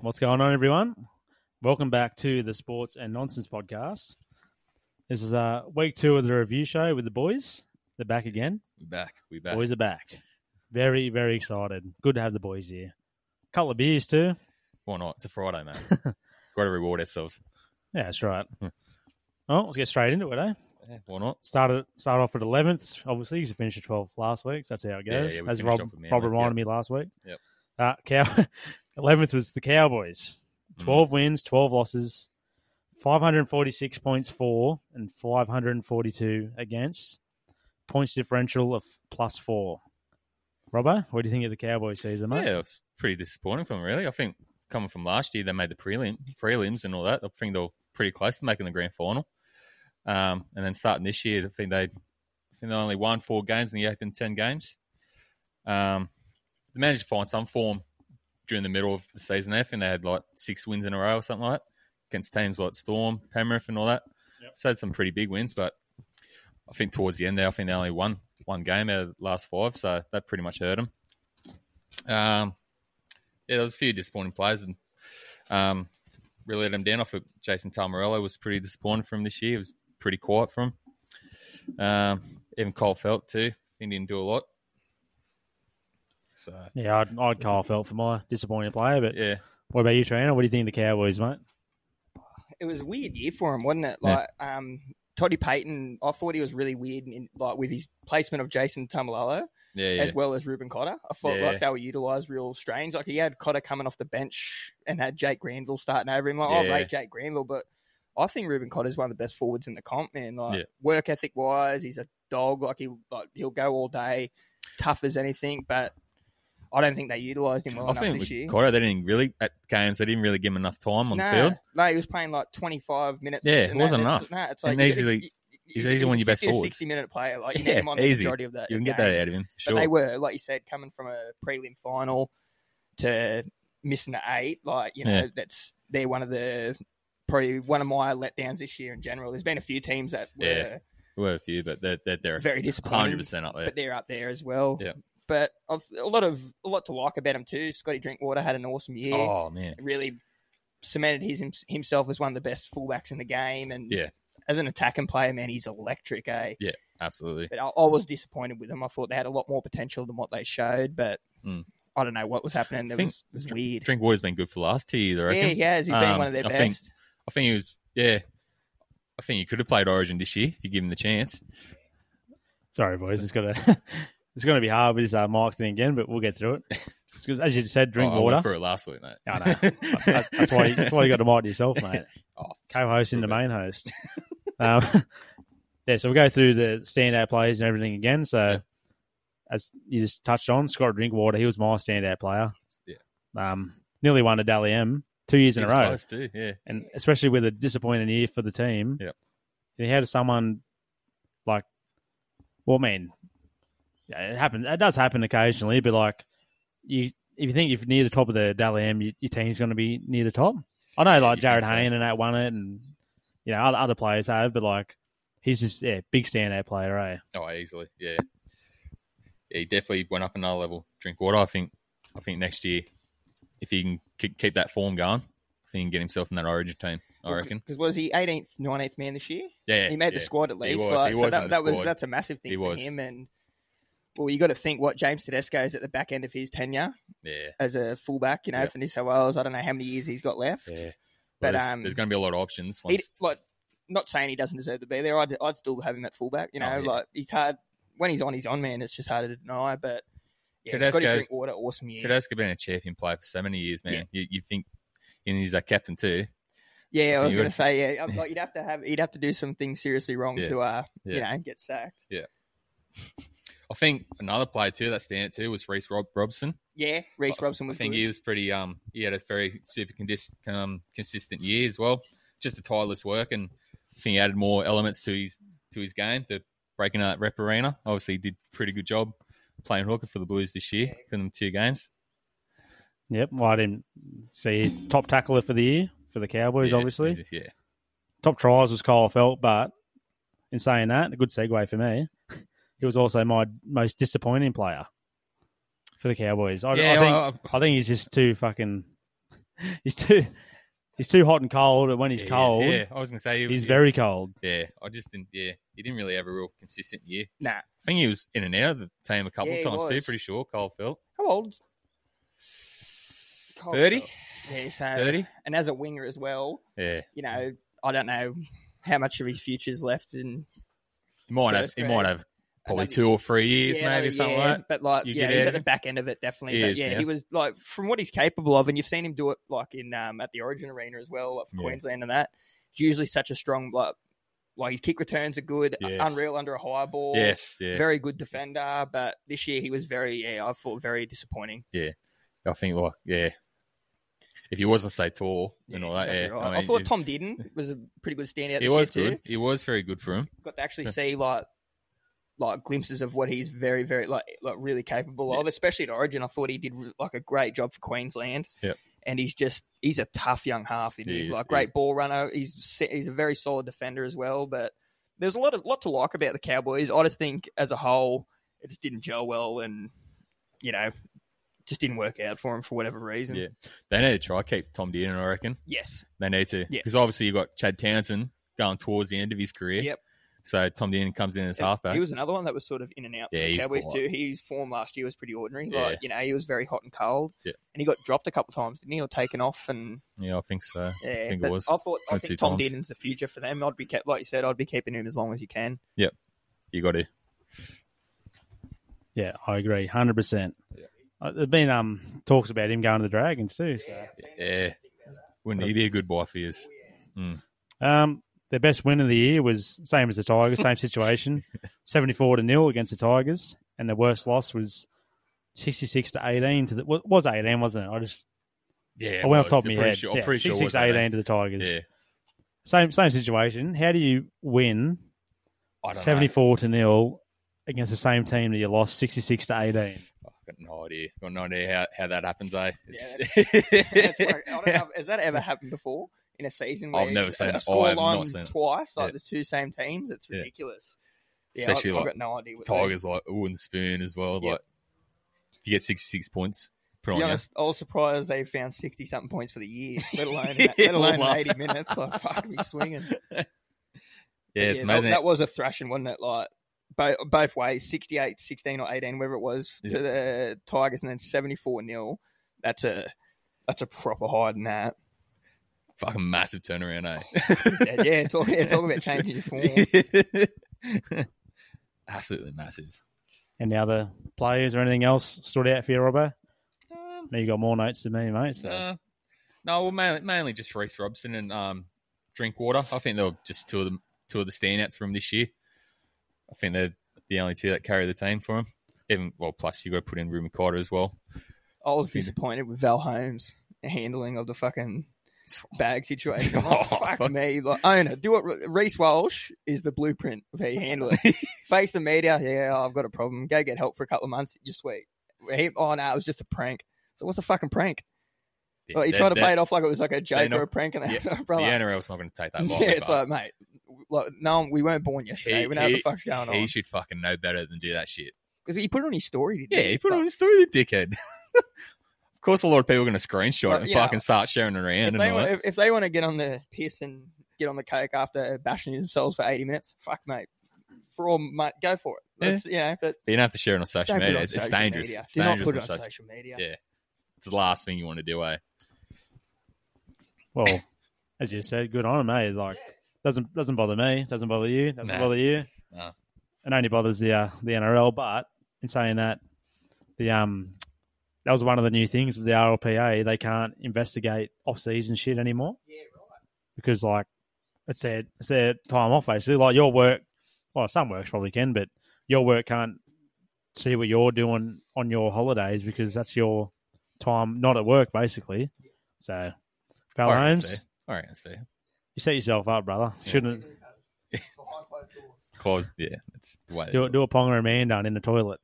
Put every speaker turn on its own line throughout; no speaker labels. What's going on, everyone? Welcome back to the Sports and Nonsense Podcast. This is uh, week two of the review show with the boys. They're back again.
We back. We back.
Boys are back. Very, very excited. Good to have the boys here. Couple of beers too.
Why not? It's a Friday, man. Got to reward ourselves.
Yeah, that's right. Oh, let's get straight into it, eh?
Yeah, why not?
Started start off at eleventh, obviously, because we finished at twelfth last week. So that's how it
Yeah,
goes.
yeah, we
As
finished
Rob,
off with Manly,
Rob reminded
yep.
me last week.
Yep.
Uh, cow. Eleventh was the Cowboys.
Mm.
Twelve wins, twelve losses, five hundred forty-six points for, and five hundred forty-two against. Points differential of plus four. Robbo, what do you think of the Cowboys season, mate?
Yeah, it's pretty disappointing for them, really. I think coming from last year, they made the prelim, prelims and all that. I think they were pretty close to making the grand final. Um, and then starting this year, I think they, I think they only won four games in the open ten games. Um, they managed to find some form during the middle of the season. There, I think they had like six wins in a row or something like that against teams like Storm, Penrith, and all that.
Yep.
So they had some pretty big wins, but I think towards the end there, I think they only won one game out of the last five, so that pretty much hurt them. Um, yeah, there was a few disappointing plays, and um, really let him down. I thought Jason Tamarello was pretty disappointed from this year. It was pretty quiet from him. Um, even Cole Felt too. He didn't do a lot. So
Yeah, I'd, I'd Kyle Felt for my disappointing player, but
yeah,
what about you, Trina? What do you think of the Cowboys, mate?
it was a weird year for him, wasn't it?
Yeah.
Like, um, Toddy Payton, I thought he was really weird, in, like with his placement of Jason Tamalolo
yeah, yeah.
as well as Ruben Cotter. I thought
Yeah.
like they were utilised real strange. Like he had Cotter coming off the bench and had Jake Granville starting over him. Like, oh,
Yeah.
great Jake Granville, but I think Ruben Cotter's one of the best forwards in the comp, man. Like
Yeah.
work ethic wise, he's a dog. Like he like he'll go all day, tough as anything. But I don't think they utilised him well
I
enough
think
this year.
with Cotto, they didn't really at games. They didn't really give him enough time on
no,
the field.
No, he was playing like 25 minutes.
Yeah, it
and
wasn't
that,
enough.
It's, no, it's like
And
you
easily-
gotta- you-
he's
you-
easily one of your best
50 to
forwards.
60 minute player. Like, you
Yeah,
need him on the
easy.
majority of that.
You can get
game.
that out of him.
But
Sure.
they were, like you said, coming from a prelim final to missing the eight. Like, you know,
Yeah.
that's they're one of the probably one of my letdowns this year in general. There's been a few teams that were,
Yeah. There were a few, but they're they're, they're
Very disappointing.
100% up there.
but they're up there as well.
Yeah.
But I've, a lot of a lot to like about him too. Scotty Drinkwater had an awesome year
Oh man,
really cemented his him- himself as one of the best fullbacks in the game. And
Yeah.
as an attacking player, man, he's electric, eh?
absolutely.
But I, I was disappointed with them. I thought they had a lot more potential than what they showed, but
Mm.
I don't know what was happening.
I
It
think
was, was weird.
Drinkwater's been good for the last two years, I reckon.
yeah, he has. He's been
Um,
one of their
I think-
best.
I think he was. Yeah, I think he could have played Origin this year if you give him the chance.
Sorry, boys. It's gonna it's gonna be hard with this uh, mic thing again, but we'll get through it. It's 'cause, as you said, drink
Oh, I went
water.
for it last week, mate.
I know. That- that's why that's why you got to mic to yourself, mate.
Oh,
Co-host and the main host. Um, yeah, so we'll go through the standout players and everything again. So,
Yeah.
as you just touched on, Scott Drinkwater, he was my standout player.
Yeah.
Um, nearly won a Dally M two years in a
He was
row,
close too, Yeah,
and especially with a disappointing year for the team.
Yep.
And he had someone like, well, I mean, yeah, it happens. It does happen occasionally, but like, you if you think you're near the top of the Dally M, your, your team's going to be near the top. I know,
Yeah,
like
you
Jared
think so.
Hayne and that won it, and you know other, other players have, but like, he's just yeah, big standout player, eh?
oh, easily. Yeah. yeah, he definitely went up another level. Drink water. I think. I think next year, if he can k- keep that form going, I think he can get himself in that Origin team. I reckon.
Because was he 18th, 19th man this year?
Yeah,
he made
yeah.
the squad at least.
was-
like,
he
so
was
that,
in the
that was
squad.
that's a massive thing
He
for
was.
him. And well, you got to think what James Tedesco is at the back end of his tenure
Yeah,
as a fullback. You know,
Yeah.
for New South Wales, I don't know how many years he's got left.
yeah. But
But,
there's,
um,
there's going to be a lot of options.
he,
Once,
like not saying he doesn't deserve to be there. I'd, I'd still have him at fullback. You know,
Oh, yeah.
like he's hard when he's on, he's on, man. It's just harder to deny. But yeah, Scotty
Tedesco's-
Drinkwater, awesome year.
Tedesco been a champion player for so many years, man. You, you think, and he's our captain too.
yeah, I
I
was
think
gonna
he
say, yeah, I'm like, you'd have to have he'd have to do some things seriously wrong
Yeah.
to uh, you
Yeah.
know, get sacked.
I think another player too that stand out too was Reese Rob- Robson.
Yeah, Reese
I-
Robson
I
was
think
good.
he was pretty. Um, he had a very super condis- um, consistent year as well. Just a tireless work, and I think he added more elements to his to his game. The breaking out rep arena, obviously, he did a pretty good job playing hooker for the Blues this year for them two games.
Yep. Well, I didn't see top tackler for the year for the Cowboys,
Yeah,
obviously.
he's- yeah,
top tries was Kyle Felt, but in saying that, a good segue for me, he was also my most disappointing player for the Cowboys. I,
yeah.
I think
I- I-
I think he's just too fucking he's too he's too hot and cold. And when he's
Yeah, he is.
cold,
Yeah, I was gonna say he was,
he's
yeah.
very cold.
Yeah, I just didn't. Yeah, he didn't really have a real consistent year.
Nah.
I think he was in and out of the team a couple
Yeah, he
of times too.
was.
Pretty sure Cole Felt
How old? Cole
30?
Phillips. Yeah, so
thirty.
and as a winger as well,
Yeah,
you know, I don't know how much of his future's left in
he might have.
First
He
grade.
might have probably
Another-
two or three years,
Yeah,
maybe
another
something
year,
like that.
But like,
You
yeah,
get
he's
out
at
of
the back end of it, definitely.
He
but
is
yeah,
now.
he was like, from what he's capable of, and you've seen him do it like in um, at the Origin Arena as well, like for
Yeah.
Queensland and that. It's usually such a strong like, like his kick returns are good,
Yes.
unreal under a high ball.
Yes, yeah.
Very good defender, but this year he was very, yeah, I thought very disappointing.
I think like yeah, if he wasn't so tall and all that,
exactly
yeah.
right.
I,
I,
mean,
thought
it-
Tom Dearden was a pretty good standout.
He
this
was
year
good.
Too.
He was very good for him.
Got to actually
Yeah.
see like like glimpses of what he's very, very like like really capable
Yeah.
of, especially at Origin. I thought he did like a great job for Queensland.
Yep.
And he's just he's a tough young half. Isn't he?
He is,
like
he
great
is.
ball runner. He's se- he's a very solid defender as well. But there's a lot of lot to like about the Cowboys. I just think as a whole, it just didn't gel well, and you know, just didn't work out for him for whatever reason.
Yeah. They need to try keep Tom Dearden. I reckon
Yes.
they need to
Yeah.
because obviously you got Chad Townsend going towards the end of his career.
Yep.
So Tom Dearden comes in as
And
halfback.
He was another one that was sort of in and out
Yeah,
for
he
the
was
Cowboys
quite-
too. His form last year was pretty ordinary.
Yeah.
Like you know, he was very hot and cold.
Yeah.
And he got dropped a couple times, didn't he? Or taken off and
yeah, I think so.
yeah.
think it
but
was.
I thought I
Had two
think Tom
times.
Dearden's the future for them. I'd be kept like you said, I'd be keeping him as long as you can.
You got to
Yeah, I agree, hundred percent.
Yeah.
Uh, There've been um talks about him going to the Dragons too. So.
Yeah. Wouldn't he be a good boy for you?
Um, their best win of the year was same as the Tigers, same situation, seventy-four to nil against the Tigers, and their worst loss was sixty-six to eighteen to the wa- was eighteen, wasn't it? I just
Yeah.
I went
well,
off the top of
I'm
my
pretty
head.
Sure, I'm
yeah,
pretty sure it
66
was that,
18 to the
eh?
Tigers.
Yeah.
Same same situation. How do you win
I don't know.
seventy-four to nil against the same team that you lost sixty-six to eighteen?
I've got no idea. I've got no idea how, how that happens, eh? It's-
That's what I, I don't know, has that ever happened before in a season? Where
I've never
it's
seen
a
it. Oh, I have
scoreline
not seen it.
twice, like
Yeah.
the two same teams. It's
Yeah.
ridiculous. Yeah, I-
Especially
I've,
like
got no idea. What they-
Tigers, like wooden spoon as well.
Yeah.
Like if you get sixty six points, put
To
on
be
you.
honest, I was surprised they found sixty something points for the year, let alone let alone
Warm up.
eighty minutes. Like fuck, we swinging.
Yeah, it's
Yeah, that-
amazing.
That, was a thrashing, wasn't it? Like both, both ways, 68, 16 or 18, whatever it was
Yeah.
to the Tigers and then 74 nil. That's a that's a proper hiding that.
Fucking massive turnaround, eh?
Yeah, yeah, talk, yeah, talk about changing your form. Oh,
Absolutely massive.
Any other players or anything else stood out for you, Robbo?
Um,
No, you got more notes than me, mate. So
uh, no, well, mainly, mainly just Reese Robson and um, Drinkwater. I think they were just two of the two of the standouts from this year. I think they're the only two that carry the team for him. Even well, plus you got to put in Rue Carter as well.
I was
I think-
disappointed with Val Holmes handling of the fucking bag situation. Like,
Oh,
fuck,
fuck.
me, like, owner, do what Reese Walsh is the blueprint of how you handle it. Face the media, yeah, I've got a problem. Go get help for a couple of months. You're sweet. He- oh no, it was just a prank. So what's a fucking prank?
Yeah,
Like, he
they're-
tried to play
they're-
it off like it was like a joke
not-
or a prank, and
Yeah,
yeah,
The
brother, yeah,
NRL's not going to take that lightly.
it's
but-
like, mate, like, no, we weren't born yesterday. we know what the fuck's going
he
on
should fucking know better than do that shit.
because he put it on his story. Didn't
Yeah, he put it on his story, the dickhead. of course, a lot of people are going to screenshot
Well,
it and
you know,
fucking start sharing it around
If
and
they,
all
want,
that.
if, if they want to get on the piss and get on the coke after bashing themselves for eighty minutes, fuck, mate, for all, mate, go for it.
Yeah.
That's, You know, but
But you don't have to share it on social
don't put it
media.
on
It's,
social
it's dangerous.
media.
It's
Do not
dangerous
put
on
it on
social.
social media.
Yeah. It's the last thing you want to do, eh?
well, as you said, good on him, eh? Like doesn't doesn't bother me, doesn't bother you, doesn't
Nah.
bother you.
Nah.
It only bothers the uh, the NRL. But in saying that, the um that was one of the new things with the RLPA. They can't investigate off season shit anymore. Yeah, right. Because like it's their it's their time off basically. Like your work, well, some works probably can, but your work can't see what you're doing on your holidays because that's your time not at work basically. So, Val
All right, that's
Holmes,
fair. All right, that's fair.
you set yourself up, brother.
Yeah.
Shouldn't
Close. Yeah, that's the way.
do do a Ponga and man down in the toilet.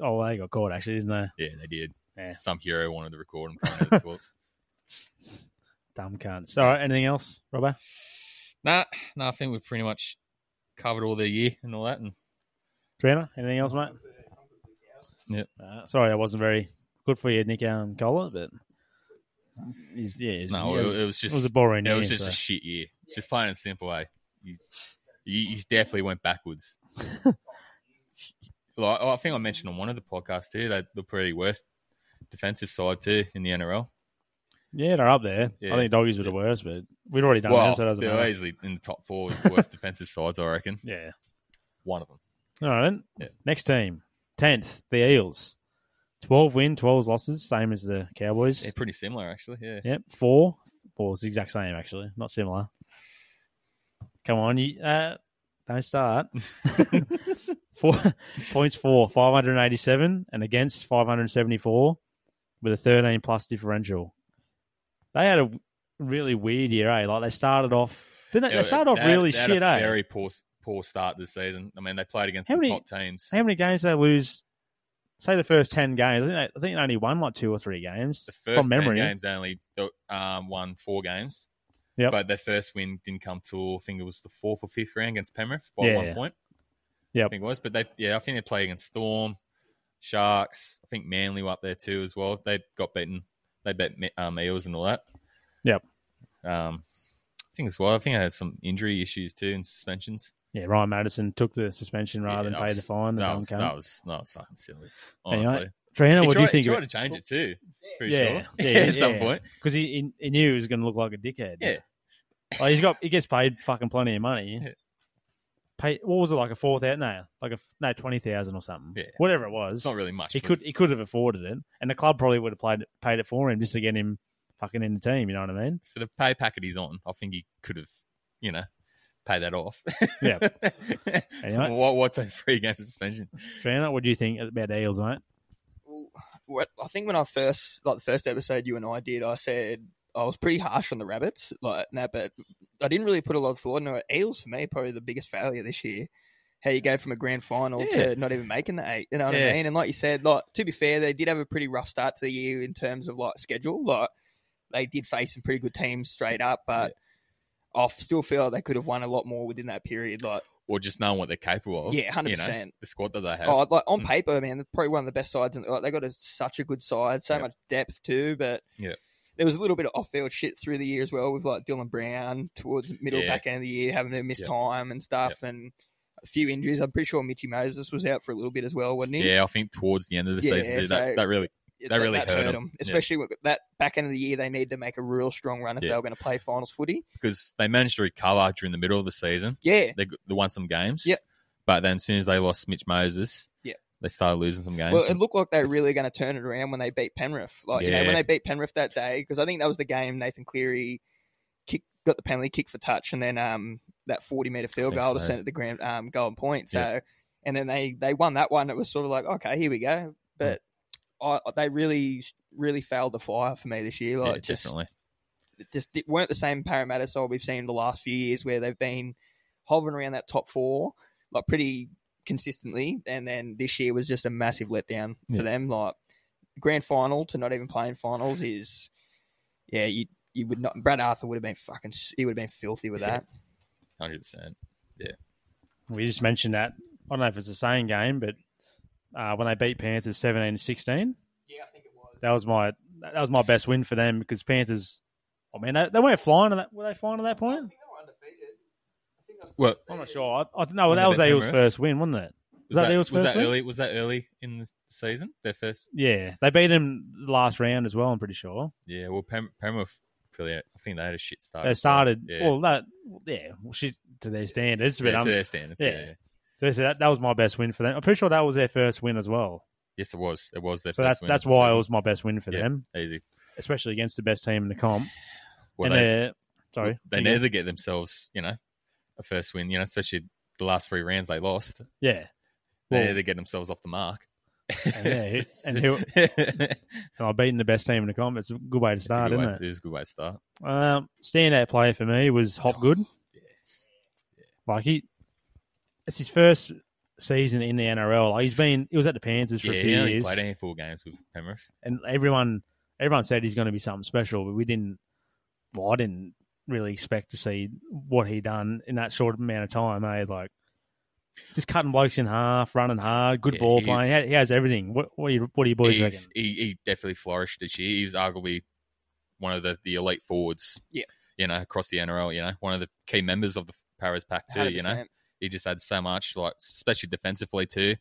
Oh, they got caught actually, didn't they?
yeah, they did.
Yeah.
Some hero wanted to record and find out the toilets.
Dumb cunts. All right, anything else, Robbo?
Nah, nah, I think we've pretty much covered all the year and all that. And
Trina, anything else, mate?
Yep.
Uh, sorry, I wasn't very good for you, Nick and Cola, but um, He's, yeah, he's,
No,
yeah,
it, it was just
it was a boring.
it was
year,
just
so.
a shit year. Just plain and simple. Eh? You, you, you definitely went backwards. like, I think I mentioned on one of the podcasts too that the pretty worst defensive side too in the NRL.
yeah, they're up there.
Yeah.
I think doggies were the worst, but we'd already done
well,
them, so it doesn't
they're
matter.
easily in the top four as the worst defensive sides, I reckon.
Yeah.
One of them.
All right. then.
Yeah.
Next team, tenth, the Eels. Twelve win, twelve losses, same as the Cowboys.
Yeah, pretty similar actually. Yeah.
Yep, four. Four is the exact same, actually. Not similar. Come on, you uh, don't start. four points for five hundred and eighty-seven and against five hundred and seventy-four, with a thirteen plus differential. They had a really weird year, eh? Like they started off, didn't they?
Yeah,
they started off
had-
really
they had
shit,
a
eh?
Very poor, poor start this season. I mean, they played against
How
the
many-
top teams.
How many games did they lose? Say the first ten games. I think they, I think they only won like two or three games
the first
from memory.
10 games they only um, won four games.
Yep.
But their first win didn't come till I think it was the fourth or fifth round against Penrith by
Yeah,
one
yeah.
point. I
Yep.
think it was. But they yeah, I think they played against Storm, Sharks. I think Manly were up there too as well. They got beaten. They bet Me- um, Eels and all that.
Yep.
Um, I think as well. I think I had some injury issues too and suspensions.
Yeah, Ryan Madison took the suspension rather
Yeah,
than
that
pay
was-
the fine. The
That
dumb
was,
cunt.
that was that was fucking silly.
Anyway,
Honestly,
Trina,
He
what do you
tried- he
think? of
tried
it?
to change it too. Pretty
Yeah,
sure.
yeah,
at some
yeah.
point.
because he, he he knew he was going to look like a dickhead.
Yeah.
like he's got he gets paid fucking plenty of money.
Yeah.
Pay what was it like a four thousand? No, like a f- no twenty thousand or something.
Yeah.
whatever it was.
It's not really much.
he
but-
could he could have afforded it, and the club probably would have played it- paid it for him just to get him fucking in the team. You know what I mean?
for the pay packet he's on, I think he could have, you know, paid that off.
Yeah. Anyway.
what what's a free game suspension?
Trina, what do you think about the Eels, mate?
what I think when I first like the first episode you and I did, I said I was pretty harsh on the rabbits, like no, but I didn't really put a lot of thought into it. Eels for me are probably the biggest failure this year. How you go from a grand final
Yeah.
to not even making the eight, you know what
Yeah.
I mean? And like you said, like to be fair, they did have a pretty rough start to the year in terms of like schedule. Like they did face some pretty good teams straight up, but I still feel like they could have won a lot more within that period. Like
Or just knowing what they're capable of.
yeah,
you
hundred
know,
percent.
The squad that they have.
Oh, like on
Mm.
paper, man, they're probably one of the best sides. In, like, they got a, such a good side, so
Yep.
much depth too. But
Yep.
there was a little bit of off-field shit through the year as well, with like Dylan Brown towards the middle
Yeah.
back end of the year having to miss
Yep.
time and stuff, and a few injuries. I'm pretty sure Mitchy Moses was out for a little bit as well, wasn't he?
yeah, I think towards the end of the
Yeah,
season, dude,
so-
that, that really.
It-
that really hurt 'em. Yeah.
especially with that back end of the year. They need to make a real strong run if
Yeah.
they were going to play finals footy.
Because they managed to recover during the middle of the season.
Yeah,
They, they won some games.
Yep.
But then as soon as they lost Mitch Moses,
Yep.
they started losing some games.
Well, it looked like they were really going to turn it around when they beat Penrith. Like you know,
Yeah.
when they beat Penrith that day, because I think that was the game Nathan Cleary kick, got the penalty kick for touch, and then um that forty meter field
think
goal to
so.
send it the grand um, golden point. So,
Yeah.
and then they they won that one. It was sort of like okay, here we
Hmm.
go. But I, they really really failed the fire for me this year.
yeah,
Like just
definitely.
just di- weren't the same Parramatta side we've seen the last few years, where they've been hovering around that top four, like pretty consistently, and then this year was just a massive letdown for
Yeah.
them. Like grand final to not even playing finals is, yeah, you you would not. Brad Arthur would have been fucking. s- He would have been filthy with
Yeah.
that.
100%.
We just mentioned that. I don't know if it's the same game, but uh, when they beat Panthers 17-16,
Yeah, I think it was.
that was my that was my best win for them because Panthers. Oh man, they, they weren't flying. at That, were they flying at that point?
Well,
I'm not sure. I, I don't know.
When
that
they
was
beat
Eels'
Penrith?
first win, wasn't it?
was
that
that,
Eels'
was
first
that
win?
early? Was that early in the season? Their first
Yeah, they beat him the last round as well. I'm pretty sure
Yeah, well, Pem- Penrith, really, I think they had a shit start.
they
as well.
started.
Oh, Yeah.
Well, that yeah, well, shit to their standards. But
yeah,
um,
to their standards.
yeah.
Yeah. yeah.
so that, that was my best win for them. I'm pretty sure that was their first win as well.
Yes, it was. It was their
So that's
first win
that's
of the
why it
season.
was my best win for
Yeah.
them,
easy.
especially against the best team in the comp.
Well,
and
they,
they, sorry,
they
you
needed
go.
to get themselves, you know, a first win. You know, especially the last three rounds they lost.
yeah.
They
Well-
needed to get themselves off the mark.
yeah, and who- And I've beaten the best team in the comp. It's a good way to
It's a
start,
good
isn't
way,
it?
it is a good way to start.
Um, standout player for me was Hopgood.
Yes.
Like he, it's his first season in the NRL. Like he's been, he was at the Panthers for
Yeah,
a
he
few
only
years,
played a handful of games with Penrith.
and everyone, everyone said he's going to be something special, but we didn't. Well, I didn't really expect to see what he done in that short amount of time. Eh? Like just cutting blokes in half, running hard, good
Yeah,
ball
he-
playing. He, he has everything. What, what, do you, what do you boys
He's-
reckon?
he, he definitely flourished this year. He was arguably one of the, the elite forwards.
Yeah.
You know, across the NRL, you know, one of the key members of the Paris pack too. You know,
100%.
he just adds so much, like especially defensively too.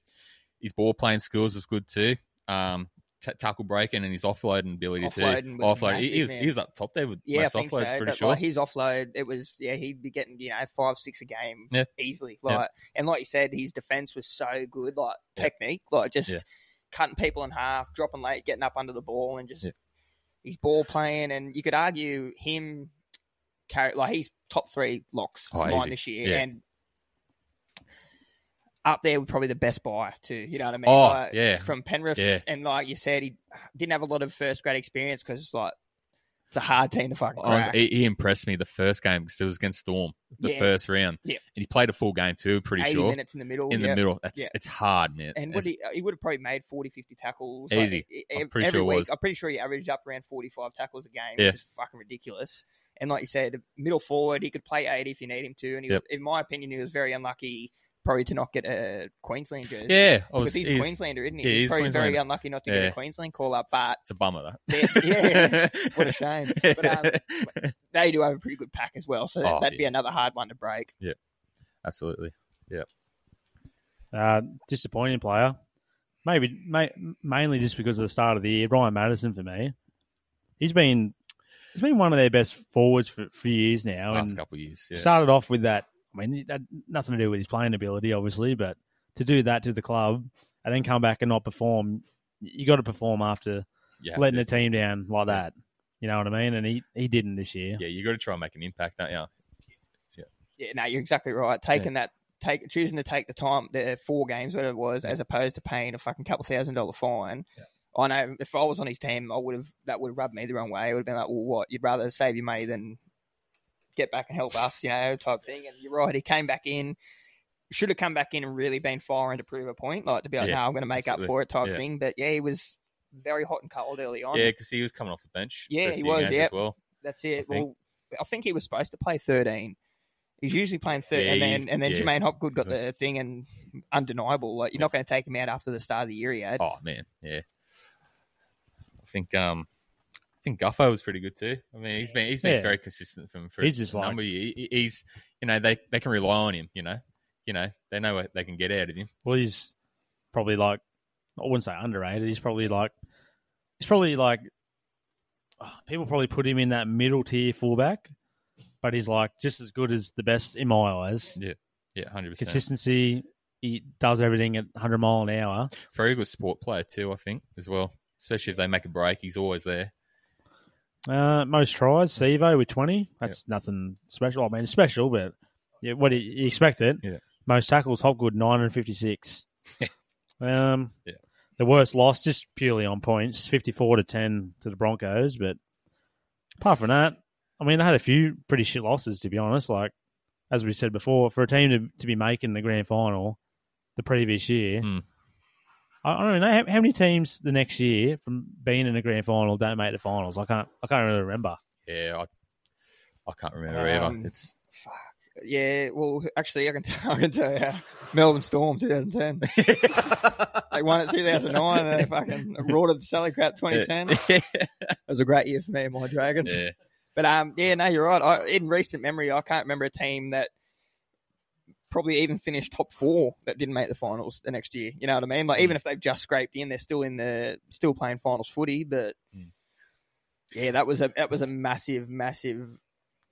His ball playing skills is good too. Um, t- tackle breaking and his offloading ability
Offloading
too.
was
Offload, he, he
massive,
was
man.
he was up top there with
Yeah,
most
I think so.
offloads, pretty
but
sure.
like his offload, it was yeah, he'd be getting you know five, six a game
Yeah.
easily.
Yeah.
Like and like you said, his defense was so good, like
Yeah.
technique, like just
Yeah.
cutting people in half, dropping late, getting up under the ball, and just
Yeah.
his ball playing. And you could argue him, carry, like he's top three locks
Oh,
for mine
easy.
this year,
Yeah.
and up there with probably the best buy too. You know what I mean?
oh
Like,
yeah,
from Penrith,
Yeah.
and like you said, he didn't have a lot of first grade experience because like it's a hard team to fucking
I was-
crack.
he, he impressed me the first game because it was against Storm, the
Yeah.
first round.
Yeah.
and he played a full game too. Pretty
80
sure
minutes in the middle.
in
yeah.
the middle. That's
Yeah.
it's hard, man.
And what
It's-
he, he would have probably made 40, 50 tackles.
Easy.
e-
I'm
ev-
pretty
every
sure it
week.
was.
I'm pretty sure he averaged up around 45 tackles a game,
Yeah.
which is fucking ridiculous. And like you said, middle forward, he could play 80 if you need him to. And he
Yep.
was, in my opinion, he was very unlucky probably to not get a Queensland jersey.
yeah, I was.
Because he's a
he's-
Queenslander, isn't he?
yeah,
he's,
he's
probably very
Queenslander.
unlucky not to get
Yeah.
a Queensland call up, but
it's a bummer though.
they- yeah, what a shame. But, um, they do have a pretty good pack as well, so that,
Oh,
that'd be
yeah.
another hard one to break.
Absolutely.
Uh, disappointing player. Maybe ma- mainly just because of the start of the year. Ryan Madison for me. He's been he's been one of their best forwards for, for years now.
Last
and
couple of years. Yeah.
started off with that. I mean, that had nothing to do with his playing ability, obviously, but to do that to the club and then come back and not perform, you got to perform after
You have
letting
to.
a team down like that. You know what I mean? And he, he didn't this year.
Yeah, you got to try and make an impact, don't you?
Yeah, no, you're exactly right. Taking that, take choosing to take the time, the four games that it was, as opposed to paying a fucking couple thousand dollar fine. I know if I was on his team, I would have that would have rubbed me the wrong way. It would have been like, well, what? You'd rather save your money than get back and help us, you know, type thing. And you're right, he came back in. Should have come back in and really been firing to prove a point, like to be like,
Yeah,
no, I'm going to make
absolutely.
up for it, type
Yeah.
thing. But yeah, he was very hot and cold early on.
Yeah, because he was coming off the bench. for
Yeah,
a
he
few
was,
games
yeah.
As well,
That's it.
I think.
well, I think he was supposed to play 13. He's usually playing 13,
Yeah,
and
he's-
then and then
yeah.
Jermaine Hopgood got
He's
the thing, and undeniable. Like you're not going to take him out after the start of the year yet.
Oh man, yeah. I think um, I think Guffo was pretty good too. I mean, he's been he's been
Yeah.
very consistent for, for
He's just
a
like-
number of years. He- He's you know they they can rely on him. You know, you know they know what they can get out of him.
Well, he's probably like, I wouldn't say underrated. He's probably like, he's probably like, ah, people probably put him in that middle tier fullback, but he's like just as good as the best in my eyes.
Yeah, hundred percent.
Consistency. He does everything at 100 mile an hour.
Very good sport player too. I think as well, especially if they make a break, he's always there.
Uh, most tries, Sevo with 20. That's nothing special. I mean, it's special, but yeah, what do you you expect it?
Yeah.
Most tackles, Hopgood, 956. um,
Yeah.
The worst loss, just purely on points, 54 to 10 to the Broncos. But apart from that, I mean, they had a few pretty shit losses, to be honest. Like, as we said before, for a team to, to be making the grand final the previous year,
Hmm.
I, I don't know how, how many teams the next year from being in the grand final don't make the finals. I can't, I can't really remember.
Yeah, I I can't remember
Um,
either. It's
Fuck. Yeah. Well, actually, I can tell. I can tell you, Melbourne Storm 2010. they won it 2009. And they fucking roared the Sally crap 2010. It
yeah.
was a great year for me and my Dragons.
yeah.
But um, yeah, no, you're right. I, in recent memory, I can't remember a team that probably even finished top four that didn't make the finals the next year. You know what I mean? Like
Mm.
even if they've just scraped in, they're still in the still playing finals footy. But
Mm.
yeah, that was a that was a massive, massive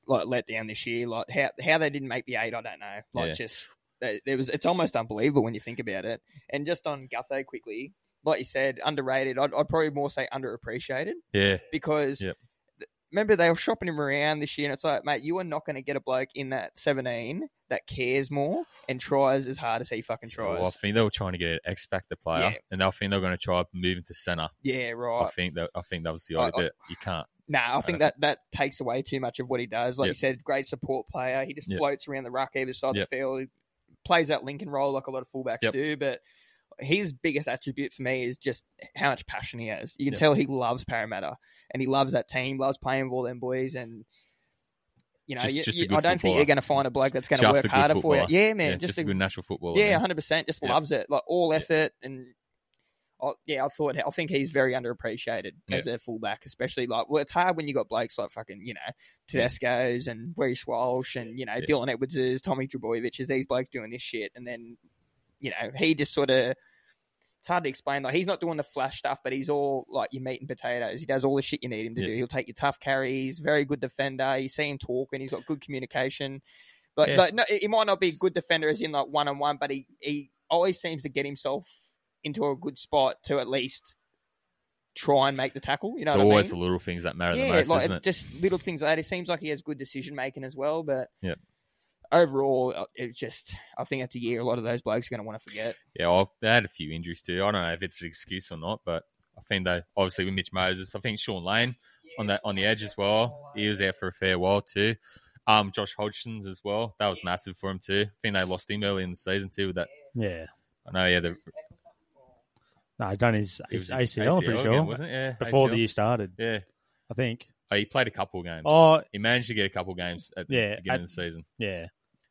like letdown this year. Like how how they didn't make the eight, I don't know. Like
Yeah.
just they- there was it's almost unbelievable when you think about it. And just on Gutho quickly, like you said, underrated. I'd, I'd probably more say underappreciated
yeah.
because
Yep.
th- remember they were shopping him around this year, and it's like, mate, you are not going to get a bloke in that seventeen that cares more and tries as hard as he fucking tries.
Well, I think they were trying to get an X Factor player,
Yeah.
and I think they were going to try moving to centre.
yeah,
I
right.
think that I think that was the
I-
idea.
I-
that you can't.
Nah, I think
don't-
that that takes away too much of what he does. Like
Yep.
you said, great support player. He just
Yep.
floats around the ruck either side
Yep.
of the field. He plays that Lincoln role like a lot of fullbacks
Yep.
do, but. His biggest attribute for me is just how much passion he has. You can
Yep.
tell he loves Parramatta and he loves that team, loves playing with all them boys, and you know,
Just-
you,
just a
you-
good
I don't think
footballer.
you're going to find a bloke that's going to
Just
work
a good
harder for you.
footballer.
Yeah, man,
yeah,
just,
just, a
a-
good natural footballer.
yeah,
man.
hundred percent. Just
Yeah.
loves it, like all
Yeah.
effort, and I, yeah, I thought I think he's very underappreciated
Yeah.
as a fullback, especially like well, it's hard when you got blokes like fucking you know Tedesco's and Reece Walsh and you know
Yeah.
Dylan Edwardses, Tommy Drabojevich's, these blokes doing this shit, and then you know he just sort of it's hard to explain. Like he's not doing the flash stuff, but he's all like your meat and potatoes. He does all the shit you need him to
Yeah.
do. He'll take your tough carries. Very good defender. You see him talk, and he's got good communication. But
Yeah.
like, no, he might not be a good defender as in like one on one, but he he always seems to get himself into a good spot to at least try and make the tackle. You know,
it's
what
always
I mean?
the little things that matter
yeah,
the most,
like
isn't it?
just little things like that. It seems like he has good decision making as well, but
Yeah.
Overall, uh, it's just I think that's a year a lot of those blokes are going to want to forget.
Yeah, I've, they had a few injuries too. I don't know if it's an excuse or not, but I think they obviously with Mitch Moses, I think Sean Lane on that on the edge as well. He was out for a fair while too. Um, Josh Hodgson's as well. That was massive for him too. I think they lost him early in the season too. With that,
Yeah.
I know. Yeah, the,
No, he's done his,
it was
his ACL,
his
I'm pretty
again,
sure.
wasn't it? Yeah,
Before
ACL.
the year started,
yeah,
I think.
oh, he played a couple of games.
Oh,
he managed to get a couple of games at the
Yeah,
beginning
at-
of the season.
yeah.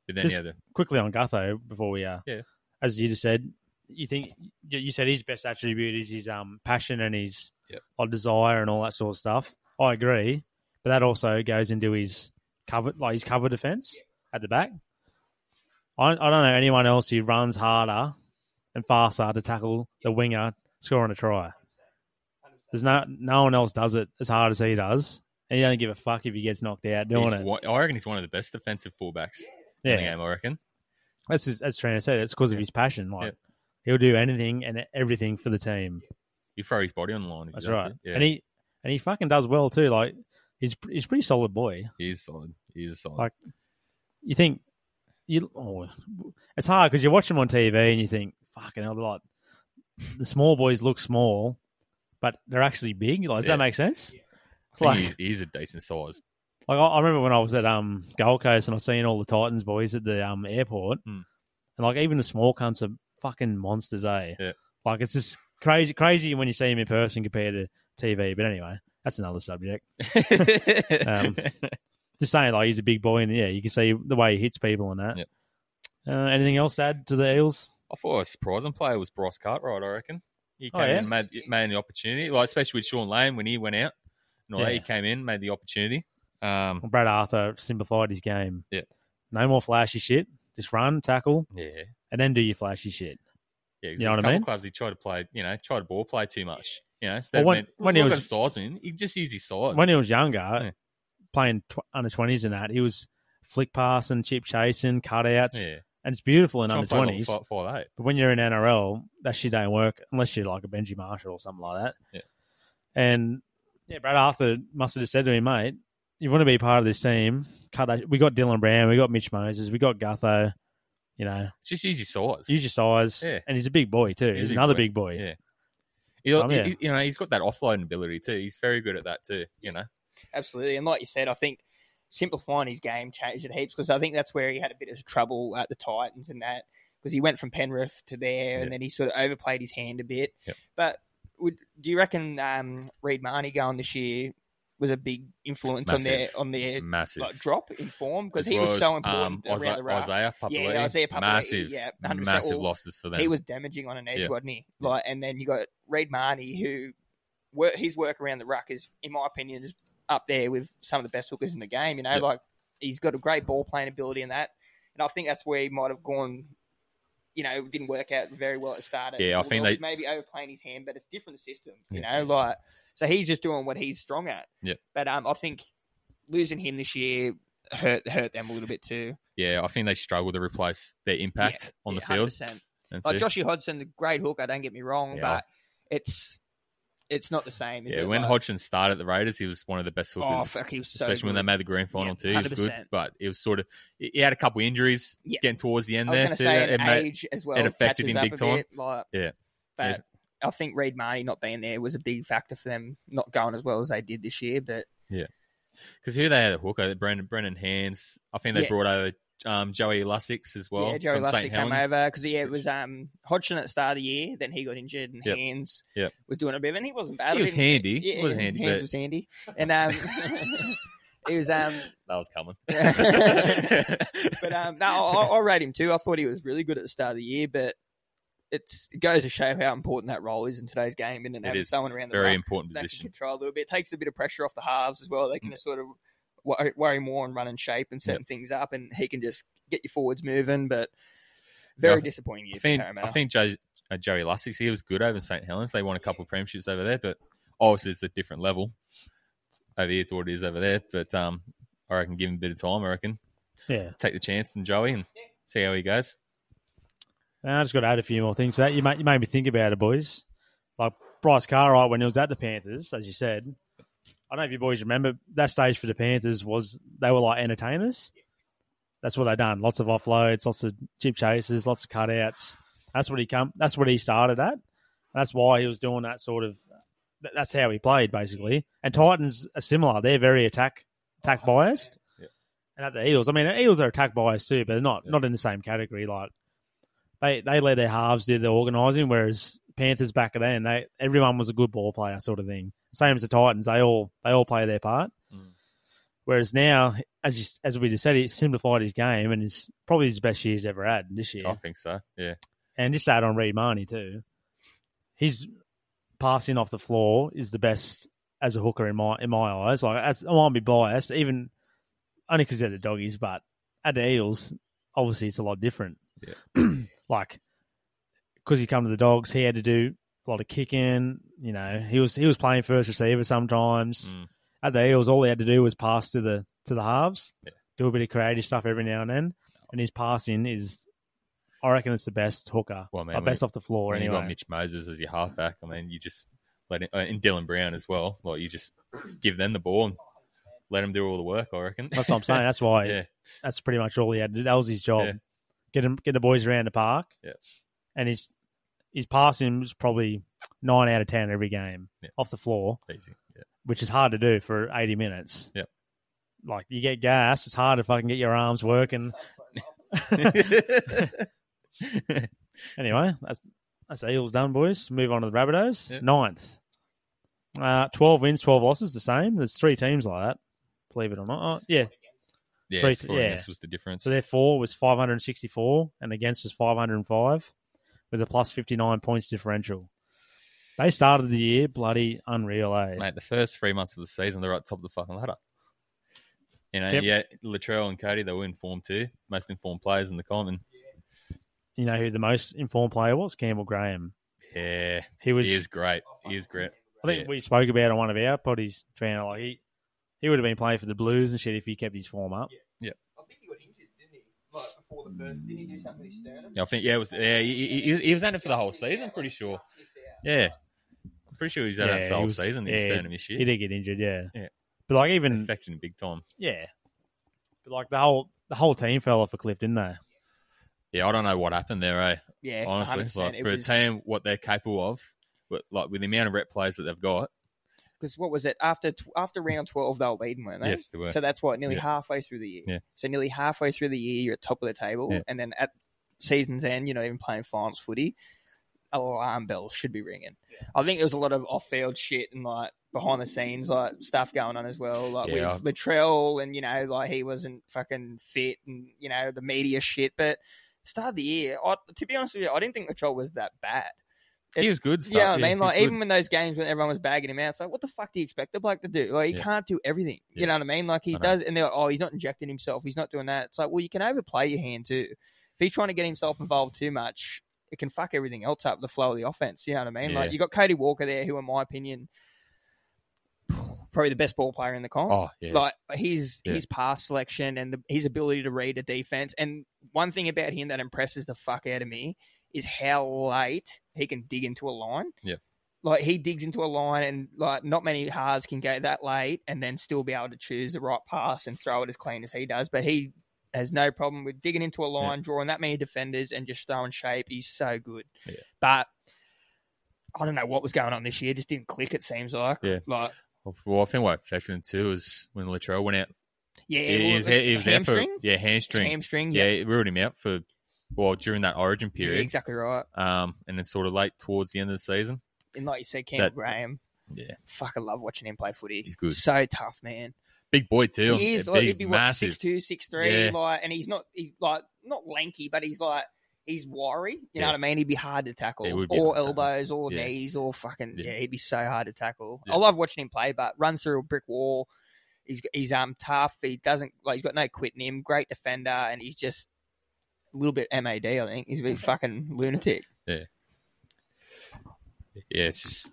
But then
Just-
yeah, the,
quickly on Gutho before we uh,
Yeah.
as you just said, you think you you said his best attribute is his um passion and his
Yep.
like, desire and all that sort of stuff. I agree, but that also goes into his cover like his cover defense at the back. I I don't know anyone else who runs harder and faster to tackle the winger scoring a try. There's no no one else does it as hard as he does. And he don't give a fuck if he gets knocked out doing
he's
it.
one- I reckon he's one of the best defensive fullbacks in the
Yeah,
game. I reckon.
that's his, that's trying to say that's because of his passion. Like
Yeah.
he'll do anything and everything for the team.
You throw his body on the line. if you
That's
have
right.
to. Yeah,
And he and he fucking does well too. Like he's he's a pretty solid boy.
he's solid. He's solid.
Like- You think you oh, it's hard because you watch him on TV and you think fucking hell, like the small boys look small, but they're actually big. Like does
Yeah.
that make sense?
I think
like-
he's, he's a decent size.
Like I, I remember when I was at um Gold Coast and I was seeing all the Titans boys at the um airport,
Mm.
and like even the small cunts are fucking monsters, eh?
Yeah.
Like it's just crazy, crazy when you see him in person compared to TV. But anyway, that's another subject. Um, Just saying, like he's a big boy, and yeah, you can see the way he hits people and that.
Yep.
Uh, anything else to add to the Eels?
I thought a surprising player was Bryce Cartwright. I reckon he
Oh,
came in
yeah?
and made made the opportunity, like especially with Sean Lane when he went out. And all that,
Yeah.
he came in, made the opportunity. Um,
Well, Brad Arthur simplified his game.
Yeah.
No more flashy shit. Just run, tackle,
yeah,
and then do your flashy shit.
yeah. 'cause
You know what
there's
I
a couple
mean?
clubs he tried to play, you know, tried to ball play too much. You know, instead
when-
of
when he
he
was-
was size in, he just used his size.
when he was younger,
Yeah.
playing tw- under twenties and that, he was flick passing, chip chasing, cutouts,
yeah,
and it's beautiful in
Try
under
and play like
twenties.
five- five eight.
But when you're in NRL, that shit don't work unless you're like a Benji Marshall or something like that.
Yeah.
And yeah, Brad Arthur must have just said to me, mate, you want to be part of this team? Cut that. We got Dylan Brown, we got Mitch Moses, we got Gutho. You know,
Just use his size.
use your size,
Yeah.
and he's a big boy too.
He's a
He's
big
another
boy.
big boy.
Yeah. He'll-
Oh, yeah.
he- you know, he's got that offloading ability too. He's very good at that too. You know,
Absolutely. And like you said, I think simplifying his game changed it heaps because I think that's where he had a bit of trouble at the Titans and that because he went from Penrith to there
Yeah.
and then he sort of overplayed his hand a bit.
Yep.
But would do you reckon um, Reed Marnie going this year was a big influence
Massive.
on their on their
massive
like, drop in form because
As
he
well
was so
as, um,
important around
Isaiah,
the rack.
Isaiah Papali'i,
Yeah, Isaiah Papali'i,
massive,
yeah, 100%.
massive
Well,
losses for them.
He was damaging on an edge,
Yeah.
wasn't he? Like, and then you got Reid Marnie, who work, his work around the ruck is, in my opinion, is up there with some of the best hookers in the game. You know,
Yeah.
like he's got a great ball playing ability in that, and I think that's where he might have gone. You know, didn't work out very well at the start. at
Yeah, I think
Bulldogs,
they-
maybe overplaying his hand, but it's different systems. You
Yeah.
know, like so he's just doing what he's strong at.
Yeah.
But um, I think losing him this year hurt hurt them a little bit too.
yeah, I think they struggle to replace their impact on the
Yeah,
field.
100%.
And
Like
so-
Joshy Hodgson, the great hooker. Don't get me wrong,
Yeah.
but it's it's not the same. Is
yeah,
it?
when
Like,
Hodgson started at the Raiders, he was one of the best
oh
hookers,
fuck, he was so
especially when they
good.
made the grand final
Yeah,
too. He was good,
100%.
but it was sort of he he had a couple injuries
Yeah.
getting towards the end
I was
there
going to
too.
say
It
an
made-
age as well.
affected
catches
him
up
big
a
time.
Bit, like,
Yeah.
but I think Reid Marnie not being there was a big factor for them not going as well as they did this year. But
Because who they had a hooker, Brendan Brendan Hands. I think they
Yeah.
brought over um, Joey Lussix as well.
yeah, Jerry
from
Lussick
St.
came
Helens.
over because yeah, it was um Hodgson at the start of the year. Then he got injured and
Yep.
Hands
Yep.
was doing a bit, and he wasn't bad. I
He was
didn't-
handy.
Yeah,
He was handy,
Hands
but
was handy, and um, he was um.
that was coming.
But But um, no, I, I rate him too. I thought he was really good at the start of the year, but it's it goes to show how important that role is in today's game, and
it
having
is
someone
it's
around the
very
ruck
important
that
position. Mm.
can control a little bit. It takes a bit of pressure off the halves as well. They can sort of wor- worry more on running shape and setting things up, and he can just get your forwards moving.
Yeah,
But
I
very
th-
disappointing year
I
for
think
Parramatta.
I think Joe, uh, Joey Lussick, he was good over in St Helens. They won a couple of premierships over there, but obviously it's a different level over here to what it is over there. But um, I reckon give him a bit of time. I reckon
Yeah.
take the chance and Joey and see how he goes.
And I just got to add a few more things to that. You made, you made me think about it, boys. Like Bryce Cartwright, when he was at the Panthers, as you said, I don't know if you boys remember, that stage for the Panthers was they were like entertainers. That's what they done. Lots of offloads, lots of chip chases, lots of cutouts. That's what he come. That's what he started at. That's why he was doing that sort of. that- That's how he played basically. And Titans are similar. They're very attack attack biased.
Oh, Yeah.
And at the Eels, I mean, the Eels are attack biased too, but they're not
Yeah.
not in the same category. Like they they let their halves do the organising, whereas Panthers back then they everyone was a good ball player sort of thing. Same as the Titans, they all they all play their part.
Mm.
Whereas now, as you, as we just said, he simplified his game and it's probably his best year he's ever had this year.
I think so. Yeah,
And just add on Reid Marnie too. His passing off the floor is the best as a hooker in my in my eyes. Like as, I might be biased, even only because they're the doggies, but at the Eels, obviously it's a lot different. like because he come to the dogs, he had to do a lot of kicking. You know, he was he was playing first receiver sometimes.
Mm.
At the Eels, all he had to do was pass to the to the halves,
Yeah.
do a bit of creative stuff every now and then, and his passing is, I reckon, it's the best hooker,
Well, man,
uh,
when
best off the floor
when you got
anyway.
Mitch Moses as your halfback, I mean, you just let him, uh, and Dylan Brown as well. Like you just give them the ball and let them do all the work. I reckon.
That's what I'm saying. That's why
yeah,
that's pretty much all he had to do. That was his job.
Yeah.
Get him, get the boys around the park.
Yeah.
And his his passing was probably nine out of ten every game
Yeah.
off the floor.
easy. Yeah.
which is hard to do for 80 minutes.
Yep.
Like you get gas, it's hard if I can get your arms working. Anyway, that's that's the Eels done, boys. Move on to the Rabbitohs.
Yep.
Ninth. Uh, 12 wins, 12 losses, the same. There's three teams like that, believe it or not. Oh, yeah.
yeah,
Three-
it's four
yeah.
and this was the difference.
So their four was 564 and against was 505 with a plus 59 points differential. They started the year bloody unreal, eh?
Mate, the first three months of the season, they're at top of the fucking ladder. You know,
Yep.
yeah, Latrell and Cody, they were informed too, most informed players in the common.
You know who the most informed player was? Campbell Graham.
Yeah,
He was
he is great. He is great.
I think we spoke about it on one of our poddies, fan. Like he, he would have been playing for the Blues and shit if he kept his form up.
I think he got injured, didn't he? Like before the first, did he do something with his sternum?
Yeah, I think yeah, it was yeah, he, he- he, was- he was at it for the whole season. Pretty sure. Yeah, I'm pretty sure he was at
Yeah,
it for the
he
whole
was-
season.
yeah,
His sternum issue
He did get injured, yeah.
Yeah.
But like even
affected him big time.
yeah, but like the whole the whole team fell off a cliff, didn't they?
Yeah, I don't know what happened there. Eh?
Yeah,
Honestly,
100%.
like
It
for
was-
a team, what they're capable of, but like with the amount of rep plays that they've got.
because what was it after tw- after round twelve they were leading, weren't they?
Yes, they were.
So that's what nearly
Yeah.
halfway through the year.
Yeah.
So nearly halfway through the year, you're at top of the table,
Yeah.
and then at season's end, you're not even playing finals footy. Alarm bells should be ringing. I think there was a lot of off-field shit and like behind the scenes like stuff going on as well, like
Yeah,
with Latrell and you know like he wasn't fucking fit and you know the media shit. But start of the year, I, to be honest with you, I didn't think Latrell was that bad.
he
It's-
was good.
yeah, I
start-
mean,
he was
like
good.
even when those games when everyone was bagging him out, it's like, what the fuck do you expect the bloke to do? Like, he
Yeah.
can't do everything. You
Yeah.
know what I mean? Like, he
I know.
does, and they're like, oh, he's not injecting himself. He's not doing that. It's like, well, you can overplay your hand too. If he's trying to get himself involved too much, it can fuck everything else up. The flow of the offense. You know what I mean?
Yeah.
Like, you got Cody Walker there, who, in my opinion, probably the best ball player in the comp.
oh yeah,
Like his
Yeah.
his pass selection and the, his ability to read a defense. And one thing about him that impresses the fuck out of me is how late he can dig into a line.
Yep.
Like he digs into a line, and like not many halves can go that late, and then still be able to choose the right pass and throw it as clean as he does. But he has no problem with digging into a line, drawing that many defenders, and just throwing shape. He's so good.
Yeah.
But I don't know what was going on this year; just didn't click. It seems like.
Yeah.
Like
Well, I think what affected him too is when Latrell went out.
yeah,
He,
well,
he was, he was out for
hamstring?
yeah hamstring.
hamstring.
yeah, it ruled him out for well during that Origin
Yeah,
period.
exactly right.
Um, and then sort of late towards the end of the season.
And like you said, Campbell
That-
Graham,
Yeah,
fuck, I love watching him play footy.
He's good.
So tough, man.
big boy too.
he is.
big,
Like, he'd be what
massive.
six two, six three,
Yeah.
like, and he's not. He's like not lanky, but he's like he's wiry. You
Yeah.
know what I mean? He'd be hard to tackle,
He would be
or
hard to tackle.
elbows, or
Yeah.
knees, or fucking yeah.
Yeah.
He'd be so hard to tackle.
Yeah.
I love watching him play, but runs through a brick wall. He's he's um tough. He doesn't like he's got no quit in him. Great defender, and he's just a little bit mad. I think he's a bit fucking lunatic.
yeah, it's just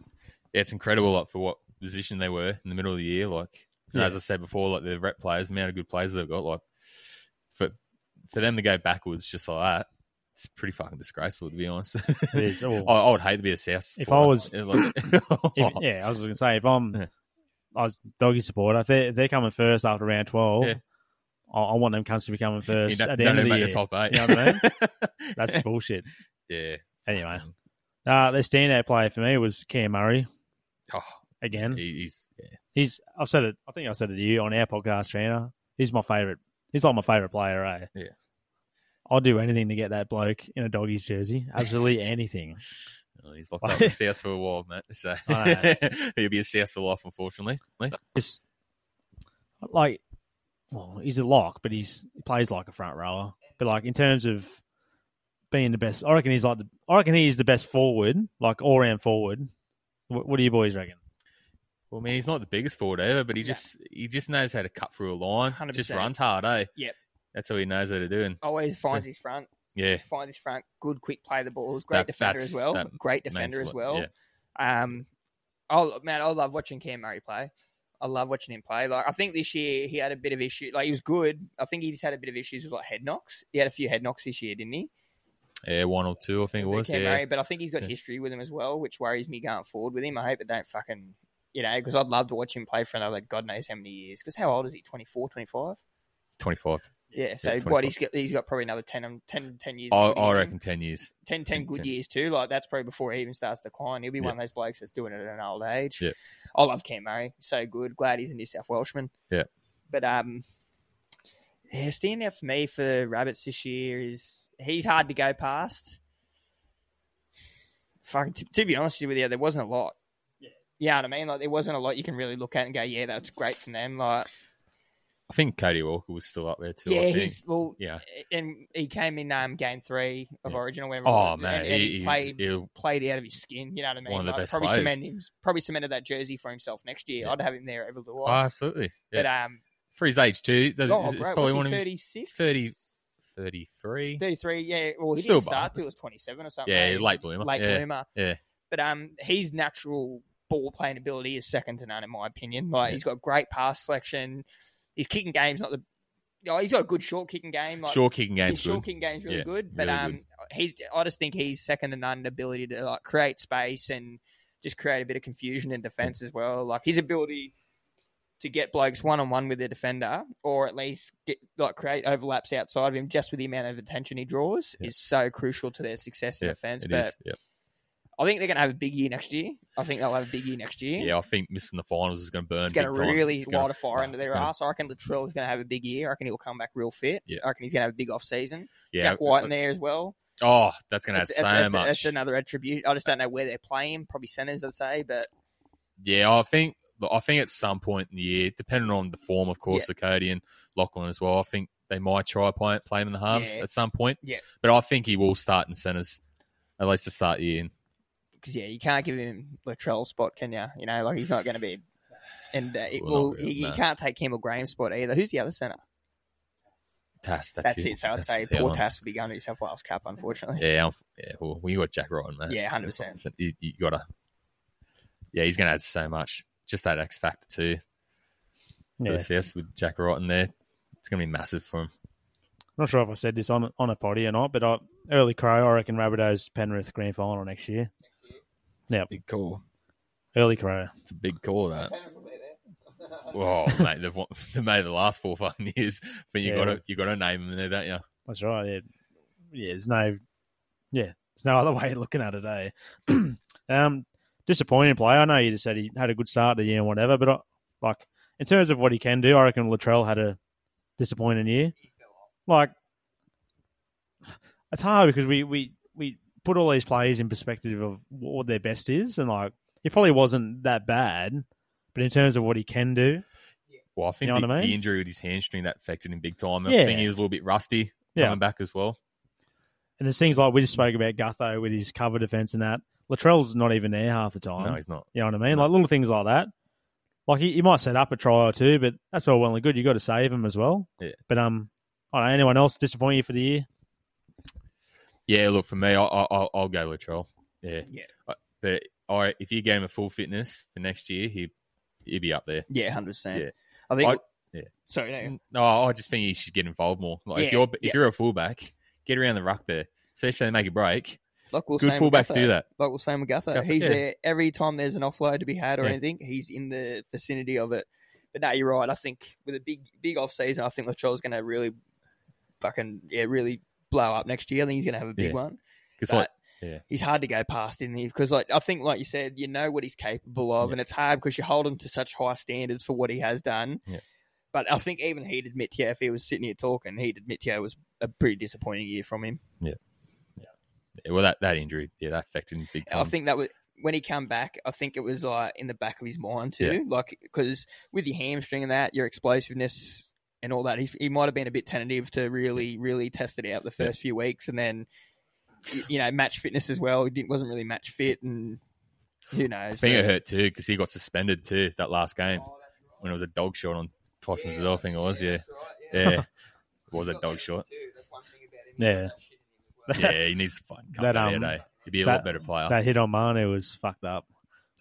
yeah, it's incredible like for what position they were in the middle of the year. Like and
Yeah.
as I said before, like the rep players, the amount of good players they've got, like for for them to go backwards just like that, it's pretty fucking disgraceful to be honest.
It is,
I,
or-
I would hate to be a South.
If
supporter.
I was-
Yeah, like- Oh,
If, yeah, I was going to say if I'm,
Yeah.
I was doggy supporter. If they're, if they're coming first after round twelve,
Yeah.
I, I want them cunts to be coming
you
first
don't,
at the
don't
end of
even
the year.
make the top eight.
You know what I mean? That's bullshit.
yeah.
Anyway, uh, the standout player for me was Cam Murray
Oh,
again.
he- he's yeah.
He's I've said it. I think I said it to you on our podcast, trainer. He's my favorite. He's like my favorite player. Eh?
Yeah.
I'll do anything to get that bloke in a doggies jersey. Absolutely anything.
Well, he's locked up with South for a while, mate. So
I
he'll be a South for life, unfortunately.
Just like, well, he's a lock, but he's he plays like a front rower. But like in terms of being the best, I reckon he's like the. I reckon he is the best forward, like all round forward. What, what do you boys reckon?
Well, I mean, he's not the biggest forward ever, but he
No.
just he just knows how to cut through a line.
100%.
Just runs hard, eh?
Yep.
That's all he knows how to do. And
Always finds his front.
yeah,
Finds his front. Good, quick play of the balls. Great
That-
defender
that's-
as well.
that
Great
means
defender
a
as
lot,
well.
Yeah.
Um, oh man, I love watching Cam Murray play. I love watching him play. Like I think this year he had a bit of issue. Like he was good. I think he just had a bit of issues with like head knocks. He had a few head knocks this year, didn't he?
yeah, one or two, I think it
With
was.
Cam
Yeah.
Murray, but I think he's got
Yeah.
history with him as well, which worries me going forward with him. I hope it don't fucking you know because I'd love to watch him play for another god knows how many years. Because how old is he? 24, 25?
25.
Yeah. So
25.
what he's got? He's got probably another 10, 10, 10 years.
I,
of footy
I
in him.
reckon 10 years.
10, 10
10,
good
10.
years too. Like that's probably before he even starts to decline. He'll be
Yeah.
one of those blokes that's doing it at an old age.
Yeah.
I love Cam Murray. So good. Glad he's a New South Welshman.
Yeah.
But um, yeah, standing out for me for Rabbits this year is he's hard to go past. Fucking to, to be honest with you, there wasn't a lot. Yeah, you know what I mean, like there wasn't a lot you can really look at and go, yeah, that's great from them. Like,
I think Cody Walker was still up there, too. I
yeah,
think.
he's well,
yeah.
and he came in um, game three of
Yeah.
Origin or whatever. it
Oh,
was,
man.
and, and
he,
he
he-
played
he'll-
played out of his skin. You know what I mean?
One of the
Like,
best
probably
players.
cemented him, probably cemented that jersey for himself next year.
Yeah.
I'd have him there every little
oh,
while.
absolutely.
but
Yeah.
um,
For his age, too. That's,
oh,
it's
bro,
probably one of his
36?
30 33.
33, Yeah, well, he
Still
didn't start
bad.
till he was twenty seven or something.
Yeah,
eh?
late bloomer.
late
yeah.
bloomer.
yeah.
But um, his natural ball playing ability is second to none in my opinion. Like
Yeah.
he's got great pass selection. His kicking game's not the. Oh, he's got a good short kicking game. Like,
Short kicking
his
game's
short
good.
kicking game's really
Yeah,
good, but
really
um,
good.
he's I just think he's second to none in ability to like create space and just create a bit of confusion in defense as well. Like his ability to get blokes one on one with their defender, or at least get like create overlaps outside of him, just with the amount of attention he draws,
Yeah.
is so crucial to their success in
Yeah,
defense.
It
But
is. Yeah.
I think they're going to have a big year next year. I think they'll have a big year next year.
yeah, I think missing the finals is going to burn.
It's going
big
to
time.
really
It's gonna-
light a fire
nah,
under
it's
their
gonna-
ass. I reckon Latrell is going to have a big year. I reckon he'll come back real fit.
Yeah.
I reckon he's going to have a big off season.
Yeah,
Jack White in there as well.
Oh, that's going to add
That's-
so
that's- that's-
much.
That's another attribute. I just don't know where they're playing. Probably centers, I'd say. But
Yeah, I think I think at some point in the year, depending on the form, of course, of Cody and Lachlan as well. I think they might try play, play him in the halves
Yeah.
at some point.
Yeah.
but I think he will start in centres at least to start the year. And
because yeah, you can't give him Latrell's spot, can you? You know, like he's not going to be. And uh, it,
Well,
well,
not
he,
really,
you
no.
can't take Campbell Graham's spot either. Who's the other center?
Tass, that's,
That's, it. So I'd
That's
say
the
poor
one.
Tass will be going to New South Wales Cup, unfortunately.
Yeah, I'm, yeah. Well, we got Jack Ryan, man.
Yeah, 100%.
You, you gotta. Yeah, he's going to add so much. Just that X factor too. For
Yeah.
the CS with Jack Rotten there, it's going to be massive for him.
not sure if I said this on on a potty or not, but I, early crow, I reckon Rabbitohs Penrith grand final next year.
Big call.
Early crow.
It's a big call that. Oh mate, they've, won- they've made the last four fucking years, but you
Yeah.
got to you got to name them there, don't you?
That's right. Yeah, yeah. There's no, yeah. There's no other way of looking at it. Eh? um, disappointing play. I know you just said he had a good start to the year and whatever, but I, like in terms of what he can do, I reckon Latrell had a disappointing year. Like, it's hard because we we we put all these players in perspective of what their best is, and like he probably wasn't that bad, but in terms of what he can do,
Well, I think
You know
the,
what I mean?
the injury with his hamstring that affected him big time. I
Yeah.
think he was a little bit rusty
Yeah.
coming back as well.
And there's things like we just spoke about Gutho with his cover defense and that. Latrell's not even there half the time.
No, he's not.
You know what I mean? Like little things like that. Like he, he might set up a try or two, but that's all well and good. You got to save him as well.
Yeah.
But um, I don't know, anyone else disappointing you for the year?
Yeah, look for me, I, I, I'll, I'll go Latrell. Yeah,
Yeah.
I- But I, if you gave him a full fitness for next year, he he'd be up there.
Yeah, hundred
Yeah.
percent. I think.
yeah.
Sorry, no.
No, I just think he should get involved more. Like
Yeah,
if you're if
yeah.
you're a fullback, get around the ruck there. Especially if they make a break.
Like we'll
Good
say
fullbacks
Magatha.
do that.
Like we'll say Magatha.
Gutho,
He's
yeah.
there every time there's an offload to be had or
Yeah.
anything. He's in the vicinity of it. But no, you're right. I think with a big big off season, I think Latrell's going to really fucking yeah really blow up next year. I think he's going to have a big
Yeah.
one.
Because
But
like, yeah.
he's hard to go past, isn't he? Because like I think, like you said, you know what he's capable of,
Yeah.
and it's hard because you hold him to such high standards for what he has done.
Yeah.
But I think even he'd admit, yeah, if he was sitting here talking, he'd admit, yeah, it was a pretty disappointing year from him.
yeah, well, that, that injury, yeah, that affected him big time.
I think that was when he come back. I think it was like in the back of his mind too,
Yeah.
like because with your hamstring and that, your explosiveness and all that, he, he might have been a bit tentative to really, really test it out the
Yeah.
first few weeks, and then y- you know match fitness as well. He didn't, wasn't really match fit, and who
I
knows?
think it
but-
hurt too because he got suspended too that last game when it was a dog shot on Tyson's yeah, I think it was. Yeah,
that's right,
yeah, it was a dog shot.
Too, that's one thing about him, he's got
Yeah.
that shit in him as well.
Yeah, he needs to find come
That,
that, out,
um,
eh? He'd be a
that-
lot better player.
That hit on Manu was fucked up.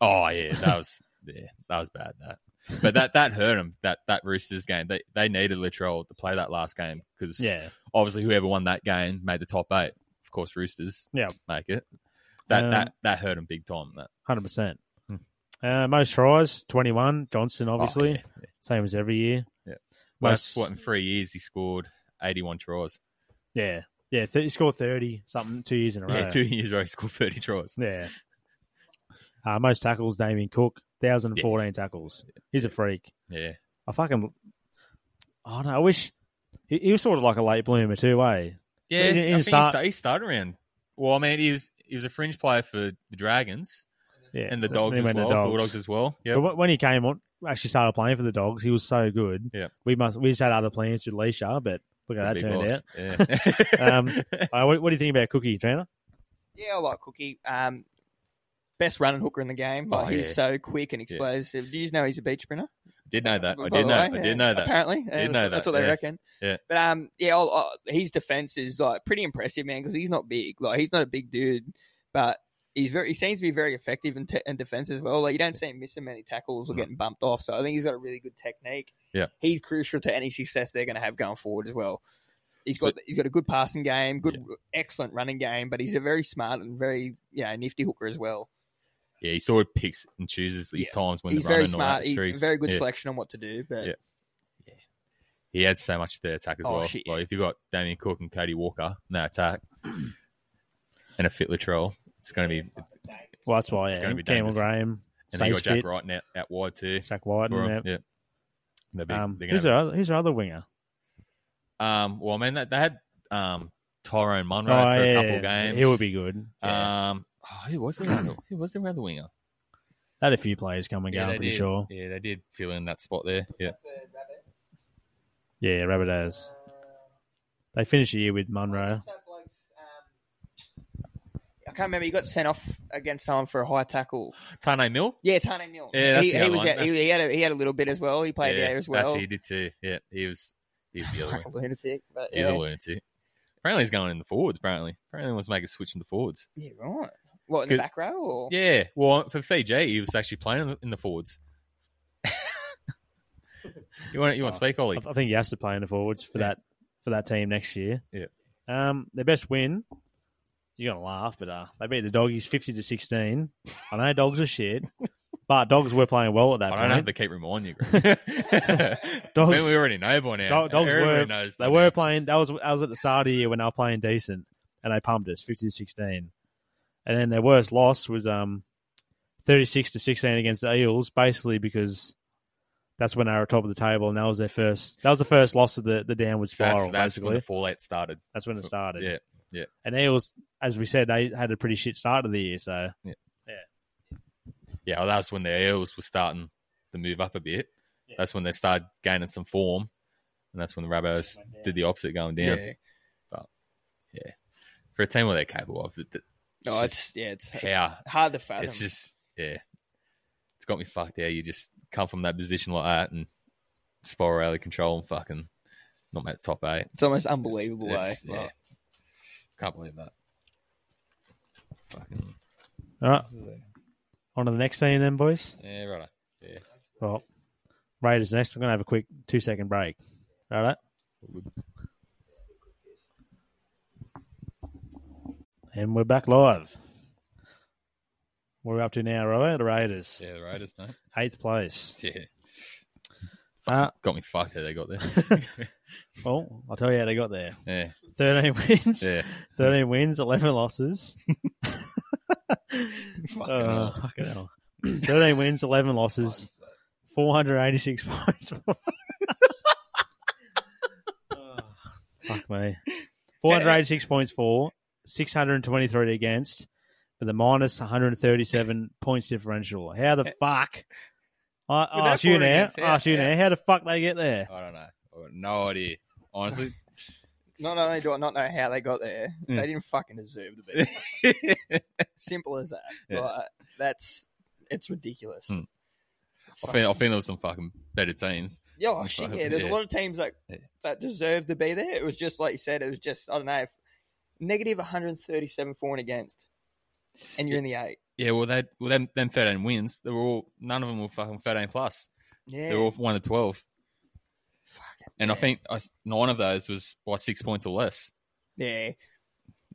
Oh yeah, that was yeah, that was bad. That, but that that hurt him. That that Roosters game, they they needed Latrell to play that last game because
Yeah.
obviously whoever won that game made the top eight. Of course, Roosters
Yeah.
make it. That
Um,
that that hurt him big time. That
Hundred percent.
Hmm.
Uh, most tries, twenty-one. Johnson,
Oh,
obviously,
yeah.
same as every year.
Yeah.
Most,
Most what in three years he scored eighty one tries.
yeah, yeah. Th- he scored thirty something two years in a row.
Yeah, two years ago he scored thirty tries.
Yeah. Uh, most tackles, Damien Cook, thousand fourteen tackles. He's a freak.
Yeah,
I fucking. Oh no, I wish he, he was sort of like a late bloomer too, eh?
yeah.
he
I
didn't
think he,
start-
sta- he started around. Well, I mean, he was he was a fringe player for the Dragons
Yeah,
and the
when
Dogs
he
as well,
went to
Bulldogs as well. Yeah,
But wh- when he came on, actually started playing for the Dogs, he was so good.
Yeah.
we must we just had other plans with Leisha, but look at that turned out.
out.
Um, Uh, what, what do you think about Cookie Trainer?
Yeah, I like Cookie. Um, best running hooker in the game. Like
Oh,
he's
yeah.
so quick and explosive. Do you know he's a beach sprinter?
did know that. I
By
did
the
know.
way,
I
yeah,
did know that.
Apparently, Yeah,
Did
that's,
know
that's
that,
what they
yeah.
reckon.
Yeah.
But um, yeah, I'll, i his defense is like pretty impressive, man, because he's not big. Like he's not a big dude, but he's very. He seems to be very effective in, te- in defense as well. Like you don't see him missing many tackles or
Mm.
getting bumped off. So I think he's got a really good technique.
Yeah.
he's crucial to any success they're going to have going forward as well. He's got he's got a good passing game, good excellent running game, but he's a very smart and very you know nifty hooker as well.
Yeah, he sort of picks and chooses these
Yeah.
times when
he's
the
very
running all
smart,
out
he,
the streets.
very good
Yeah.
selection on what to do. But
Yeah. He adds so much to the attack as
Oh,
well.
shit, yeah.
Like if you got Damien Cook and Cody Walker in that attack, and a fit Latrell, it's going to be. It's, it's,
Well, that's why
It's
yeah,
gonna be
Campbell
dangerous.
Graham,
and then you
Saints
got Jack
fit,
Wright now out wide too.
Jack White,
for
and
him.
that.
Yeah, they're big.
Um,
they're
who's
gonna,
our other, who's our other winger?
um, well, I mean, that, they had um, Tyrone
Oh,
Munro for a
yeah,
couple games.
he would be good. Yeah.
Um, oh, who was the other- who was the other winger?
Had a few players come and go.
they
I'm pretty
did.
sure.
Yeah, they did fill in that spot there. Yeah.
Yeah, Rabbitohs. They finished the year with Munro.
I can't remember. He got sent off against someone for a high tackle.
Tane Mill.
Yeah, Tane Mill.
Yeah, that's
he,
the
he
other
was.
one.
Out, he,
That's-
he had a, he had a little bit as well. He played
yeah,
there as well.
That's he did too. Yeah, he was. He was the other one.
Fucking lunatic, but
He's
yeah.
a lunatic. Apparently, he's going in the forwards. Apparently, apparently, he wants to make a switch in the forwards.
yeah, right. What in the
Good.
back row? Or?
Yeah. Well, for Fiji, he was actually playing in the, in the forwards. you want you want to speak,
I
Ollie?
I think he has to play in the forwards for
Yeah.
that for that team next year.
Yeah.
Um, their best win. You're gonna laugh, but uh, they beat the doggies fifty to sixteen. I know dogs are shit, but dogs were playing well at
I
that
don't
point.
have to keep reminding you. Greg. I mean, we already know by now.
Dog- dogs
Everybody
were-
knows by
They
now.
were playing. That was I was at the start of the year when they were playing decent, and they pumped us fifty to sixteen. And then their worst loss was um thirty six to sixteen against the Eels, basically because that's when they were top of the table, and that was their first. That was the first loss of the the downward
So that's,
spiral.
that's
basically,
when the fallout started.
that's when it started.
Yeah.
And Eels, as we said, they had a pretty shit start of the year. So
yeah, well, that's when the Eels were starting to move up a bit.
Yeah.
That's when they started gaining some form, and that's when the Rabbitohs did the opposite, going down.
Yeah.
But yeah, for a team what they're capable of. That, that-
No,
it's
it's yeah, it's
just how
hard to fathom.
it's just yeah, it's got me fucked. Yeah, you just come from that position like that and spiral out of control and fucking not make the top eight.
it's almost unbelievable.
It's-
eh?
yeah. Can't believe that. Fucking
All right, on to the next scene then, boys.
yeah, right.
Well, Raiders next. We're going to have a quick two second break. All right. And we're back live. What are we up to now, Robert? The Raiders.
Yeah, the Raiders, mate.
Eighth place.
Yeah,
Ah.
Uh,
got me fucked. How they got there.
well, I'll tell you how they got there.
yeah,
13 wins.
yeah.
13 wins, 11 losses.
Fucking
Uh,
hell.
fucking hell. 13 wins, 11 losses.
Fuck's sake.
486 points. Oh, fuck me. 486 points for, 623 against, with a minus 137 points differential. How the fuck? I
With
I
that
ask you
four
now.
against,
I
yeah,
ask you
yeah.
now. How the fuck they get there?
I don't know. I've got no idea. Honestly,
Not only do I not know how they got there,
Mm.
they didn't fucking deserve to be. there. Simple as that.
Yeah.
Like, that's it's ridiculous.
Mm. I
Fuck.
think, I think there was some fucking better teams.
Yeah, oh, shit, yeah. There's
Yeah.
a lot of teams that
Yeah.
that deserve to be there. It was just like you said. It was just I don't know. If, negative 137 for and against, and you're in the eight.
Yeah, well, they well them, them 13 wins. They were all none of them were fucking 13 plus.
Yeah,
They were all one to 12,
Fucking
and I
yeah.
think I, nine of those was by six points or less.
yeah.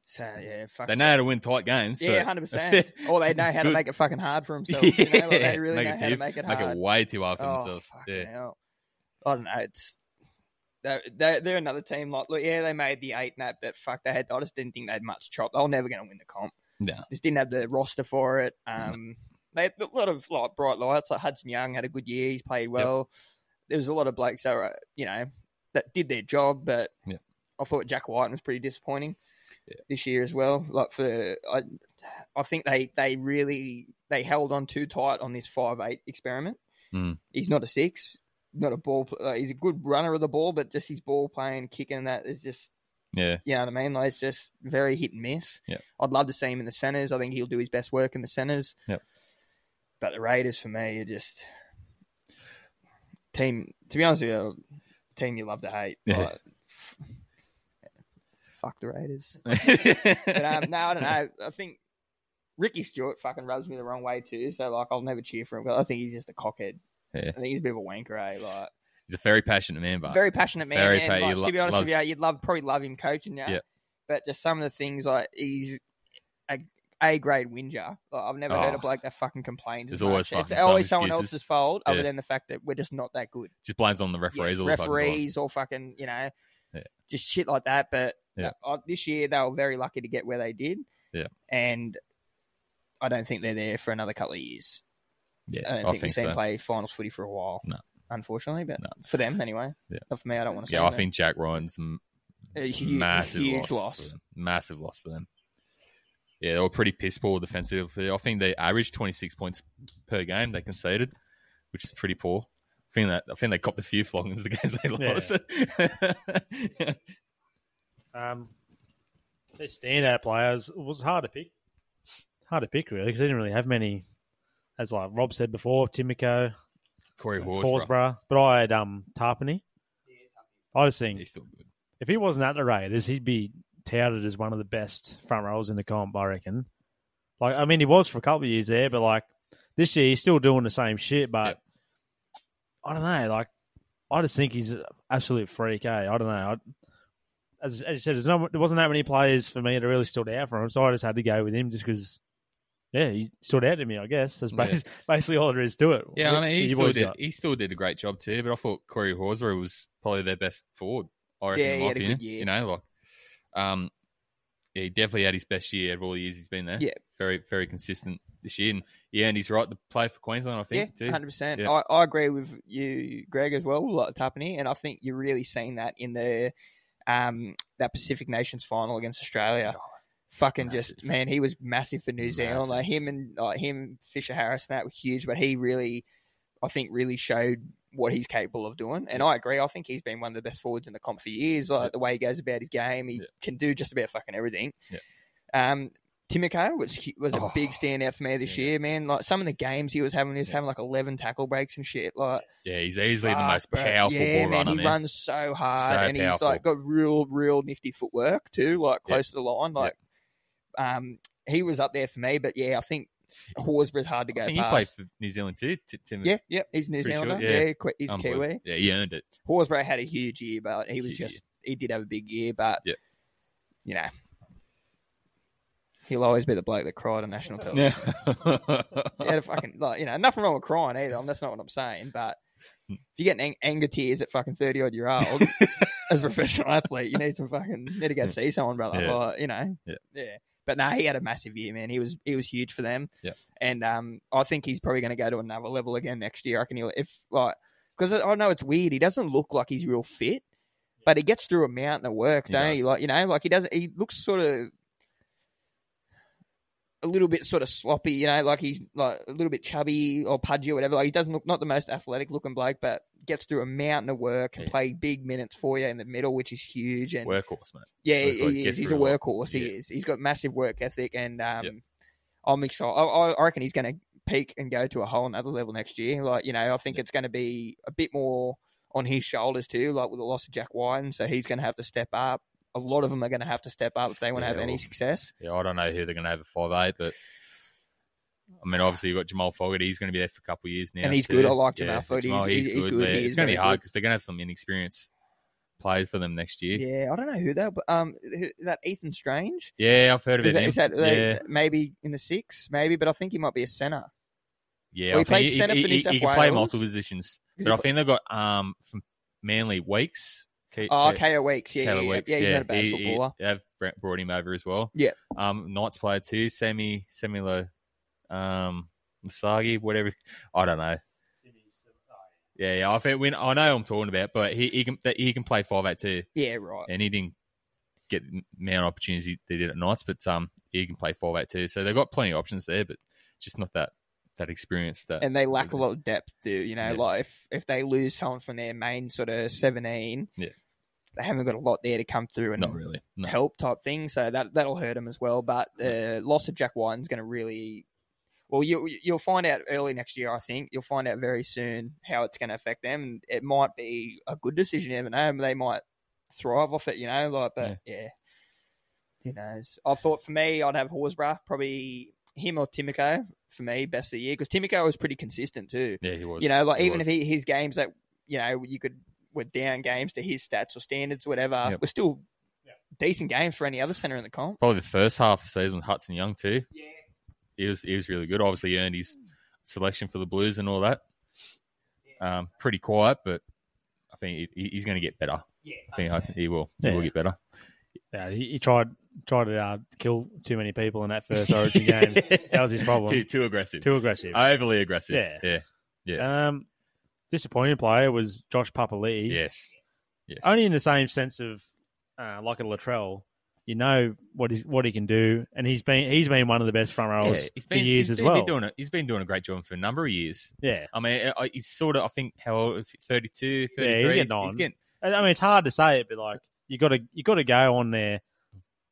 So yeah, fuck.
They know how to win tight games.
yeah,
but
hundred percent. Or they know
It's
how to
good.
make it fucking hard for themselves. You know? like they really
Make
know
it
how to
diff-
make it
make it
hard.
way too hard for
Oh,
themselves.
fucking
Yeah,
hell. I don't know. It's they're, they're, they're another team. Like, look, yeah, they made the eight nap, but fuck, they had. I just didn't think they had much chop. They were never going to win the comp.
No.
just didn't have the roster for it. Um, they had a lot of like bright lights. Like Hudson Young had a good year. He's played well. There was a lot of blokes that were, you know, that did their job, but
Yep.
I thought Jack White was pretty disappointing
Yeah.
this year as well. Like for I, I think they they really they held on too tight on this five eight experiment.
Mm.
He's not a six, not a ball. pl- Like, he's a good runner of the ball, but just his ball playing, kicking and that is just
yeah,
you know what I mean. Like it's just very hit and miss.
Yep.
I'd love to see him in the centers. I think he'll do his best work in the centers.
Yep.
But the Raiders for me are just team. To be honest with you, team you love to hate.
Yeah.
Like, f- fuck the Raiders. But um, no, I don't know. I think Ricky Stewart fucking rubs me the wrong way too. So like, I'll never cheer for him. 'cause I think he's just a cockhead.
Yeah.
I think he's a bit of a wanker. Eh? Like,
He's a very passionate man, but
very passionate man.
very
and,
pa-
like,
he lo-
to be honest
loves-
with you, you'd love probably love him coaching. Yeah.
Yeah.
But just some of the things like he's a A grade whinger. Like, I've never heard
Oh.
a bloke that fucking complains.
There's
as much.
always fucking
it's
some
always someone
excuses.
else's fault,
Yeah.
other than the fact that we're just not that good.
just blames on the referees
Yeah,
all the fucking time.
referees or fucking you know,
Yeah.
just shit like that. But
Yeah.
uh, this year they were very lucky to get where they did.
Yeah.
and I don't think they're there for another couple of years.
Yeah,
I don't
I
think we've seen
so.
play finals footy for a while.
No.
Unfortunately, but
No.
for them anyway.
Yeah.
Not for me. I don't want to.
Yeah, I think Jack Ryan's m-
a huge,
massive
huge
loss,
loss.
for them. massive loss for them. Yeah, they were pretty piss poor defensively. I think they averaged twenty six points per game they conceded, which is pretty poor. I think that I think they copped a few floggings the games they
Yeah.
lost.
Um, their standout players it was hard to pick. Hard to pick really because they didn't really have many. As like Rob said before, Timiko,
Corey Horsburgh,
Horsburgh, but I had um Tarpany. I just think
he's still good.
if he wasn't at the Raiders, he'd be touted as one of the best front rows in the comp, I reckon. Like, I mean, he was for a couple of years there, but like this year, he's still doing the same shit. But
Yep.
I don't know. Like, I just think he's an absolute freak. Eh? I don't know. I, as, as you said, there's no, there wasn't that many players for me that really stood out for him, so I just had to go with him just because. Yeah, he stood out to me. I guess that's
Yeah.
basi- basically all there is to it.
Yeah, I
What-
mean he
you've
still
always
did
got-
he still did a great job too. But I thought Corey Horsburgh was probably their best forward. I reckon,
Yeah,
in
he
my
had a good
opinion,
year.
you know, like um, yeah, he definitely had his best year of all the years he's been there.
Yeah.
very very consistent this year, and yeah, and he's right to play for Queensland. I
Yeah,
think too.
hundred percent.
Yeah.
I, I agree with you, Greg, as well. Like Tapani, and I think you're really seeing that in the um that Pacific Nations final against Australia.
Oh,
Fucking just
massive.
man, he was massive for New Zealand.
Massive.
Like him and like him, Fisher Harris and that were huge, but he really, I think, really showed what he's capable of doing. And I agree. I think he's been one of the best forwards in the comp for years. Like
Yeah.
the way he goes about his game, he
Yeah.
can do just about fucking everything.
Yeah.
Um, Tim McHale was hu- was a
Oh.
big standout for me this
Yeah.
year, man. Like some of the games he was having, he was
Yeah.
having like eleven tackle breaks and shit. Like
Yeah, he's easily the
fuck,
most
bro.
powerful
yeah,
ball
man,
runner,
He
man.
runs so hard,
So
and he's
powerful.
like got real, real nifty footwork too, like
Yeah.
close to the line.
Yeah.
Like, um, he was up there for me, but yeah, I think Horsburgh's hard to go
I think
past.
he played for New Zealand too, T- Tim.
Yeah, yeah, he's New
Pretty sure,
Zealander.
yeah.
yeah, qu- he's
Unbelievable.
Kiwi.
Yeah, he earned it.
Horsburgh had a huge year, but he was
Huge
just
year.
he did have a big year, but
Yeah.
you know, he'll always be the bloke that cried on national television.
Yeah.
He had a fucking like you know nothing wrong with crying either. I'm- That's not what I'm saying, but. If you're getting ang- anger tears at fucking thirty odd year old as a professional athlete, you need some fucking need to go see someone, brother.
Yeah.
Like, you know,
Yeah.
But no, he had a massive year, man. He was he was huge for them.
Yeah.
And um, I think he's probably going to go to another level again next year. I reckon he'll if like because I I know it's weird. He doesn't look like he's real fit, but he gets through a mountain of work,
He
don't he?
does.
Like you know, like he doesn't. He looks sort of a little bit sort of sloppy, you know, like he's like a little bit chubby or pudgy or whatever. Like he doesn't look not the most athletic looking bloke, but gets through a mountain of work and
Yeah.
play big minutes for you in the middle, which is huge. And
Workhorse, mate.
yeah,
Workhorse,
he is.
gets
He's a
through a lot.
workhorse. He
Yeah.
is. He's got massive work ethic, and um,
Yeah.
I'm excited. I, I I reckon he's going to peak and go to a whole another level next year. Like you know, I think it's going to be a bit more on his shoulders too. Like with the loss of Jack Wyden, so he's going to have to step up. A lot of them are going to have to step up if they want to
Yeah,
have any
well-
success.
Yeah, I don't know who they're going to have at five eight, but I mean, obviously you've got Jamal Fogarty. He's going to be there for a couple of years now,
And he's
too.
good. I like Jamal Fogarty.
Jamal,
He's- he's good.
there.
He is
it's going to be
very
hard
good.
because they're going to have some inexperienced players for them next year. Yeah,
Yeah, I don't know who that. But, um, who- that Ethan Strange.
I've heard of
Is
it.
that, is that they-
yeah,
maybe in the six, maybe, but I think he might be a centre.
yeah.
well,
I
he
think
played centre for New
he,
South
he can play
Wales.
multiple positions,
Is
but
he
I think they've got um from Manly Weeks. Ke-
Oh,
Ke-
KO Weeks, yeah, yeah,
Taylor
yeah,
Weeks.
yeah, he's not a
he-
bad
he-
footballer.
they've br- brought him over as well.
Yeah.
Um, Knights player too, Sammy Semilo, um, Masagi, whatever. I don't know. Yeah, yeah. I think when I know who I'm talking about, but he, he can that he can play five eight too,
Yeah, right.
and he didn't get man opportunities they did at Knights, but um, he can play five eight too. So they've got plenty of options there, but just not that that experience that.
And they lack a lot of depth too. You know,
Yeah.
like if, if they lose someone from their main sort of seventeen,
Yeah.
they haven't got a lot there to come through and
not really. No.
help type thing. So that that'll hurt them as well. But the loss of Jack Wyden's going to really. Well, you, you'll find out early next year, I think. You'll find out very soon how it's going to affect them. And It might be a good decision, you never know. They might thrive off it, you know. Like, but yeah. who knows? I thought for me, I'd have Horsburgh, probably him or Timoko for me, best of the year because Timoko was pretty consistent too.
Yeah, he was.
You know, like even
was.
if he, his games that you know you could were down games to his stats or standards, whatever,
Yep.
were still decent games for any other center in the comp.
probably the first half of the season, Hudson Young too.
Yeah,
he was he was really good. Obviously, he earned his selection for the Blues and all that. Um, pretty quiet, but I think he, he's going to get better.
yeah.
I think Hudson, he will. He will
Yeah.
get better.
Yeah, he, he tried tried to uh, kill too many people in that first Origin game. That was his problem.
too
Too,
too aggressive,
aggressive.
overly aggressive.
Yeah.
Oh, yeah,
Um, disappointing player was Josh Papali'i.
yes, yes.
Only in the same sense of uh, like a Latrell, you know what he's what he can do, and he's been he's been one of the best front
Yeah,
rowers
he's
for years
he's
as
been-
well.
Been doing a, he's been doing a great job for a number of years.
yeah,
I mean, I- I- he's sort of, I think, how old? 32, 33.
getting on. And, I mean it's hard to say it, but like you got to you got to go on their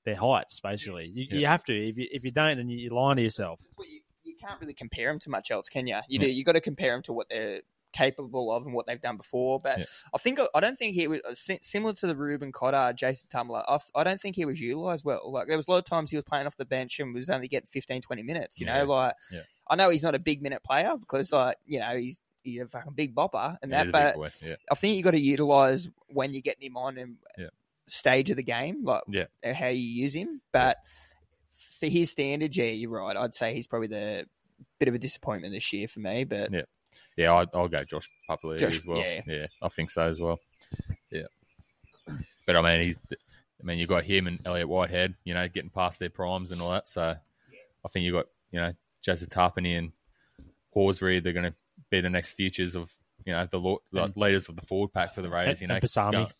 their heights basically. You, you
Yeah.
have to if you if you don't, then you, you're lying to yourself.
Well, you, you can't really compare them to much else, can you? You do. You got to compare them to what they're capable of and what they've done before. But
Yeah.
I think uh, I don't think he was si- similar to the Ruben Cotter, Jason Tumler. I, f- I don't think he was utilized well. Like there was a lot of times he was playing off the bench and was only getting 15, 20 minutes. You
Yeah.
know, like
Yeah.
I know he's not a big minute player because like you know he's he's a fucking big bopper and
Yeah,
that,
he's a
but
big boy, yeah.
I think you got to utilize when you're getting him on and
Yeah.
stage of the game, like
Yeah.
uh, how you use him. But for his standards, yeah, you're right. I'd say he's probably the bit of a disappointment this year for me. But
Yeah. Yeah, I'll, I'll go Josh Papali'i
Josh-
as well.
yeah.
Yeah. I think so as well. Yeah, but I mean, he's, I mean, you got him and Elliot Whitehead, you know, getting past their primes and all that. So I think you got you know Joseph Tarpany and Horsbury. They're going to be the next futures of you know the, law, the
And-
leaders of the forward pack for the Raiders. You
And-
know,
and Basami.
Go-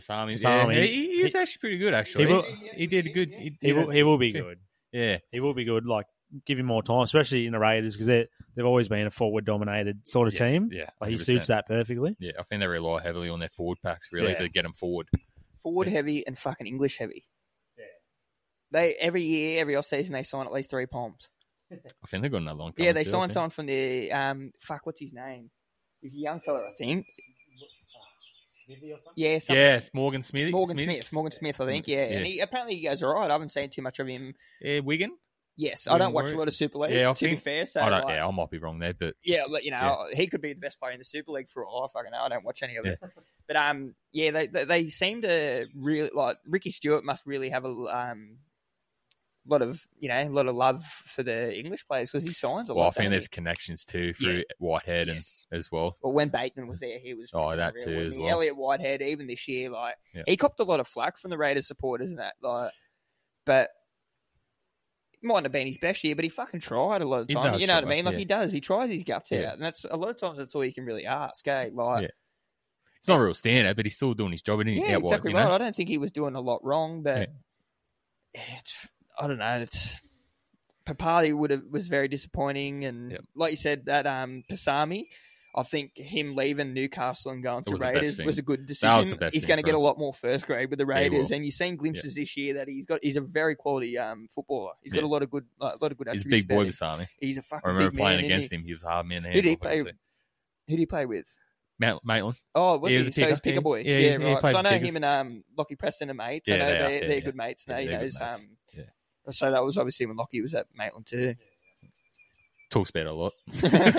Basami,
Basami.
yeah, he, he was actually pretty good. Actually,
He
he,
will-
did good. He,
He will he will be good.
Yeah,
He will be good. Like give him more time, especially in the Raiders because they they've always been a forward dominated sort of
Yes,
team.
Yeah,
Like he suits
100%.
that perfectly.
Yeah, I think they rely heavily on their forward packs really
Yeah.
to get them forward.
forward
Yeah.
heavy and fucking English heavy.
Yeah.
They every year, every off season, they sign at least three palms.
I think they've got another one.
Yeah,
coming
they
too, I
signed
think.
someone from the um fuck, what's his name? He's a young fella, I think. Yeah, some,
Yes, Morgan Smith.
Morgan Smith. Morgan Smith, I think. Yeah,
Yeah.
and he, apparently he goes all right. I haven't seen too much of him.
Yeah, Wigan.
Yes, I
Wouldn't
don't watch
worry.
a lot of Super League.
Yeah, I
to be
think-
fair, so
I don't.
like,
yeah, I might be wrong there, but
Yeah, but you know, he could be the best player in the Super League for all I fucking know. I don't watch any of it. But um, yeah, they, they they seem to really like Ricky Stewart must really have a um lot of you know a lot of love for the English players because he signs a
well, I
lot.
think
don't
there's
he?
connections too through Whitehead
Yes.
and as well.
But when Bateman was there, he was
Oh,
freaking
that
unreal,
too
wasn't
as
he?
well.
Elliot Whitehead, even this year, like
Yeah.
he copped a lot of flack from the Raiders supporters and that, like, but. It mightn't have been his best year, but he fucking tried a lot of
He
times.
does
You know what I
try,
mean? Like
yeah.
he does, he tries his guts
Yeah.
out, and that's a lot of times that's all you can really ask. Hey, like
Yeah. It's not a real standout, but he's still doing his job. Isn't he?
yeah,
Out wide,
exactly
you know?
right. I don't think he was doing a lot wrong, but it's, I don't know. It's Papali would have was very disappointing, and
Yep.
like you said, that um Pasami, I think him leaving Newcastle and going to
was the best
Raiders
thing.
was a good decision.
That was the best
he's
thing
going to
for
get a
him.
lot more first grade with the
he will.
Raiders, and you've seen glimpses this year that he's got. He's a very quality um footballer. He's got
Yeah.
a lot of good, a lot of good
He's a
attributes.
big boy,
about him.
Basami.
He's a
I
fucking.
remember
big
playing
man, isn't
against
he?
him. He was a hard man. to
Who did he
handle, I
play?
think.
Who did he play with?
Mount- Maitland.
Oh, was
He
he?
was a
so he's
picker.
picker boy.
Yeah,
Yeah,
he's- he
right.
played
so I know
pickers.
him and um, Lockie Preston are mates. I
Yeah,
know
they
they
are.
are, they're,
Yeah, yeah.
good mates. And
Yeah,
he
they're good
knows.
mates.
Um,
Yeah.
So that was obviously when Lockie was at Maitland too.
Talks about it a lot.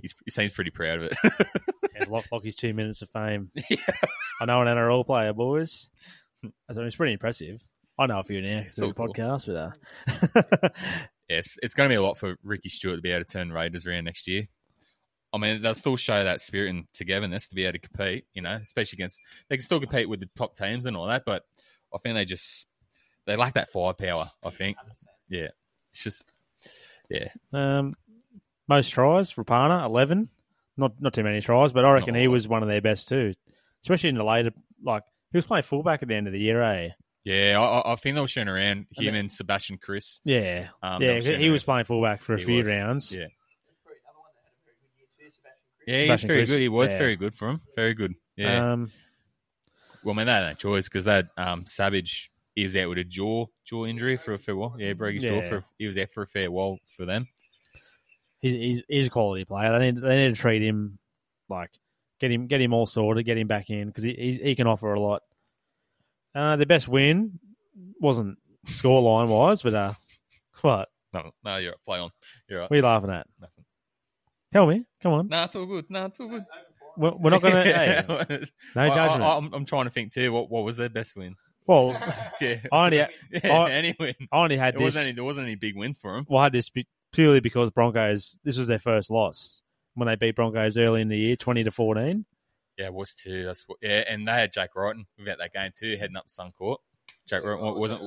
he's, he seems pretty proud of it.
Has Lock Lockie's two minutes of fame. I know an NRL player, boys. So it's pretty impressive. I know a few now because
So
of the
cool.
podcast uh, with her.
yes, it's going to be a lot for Ricky Stewart to be able to turn Raiders around next year. I mean, they'll still show that spirit and togetherness to be able to compete, you know, especially against they can still compete with the top teams and all that, but I think they just they lack that firepower. I think, yeah, it's just yeah,
um, most tries, Rapana, 11. Not not too many tries, but I reckon
Not a
he
lot.
was one of their best too, especially in the later. Like, he was playing fullback at the end of the year, eh?
yeah. I- I, I think they'll shoot around him and Sebastian Chris.
Yeah.
Um,
yeah,
they'll
he
shoot
he was
around.
playing fullback for a
He
few
was,
rounds.
yeah.
Yeah.
yeah, he was
Sebastian
very
Chris.
good. He was
Yeah.
very good for him. Very good. Yeah.
Um,
Well, man, they had no choice because that um, Savage he was out with a jaw jaw injury for a fair while. Yeah, broke his jaw
Yeah.
for he was out for a fair while for them.
he's, he's he's a quality player. They need they need to treat him like get him get him all sorted, get him back in because he he's, he can offer a lot. Uh, the best win wasn't scoreline wise, but uh, what
No, no, you're right. Play on. You're right.
what are you laughing at?
Nothing.
Tell me, come on,
Nah, it's all good. Nah, it's all good.
we're, we're not gonna hey, no judgment.
I, am I'm trying to think too. What what was their best win?
well,
Yeah,
I only
yeah,
I I-
any win.
only had
There
this.
wasn't any, there wasn't any big wins for him.
well, I had this be- purely because Broncos. This was their first loss when they beat Broncos early in the year, twenty to fourteen.
Yeah, it was too. That's what, yeah, and they had Jake Wrighton without that game too, heading up Suncourt. Jake Wrighton wasn't.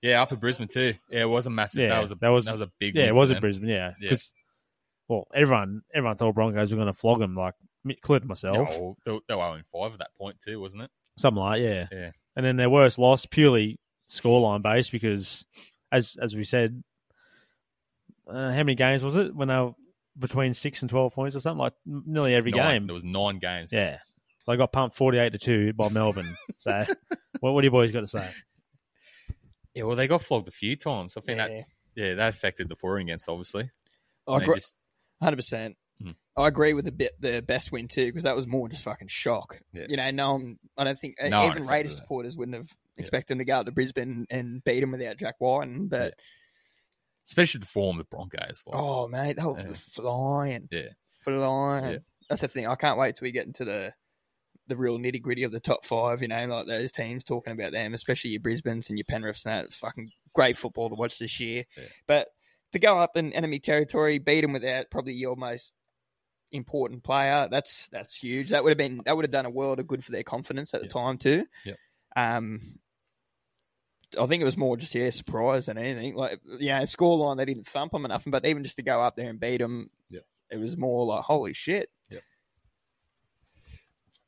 Yeah, up at Brisbane too. Yeah, it was a massive.
Yeah,
that was a
that was-
that was a big.
Yeah, it
win for
was
them.
at Brisbane. Yeah,
Yeah.
'Cause- well, everyone everyone thought Broncos were going to flog him, like m- including myself,
No, they were- they were 0 5 at that point too, wasn't it?
something like yeah.
Yeah.
And then their worst loss purely scoreline based because, as as we said, uh, how many games was it when they were between six and twelve points or something like n- nearly every
Nine.
game?
There was nine games.
yeah, they got pumped forty eight to two by Melbourne. so, what what do you boys got to say?
Yeah, well, they got flogged a few times. I think that
Yeah,
yeah, that affected the for and against, obviously.
I
And they
agree,
just-
hundred percent.
Hmm.
I agree with the bit the best win too because that was more just fucking shock.
Yeah.
You know, no, one- I don't think
No one
even
expected
Raiders
that.
supporters wouldn't have
Yeah.
expected him to go out to Brisbane and beat him without Jack White. But
especially the form of the Broncos. Like,
Oh mate, they were
Yeah.
flying.
Yeah.
Flying.
Yeah.
That's the thing. I can't wait till we get into the the real nitty gritty of the top five, you know, like those teams talking about them, especially your Brisbane's and your Penriths and that. It's fucking great football to watch this year.
Yeah.
But to go up in enemy territory, beat them without probably your most important player, that's that's huge. That would have been that would have done a world of good for their confidence at the
Yeah.
time too.
Yeah.
Um I think it was more just yeah, surprise than anything. Like yeah, scoreline they didn't thump them enough, but even just to go up there and beat them,
Yep.
it was more like holy shit.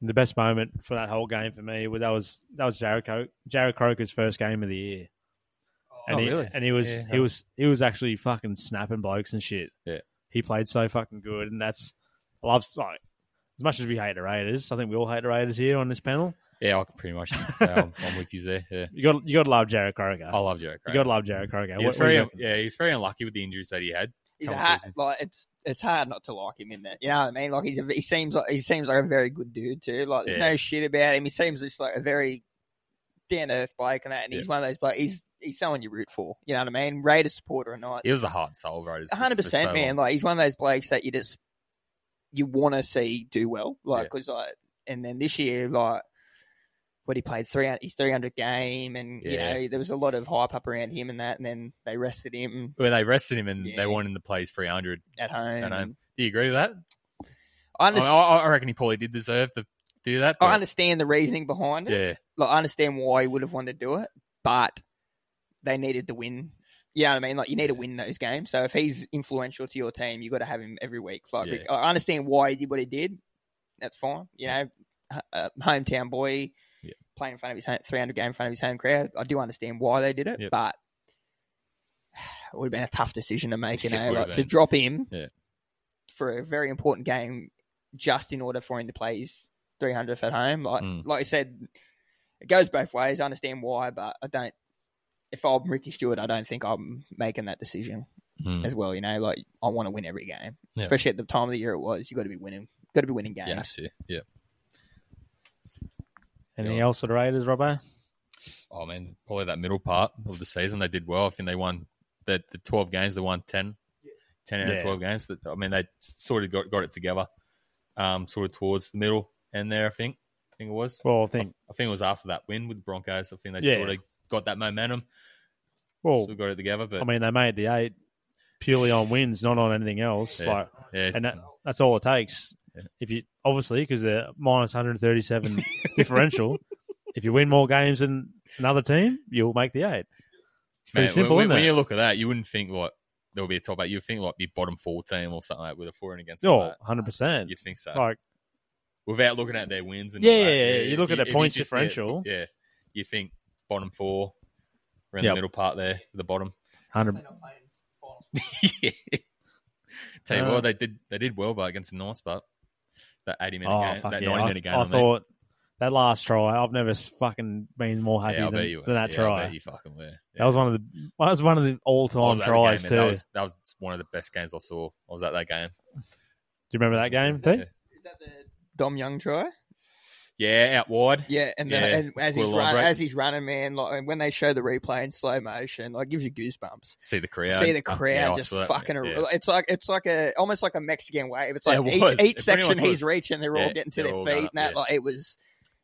The best moment for that whole game for me was that was that was Jared, Cro- Jared Croker's first game of the year. and
Oh,
he,
really?
And he was
Yeah.
he was he was actually fucking snapping blokes and shit.
Yeah.
he played so fucking good, and that's I love like, as much as we hate the Raiders. I think we all hate the Raiders here on this panel.
Yeah, I can pretty much say I'm, I'm with you there. Yeah,
You got you got to love Jared Corrigan.
I love Jared.
You
Craig.
got to love Jared Corrigan.
Oh, He was
What- what do
very
you reckon?
yeah, he was very unlucky with the injuries that he had.
He's a
Couple
hard,
seasons.
like it's it's hard not to like him in that. You know what I mean? Like he's a, he seems like he seems like a very good dude too. Like there's
Yeah.
no shit about him. He seems just like a very down to earth bloke and that. And he's one of those bloke. He's he's someone you root for. You know what I mean? Raider supporter or not,
He was a hard soul, bro.
A hundred percent, man. Like he's one of those blokes that you just you want to see do well, like
Yeah.
because like, and then this year, like, what he played three, his three hundred game, and
Yeah.
you know there was a lot of hype up around him and that, and then they rested him
When they rested him and
Yeah.
they wanted him to play his 300.
at home.
At home.
and
Do you agree with that? I,
I
mean,
understand,
I, I reckon he probably did deserve to do that.
I
but-
understand the reasoning behind it.
yeah,
Like, I understand why he would have wanted to do it, but they needed to win. Yeah, you know what I mean, like you need to win those games. So if he's influential to your team, you got to have him every week. Like
Yeah.
I understand why he did what he did. That's fine. You know, h- uh, hometown boy
Yeah.
playing in front of his home, 300 game in front of his home crowd. I do understand why they did it,
Yep.
but it would have been a tough decision to make. You
It
know,
would have
like, to
been.
drop him
Yeah.
for a very important game just in order for him to play his 300th at home. Like,
Mm.
like I said, it goes both ways. I understand why, but I don't. If I'm Ricky Stewart, I don't think I'm making that decision
Mm.
as well. You know, like I want to win every game,
Yeah.
especially at the time of the year it was. You got to be winning. Got to be winning games.
yeah, I see. yeah.
Anything else for the Raiders, Robbo?
Oh man, probably that middle part of the season they did well. I think they won the, the twelve games. They won 10, 10 out
Yeah.
of twelve games. That I mean, they sort of got, got it together, um, sort of towards the middle end there. I think. I think it was.
Well, I think
I think it was after that win with the Broncos. I think they
Yeah.
sort of got that momentum.
well,
still got it together, but
I mean they made the eight purely on wins, not on anything else.
Yeah.
Like
yeah,
and that, that's all it takes.
Yeah.
If you obviously because they're minus 137 differential, if you win more games than another team, you'll make the eight. It's pretty
mate,
simple,
when,
isn't
when
it?
you look at that, you wouldn't think like there would be a top eight. You'd think like be bottom fourteen or something like with a four and against. and all
Oh,
that.
100 percent.
you'd think so.
Like
without looking at their wins and
Yeah,
all that.
yeah, yeah. You
if
look at their
if you
points
just-
differential.
Yeah, you think bottom four, around
Yep.
the middle part there, the bottom.
100.
yeah. Tell you
Uh,
what, they did they did well by against the Knights, but that eighty minute
Oh
game,
fuck
that
yeah!
ninety
I,
minute game,
I
on there.
thought that last try. I've never s- fucking been more happy
yeah, I
than,
bet you were.
than that
yeah, I
try.
bet you fucking were. Yeah.
That was one of the that was one of the all
I
time
was at the game,
tries
man.
too.
That was, that was one of the best games I saw. I was at that game.
Do you remember that game,
Yeah.
Pete?
Is that the Dom Young try?
Yeah, out wide.
Yeah, and, the,
Yeah,
and as
score
he's
line
run,
break.
as he's running, man, like when they show the replay in slow motion, like gives you goosebumps.
See the crowd.
See the
Uh, yeah,
crowd
I
just
saw that, man.
fucking.
Yeah.
It's like it's like a almost like a Mexican wave. It's like
Yeah, it
each,
was. It
each
pretty
section
much
he's
was.
reaching, they're all
Yeah,
getting to
they're
their
all
feet.
going
And
up,
that
yeah.
like it was,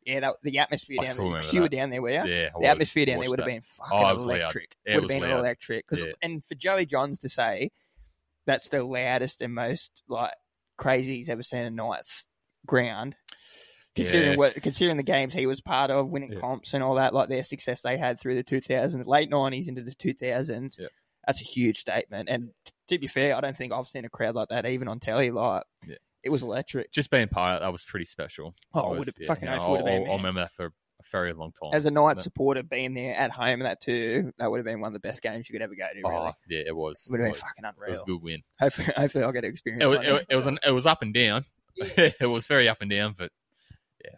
yeah, that, the atmosphere
I
down.
still
there.
remember
You were
that.
down there, were you?
Yeah, I
The
was.
atmosphere down there
Watched
would have
that.
been fucking
Oh, it was loud.
electric.
It
Would have
was
been
loud.
electric. 'Cause-
Yeah.
and for Joey Johns to say that's the loudest and most like crazy he's ever seen a Knights ground. Considering
Yeah.
what, considering the games he was part of, winning
Yeah.
comps and all that, like their success they had through the 2000s, late 90s into the 2000s,
Yeah.
that's a huge statement. And t- to be fair, I don't think I've seen a crowd like that even on telly. Like
Yeah.
it was electric.
Just being part of that was pretty special. I
Oh,
was-
would have
yeah,
fucking
no,
oath would have
I'll-
been.
I'll
man.
remember that for a very long time.
As a night
No.
supporter, being there at home and that too, that would have been one of the best games you could ever go to.
oh,
Really.
yeah, it was.
It would
it,
have been
was.
fucking
It was
unreal.
a good win.
Hopefully, hopefully, I'll get to experience
It, wa-
one
it,
day.
wa- it was an, it was up and down. it was very up and down, but yeah,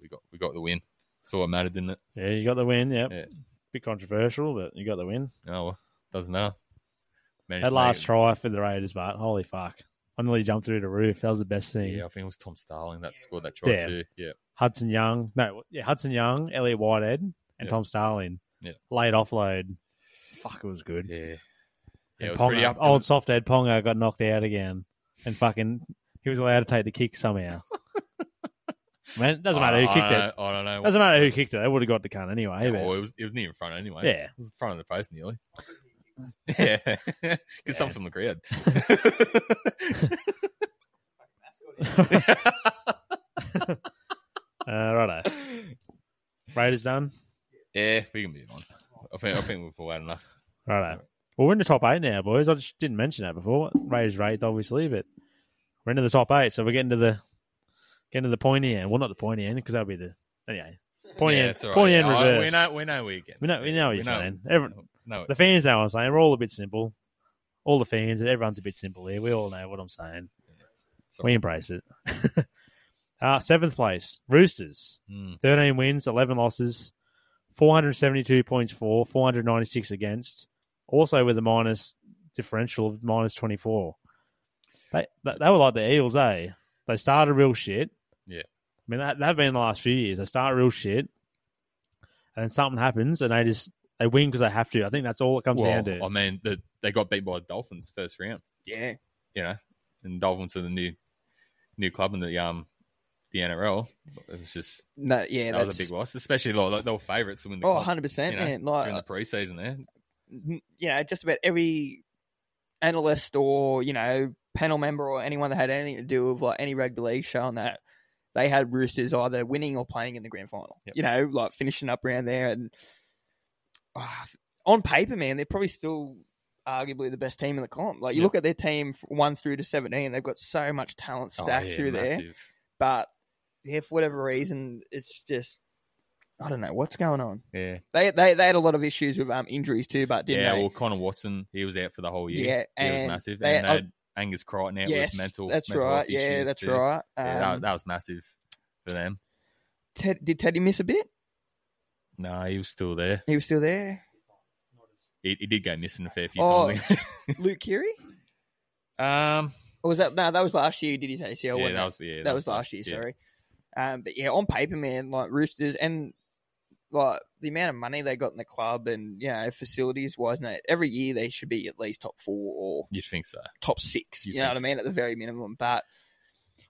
we got we got the win. That's all that mattered, didn't it?
Yeah, you got the win. Yep.
Yeah.
Bit controversial, but you got the win.
Oh, well, doesn't matter. Managed
That
to
last
make it.
try for the Raiders, but holy fuck. I nearly jumped through the roof. That was the best thing.
Yeah, I think it was Tom Starling that scored that try
Yeah.
too. Yeah,
Hudson Young. No, yeah, Hudson Young, Elliot Whitehead, and
Yeah.
Tom Starling.
Yeah.
Late offload. Fuck, it was good.
yeah, yeah.
And
it was
Ponga-
pretty up. it
Old
was-
soft head Ponga got knocked out again. And fucking, he was allowed to take the kick somehow. Man, it doesn't matter who
I-
kicked
I,
it.
I don't know.
Doesn't matter who kicked it. They would have got the cunt anyway.
Uh, Yeah,
but-
well, it was it was near in front anyway.
yeah.
It was in front of the post nearly. Yeah, get
Yeah.
something from the crowd.
Uh, righto. Raiders done.
yeah, we can move on. I think I think we've all had enough.
Righto. Well, we're in the top eight now, boys. I just didn't mention that before. Raiders are eighth, obviously, but we're into the top eight, so we're getting to the getting to the pointy end. Well, not the pointy end because that'll be the anyway. Pointy
yeah,
end,
it's all right.
pointy end
Yeah, I-
reverse.
We know we know we're getting.
we know, we know what
we
you're
know-
saying. Everyone,
No,
The fans know what I'm saying. We're all a bit simple. All the fans and everyone's a bit simple here. We all know what I'm saying.
it's- it's
We
alright.
embrace it. uh, seventh place, Roosters.
Mm.
13 wins, 11 losses, 472 points for, 496 against, also with a minus differential of minus 24. They, they they were like the Eels, eh? They started real shit.
Yeah.
I mean, that, they've been the last few years. They start real shit, and then something happens, and they just they win because they have to. I think that's all it comes
Well,
down to.
I mean, the, they got beat by the Dolphins first round,
Yeah.
you know, and Dolphins are the new new club in the um the NRL. It was just
No, yeah,
that
that's
was a big loss, especially like they were favourites to win the
Oh,
club
100%,
you know,
man. Like,
during the preseason. There, Yep.
You know, like finishing up around there and ah, on paper, man, they're probably still arguably the best team in the comp. Like you
Yep.
look at their team from one through to seventeen, they've got so much talent
Oh,
stacked through there. But yeah, for whatever reason, it's just I don't know what's going on.
there. Yeah,
They they, they had a lot of issues with um injuries too, but didn't
yeah.
they?
Well, Connor Watson, he was out for the whole year.
Yeah,
he was
and
massive.
they-
and they
I-
had Angus Crichton out
yes,
with mental.
that's
mental
right.
health
Yeah,
issues
that's
too.
right. Um,
Yeah, that, that was massive for them.
Ted, did Teddy miss a bit?
No, he was still there.
He was still there.
He, he did go missing a fair few
Oh.
times.
Luke Keary?
um,
Or was that no? That was last year. He did his ACL?
yeah,
wasn't
that
it?
was yeah,
that, was last year.
yeah.
Sorry. Um, but yeah, on paper, man, like Roosters and like the amount of money they got in the club and you know facilities wise, no, every year they should be at least top four or
You'd think so.
top six.
You
You, know
think
what I mean? At the very minimum. But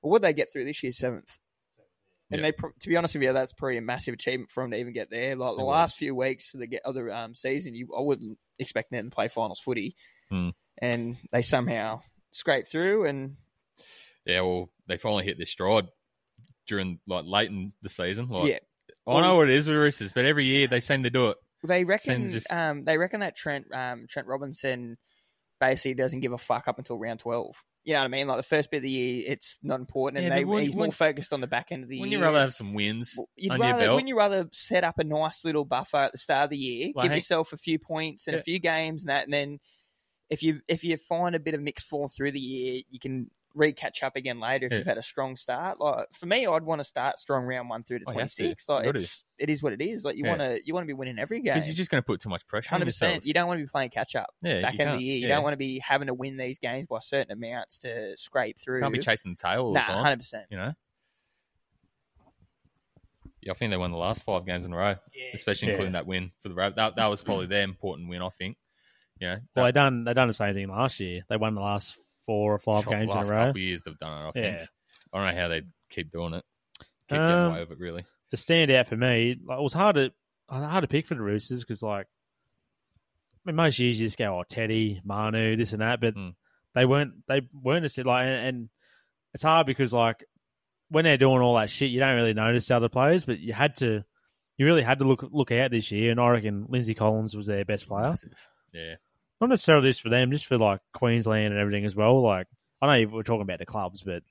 what would they get through this year? Seventh. And
Yeah.
they, pro- to be honest with you, that's probably a massive achievement for them to even get there. Like the
It was.
last few weeks of the get other um, season, you I wouldn't expect them to play finals footy,
Hmm.
and they somehow scrape through. And
Yeah, well, they finally hit their stride during like late in the season. Like,
yeah,
I know what it is with Roosters, but every year they seem to do it.
they reckon
just-
um, they reckon that Trent um, Trent Robinson basically doesn't give a fuck up until round twelve. You know what I mean? Like the first bit of the year, it's not important, and
Yeah, but
they,
wouldn't-
he's more
wouldn't-
focused on the back end of the
Wouldn't
year.
you rather have some wins
Well, You'd
on your
rather,
belt?
Wouldn't you rather set up a nice little buffer at the start of the year,
Like,
give
hey-
yourself a few points and a
Yeah.
few games and that, and then if you if you find a bit of mixed form through the year, you can re catch up again later if
Yeah.
you've had a strong start. Like for me, I'd want to start strong round one through to
Oh, you
twenty
have to.
six.
You
Like
gotta.
it's, it is what it is. Like you
Yeah.
want to you want to be winning every game.
Because you're just going to put too much pressure on
Hundred percent.
yourselves.
You don't want to be playing catch up
yeah,
back
you
end of
can't-
the year. You
yeah.
don't want to be having to win these games by certain amounts to scrape through.
Can't be chasing the tail all the
nah,
time.
hundred percent.
You know. Yeah, I think they won the last five games in a row, especially
Yeah.
including that win for the Rabbit. That that was probably their important win, I think. Yeah,
well, they done they done the same thing last year. They won the last four or five
top-
games in a
last
row.
couple years they've done it. I think.
Yeah.
I don't know how they keep doing it. Keep
Um,
getting away with it, really.
the standout for me, like, it was hard to hard to pick for the Roosters because like, I mean, most years you just go, oh, Teddy, Manu, this and that, but
Hmm.
they weren't they weren't as like, and, and it's hard because like when they're doing all that shit, you don't really notice the other players, but you had to, you really had to look look out this year, and I reckon Lindsay Collins was their best player
Massive. Yeah,
not necessarily just for them, just for like Queensland and everything as well. Like I know you we're talking about the clubs, but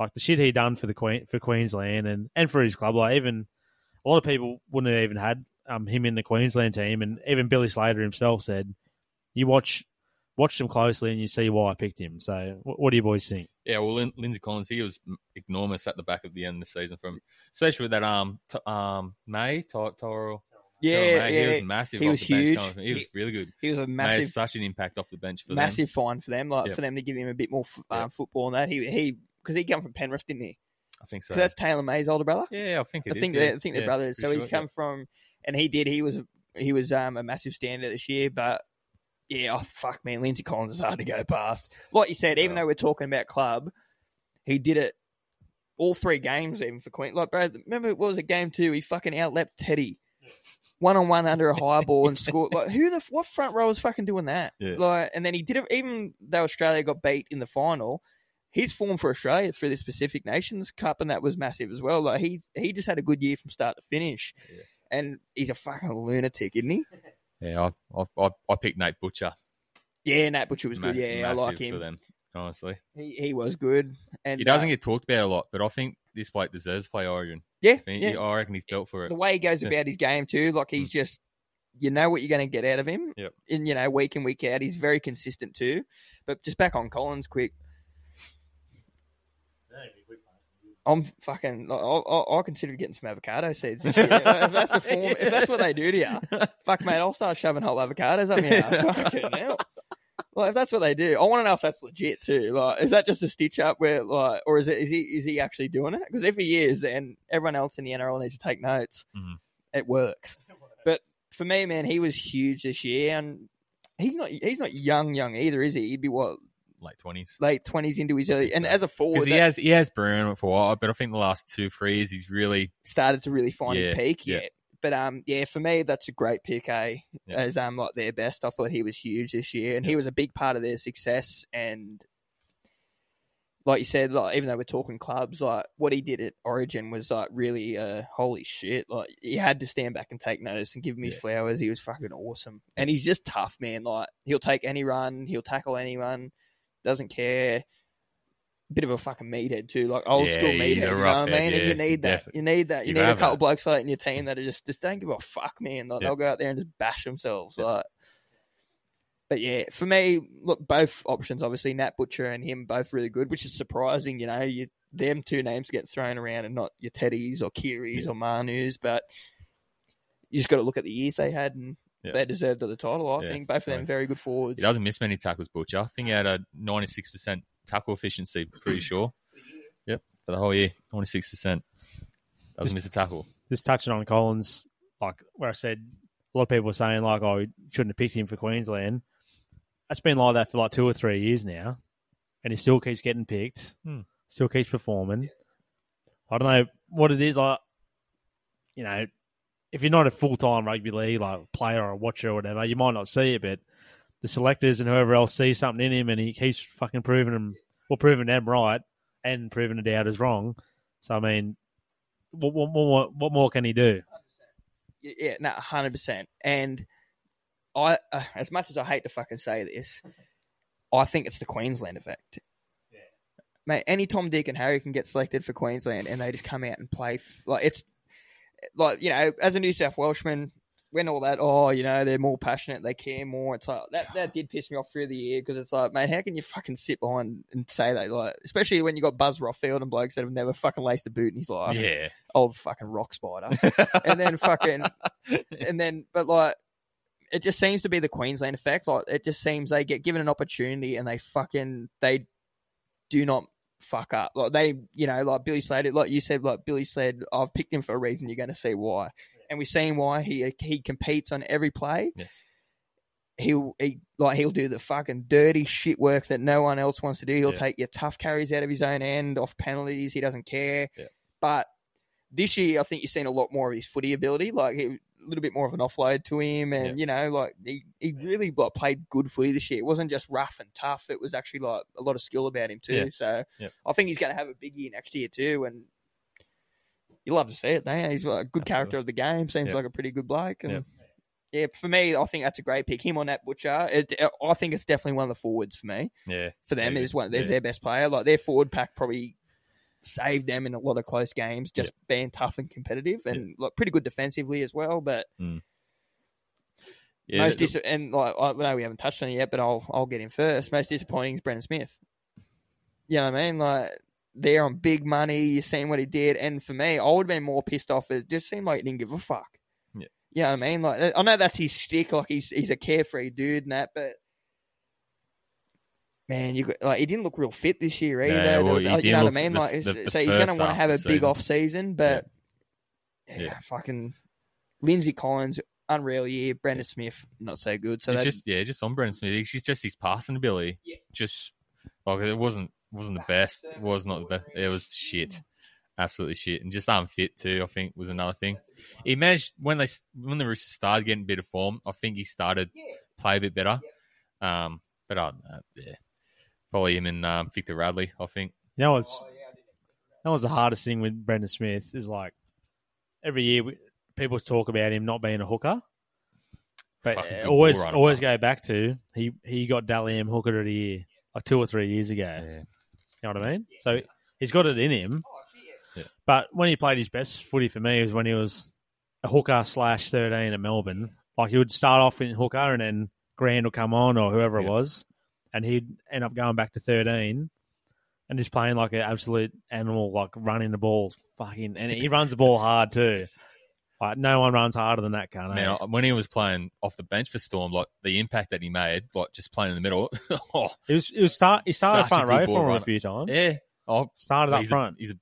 like the shit he done for the Queen for Queensland and and for his club, like even a lot of people wouldn't have even had um him in the Queensland team, and even Billy Slater himself said, "You watch watch them closely and you see why I picked him." So what, what do you boys think?
yeah. Well, Lin- Lindsay Collins, he was m- enormous at the back of the end of the season, from especially with that um t- um May Toro. Toro
Yeah,
May,
yeah.
oh, he was massive.
He
off
was
the bench
huge.
coming from- He was really good.
He was a
Massive,
massive
Made such an impact off the bench for them.
massive fine for them. Like
Yep.
for them to give him a bit more f- um,
Yep.
football and that. He he because he come from Penrith, didn't he?
I think so.
Because that's Taylor May's older brother.
yeah, I think it
I
is,
think
yeah.
they're, I think they're
Yeah,
brothers. So
pretty
he's
sure,
come from, and he did. He was he was um, a massive standout this year, but. Yeah, oh, fuck, man. Lindsay Collins is hard to go past. Like you said, even
Yeah.
though we're talking about club, he did it all three games, even for Queen. Like, bro, remember, what was it, game two? He fucking outleapt Teddy one on one under a high ball and scored. Like, who the f- what front row was fucking doing that?
Yeah.
Like, and then he did it. Even though Australia got beat in the final, his form for Australia through this Pacific Nations Cup and that was massive as well. Like, he's he just had a good year from start to finish,
Yeah.
and he's a fucking lunatic, isn't he?
Yeah, yeah I, I, I, I picked Nate Butcher.
Yeah, Nat Butcher was good.
Ma-
Yeah, I like
massive For
him.
them, honestly,
He, he was good. And
he doesn't
uh,
get talked about a lot, but I think this bloke deserves to play Origin.
yeah,
I, think-
yeah.
I reckon he's built for it.
the way he goes
Yeah.
about his game too, like he's
Mm.
just you know what you're going to get out of him.
Yep.
And, you know, week in, week out, he's very consistent too. But just back on Collins quick. I'm fucking. I, I, I consider getting some avocado seeds. This year. if that's the form, if that's what they do to you, fuck, mate, I'll start shoving whole avocados up my ass. Fucking hell. Like, if that's what they do, I want to know if that's legit too. Like, is that just a stitch up where, like, or is it is he is he actually doing it? Because if he is, then everyone else in the NRL needs to take notes.
Mhm.
It works. But for me, man, he was huge this year, and he's not he's not young young either, is he? He'd be what
late twenties.
late twenties into his early, and
So-
as a forward,
Because he
that
has he has Bruin for a while, but I think the last two three years he's really
started to really find
Yeah,
his peak
yeah.
yet. But um, yeah, for me, that's a great pick, eh?
Yeah.
As um, like their best, I thought he was huge this year, and he was a big part of their success. And like you said, like even though we're talking clubs, like what he did at Origin was like really, uh, holy shit! Like he had to stand back and take notice and give him his
Yeah.
flowers. He was fucking awesome, and he's just tough, man. Like he'll take any run, he'll tackle anyone, doesn't care. Bit of a fucking meathead too, like old
Yeah,
school
he's
meathead.
a
You know what
rough
I mean?
head,
and
yeah,
you need that.
definitely.
You need that. You,
You
need a
have
couple
that.
blokes like that in your team that are just just don't give a fuck, man. Like
Yeah.
they'll go out there and just bash themselves.
Yeah.
Like, but yeah, for me, look, both options obviously Nat Butcher and him both really good, which is surprising. You know, you them two names get thrown around and not your Teddies or Kiris
Yeah.
or Manus, but you just got to look at the years they had and.
Yeah.
They deserved the title, I
Yeah,
think. Both of them
right.
very good forwards.
he doesn't miss many tackles. Butcher, I think he had a ninety six percent tackle efficiency. Pretty sure. Yep, for the whole year, ninety six percent. Doesn't
Just-
miss a tackle.
just touching on Collins, like where I said, a lot of people were saying like, "Oh, you shouldn't have picked him for Queensland." That's been like that for like two or three years now, and he still keeps getting picked,
Hmm.
still keeps performing. I don't know what it is. Like, you know, if you're not a full time rugby league like player or a watcher or whatever, you might not see it, but the selectors and whoever else sees something in him, and he keeps fucking proving them, well, proving them right and proving the doubters wrong. So I mean, what, what more what more can he do?
Y- Yeah, no, hundred percent. And I, uh, as much as I hate to fucking say this, I think it's the Queensland effect. Mate, any Tom, Dick, and Harry can get selected for Queensland, and they just come out and play. F- like it's like you know, as a New South Welshman, when all that, oh, you know, they're more passionate, they care more. It's like that. That did piss me off through the year because it's like, mate, how can you fucking sit behind and say that? Like, especially when you got Buzz Rothfield and blokes that have never fucking laced a boot in his life.
Yeah,
Old fucking rock spider and then fucking and then but like it just seems to be the Queensland effect. Like it just seems they get given an opportunity and they fucking they do not fuck up. Like they you know, like Billy Slade like you said, like Billy Slade, I've picked him for a reason, you're gonna see why. And we've seen why he he competes on every play.
Yes.
He'll he like he'll do the fucking dirty shit work that no one else wants to do. He'll
Yeah.
take your tough carries out of his own end, off penalties. He doesn't care.
Yeah.
But this year, I think you've seen a lot more of his footy ability. Like he, a little bit more of an offload to him, and
Yeah.
you know, like he, he really like, played good footy this year. It wasn't just rough and tough; it was actually like a lot of skill about him too.
Yeah.
So
Yeah.
I think he's going to have a big year next year too, and you love to see it. Don't you? He's like, a good character of the game. Seems
Yeah.
like a pretty good bloke. And, Yeah, for me, I think that's a great pick. Him on that butcher, it, I think it's definitely one of the forwards for me.
yeah.
For them,
Maybe.
is one there's
Yeah.
their best player. Like their forward pack probably saved them in a lot of close games, just being tough and competitive, and like pretty good defensively as well. But
yeah
most
the-
dis- and like I know we haven't touched on it yet, but I'll I'll get in first. Most disappointing is Brendan Smith. You know what I mean? Like they're on big money. You're seeing what he did, and for me, I would have been more pissed off. It just seemed like he didn't give a fuck.
Yeah.
You know what I mean? Like I know that's his shtick. Like he's he's a carefree dude and that, but. Man, you got, like he didn't look real fit this year either.
No, well, he
you
didn't
know what I
look
mean?
the-
Like,
the- the
so he's going to
first
want to
half
have a
of the
big
season.
off season, but yeah,
Yeah.
fucking Lindsay Collins, unreal year. Brandon Smith, not so good. So
It
that
just yeah, just on Brendan Smith. She's just his passing ability.
Yeah.
Just like it wasn't wasn't the best. It was not the best. It was shit. Absolutely shit. And just unfit too, I think was another thing. He managed when they when the Roosters started getting a bit of form, I think he started play a bit better. Um but I don't know, yeah. Probably him and um, Victor Radley, I think.
You know what's that was the hardest thing with Brendan Smith is like every year we, people talk about him not being a hooker, but
Fucking good
always
ball runner,
always
bro.
go back to he he got Dally M hooker of the year like two or three years ago.
Yeah.
You know what I mean? So he's got it in him.
Yeah.
But when he played his best footy for me was when he was a hooker slash thirteen at Melbourne, Like he would start off in hooker, and then Grand will come on or whoever it
Yeah.
was, and he'd end up going back to thirteen, and just playing like an absolute animal, like running the ball, fucking, and he runs the ball hard too. Like no one runs harder than that cunt. eh?
Uh, Man, I- when he was playing off the bench for Storm, like the impact that he made, like just playing in the middle. oh,
It was it was start. He started
Such a
front
good
row
ball
for him a
runner.
few times.
yeah. Oh,
Started up
he's
front.
A, he's a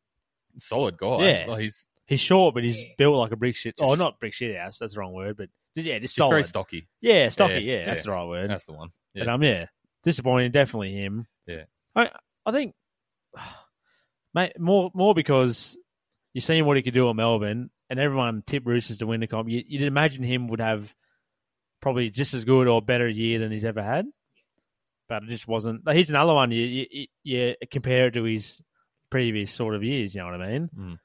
solid guy.
Yeah.
Like, he's
he's short, but he's built like a brick shit. oh,
Just-
not brick shit house. That's the wrong word, but just, yeah, just
he's
solid.
very stocky.
yeah, stocky. Yeah,
Yeah,
that's
yeah.
the right word.
That's the one. Yeah.
But um, yeah, disappointing. Definitely him.
Yeah.
I I think, mate, more more because you're seeing what he could do at Melbourne, and everyone tipped Roosters to win the comp. You, you'd imagine him would have probably just as good or better year than he's ever had, but it just wasn't. Like, he's another one. You, you you- you compare it to his previous sort of years. You know what I mean?
Mm.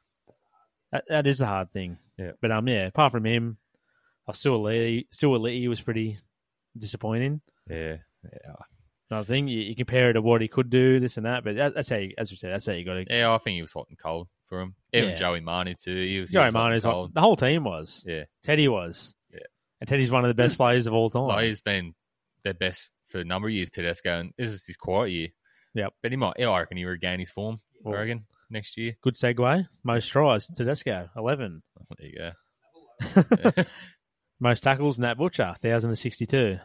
That, that is the hard thing.
Yeah.
But um, yeah. Apart from him, I still Lee, Stuart Lee was pretty disappointing
Yeah. Yeah.
another thing. You, you compare it to what he could do, this and that. But that, that's how, you, as we said, that's how you got to.
Yeah, I think he was hot and cold for him. Even
Yeah.
Joey Marnie too. He was, he
Joey
was hot and
Manu's
cold.
like, the whole team was.
Yeah.
Teddy was.
Yeah.
And Teddy's one of the best players of all time.
Like, he's been their best for a number of years. Tedesco, and this is his quiet year.
Yep.
But he might. Yeah, I reckon he regain his form.
Well,
I reckon next year.
Good segue. Most tries, Tedesco, eleven.
There you go.
Most tackles, Nat Butcher, thousand and sixty-two.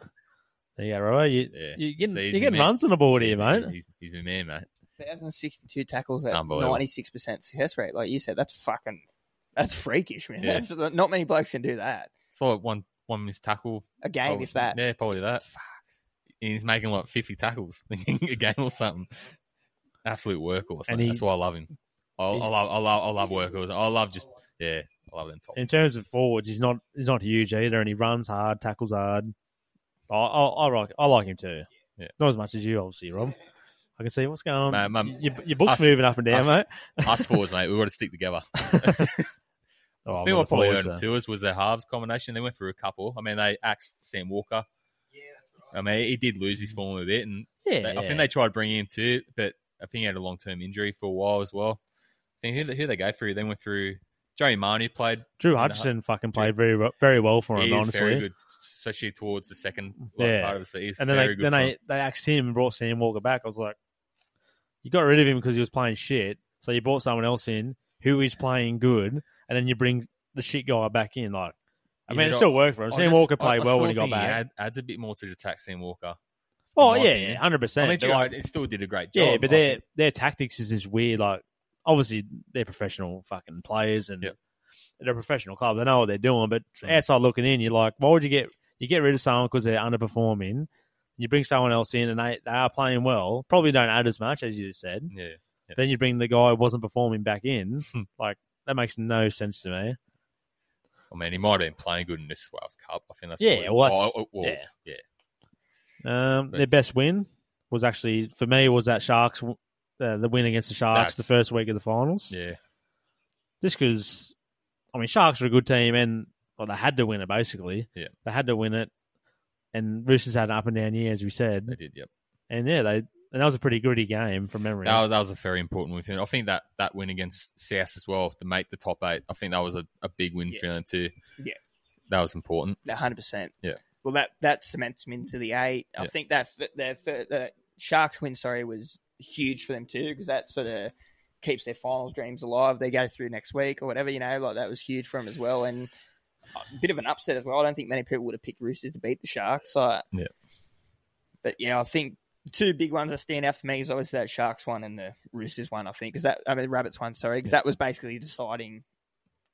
There you go, Robo. You,
Yeah.
You're getting,
So he's
you're
the
getting
man.
runs on the board here, mate.
He's- He's, he's, he's a man, mate.
1,062 tackles at
It's unbelievable.
96% success rate. Like you said, that's fucking, that's freakish, man.
Yeah.
That's, not many blokes can do that.
It's like one one missed tackle.
A game,
Probably-
if that.
Yeah, probably that. And he's making like fifty tackles a game or something. Absolute workhorse.
And
mate.
he-
That's why I love him. I, I
He's-
love I love I love workhorse. I love just yeah. I love them top.
In terms of forwards, he's not he's not huge either, and he runs hard, tackles hard. I I, I like I like him too.
Yeah.
Not as much as you, obviously, Rob. I can see what's going on.
Mate, mum,
your, your book's
us-
moving up and down,
us-
mate.
Us fours, mate. We got to stick together.
Oh,
I
I've
think
got
what
a
probably
forward,
earned them
so-
to us was their halves combination. They went through a couple. I mean, they axed Sam Walker. I mean, he did lose his form a bit, and
Yeah,
they- I
yeah.
think they tried bringing him too, but I think he had a long term injury for a while as well. I think who, they- who they go through, then went through Joey Marnie played.
Drew Hutchison fucking played very well- very well for him,
He is
honestly.
very good, especially towards the second like,
Yeah.
part of the season.
And then
very
they,
good
then
for
they,
him.
they axed him and brought Sam Walker back. I was like, you got rid of him because he was playing shit. So you brought someone else in who is playing good, and then you bring the shit guy back in. Like, I
Yeah,
mean, it
but
still worked for him.
I
Sam
just-
Walker
I-
played
I
well
still
when he got
think
back.
adds, adds a bit more to the attack, Sam Walker.
oh
my
yeah,
opinion.
hundred
I mean,
percent.
Joe-
Like,
it still did a great job.
yeah, but
Oh, I
their
think.
their tactics is just weird. Like, obviously they're professional fucking players, and
Yep.
they're a professional club. They know what they're doing. But
Mm.
outside looking in, you're like, why would you get you get rid of someone because they're underperforming? You bring someone else in, and they, they are playing well. Probably don't add as much as you just said.
yeah. Hmm.
Then you bring the guy who wasn't performing back in. like that makes no sense to me.
I mean, he might have been playing good in this Wales Cup. I think that's
Yeah,
probably-
well, that's-
oh, oh, well,
yeah.
yeah.
Um, their
That's-
best win was actually for me was that Sharks uh, the win against the Sharks the
That's-
first week of the finals.
Yeah,
just because I mean Sharks are a good team and well they had to win it basically.
Yeah.
They had to win it. And Roosters had an up and down year as we
they
said.
did. Yep,
And yeah, they and that was a pretty gritty game from memory.
that was, that was a very important win. For them. I think that that win against South as well to make the top eight. I think that was a, a big win
Yeah.
for them too.
Yeah.
that was important.
A hundred percent.
Yeah.
Well, that that cements them into the eight. I
Yeah.
think that f- their f- the Sharks win, sorry, was huge for them too because that sort of keeps their finals dreams alive. They go through next week or whatever, you know, like that was huge for them as well, and a bit of an upset as well. I don't think many people would have picked Roosters to beat the Sharks. So,
Yeah.
But yeah, I think. the Two big ones that stand out for me is obviously that Sharks one and the Roosters one. I think because that I mean Rabbits one, sorry, because that was basically deciding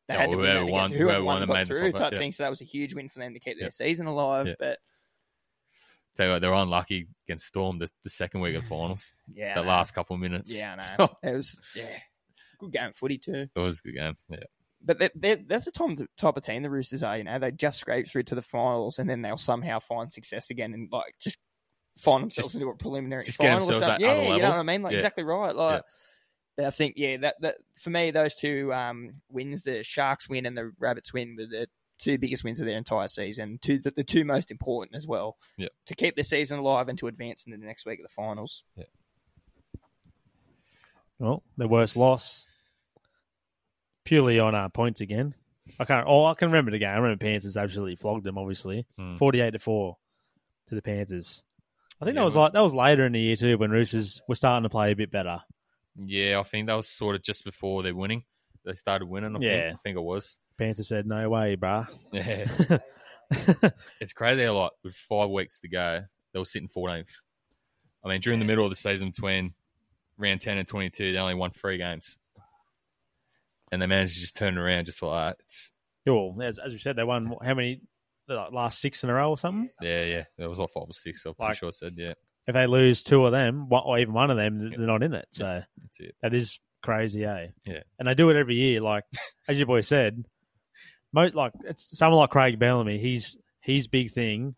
they
Yeah,
had to win
whoever
that to get
won-
through,
whoever won
got
and made the
through
top eight,
type
yeah.
thing. So that was a huge win for them to keep their
Yeah.
season alive.
Yeah.
But
Tell you what, they were unlucky against Storm the, the second week of the finals.
yeah, I
that
know.
last couple of minutes.
yeah, I know. it was yeah, good game of footy too.
it was a good game. Yeah,
But they they that's the type of- type of team the Roosters are. You know, they just scrape through to the finals and then they'll somehow find success again and like just find themselves into a preliminary
just get
final or
themselves
something.
that
Yeah,
other
you know
level.
what I mean. Like
Yeah.
exactly right. Like. I think, yeah, that, that for me, those two um, wins, the Sharks win and the Rabbits win, were the two biggest wins of their entire season. Two, the, the two most important as well.
Yeah.
To keep the season alive and to advance into the next week of the finals.
well, their worst loss. Purely on our uh, points again. I can't. Oh, I can remember the game. I remember Panthers absolutely flogged them. Obviously,
Hmm.
forty-eight to four to the Panthers. I think
Yeah,
that was
well-
like that was later in the year too when Roosters were starting to play a bit better.
Yeah, I think that was sort of just before they're winning. They started winning. I
Yeah.
think, I think it was.
Panthers said, "No way, bruh."
Yeah, it's crazy a lot with five weeks to go. They were sitting 14th. I mean, during the middle of the season between round 10 and 22, they only won three games, and they managed to just turn it around just like that. It's,
Yeah, well, as, as we said, they won how many the last six in a row or something.
yeah, yeah, that was like five or six. So I'm pretty
Like-
sure I said yeah.
If they lose two of them, one- or even one of them, they're not in it. So
That's it.
that is crazy, eh?
Yeah.
And they do it every year, like as your boy said. Mo, like it's someone like Craig Bellamy, he's his big thing.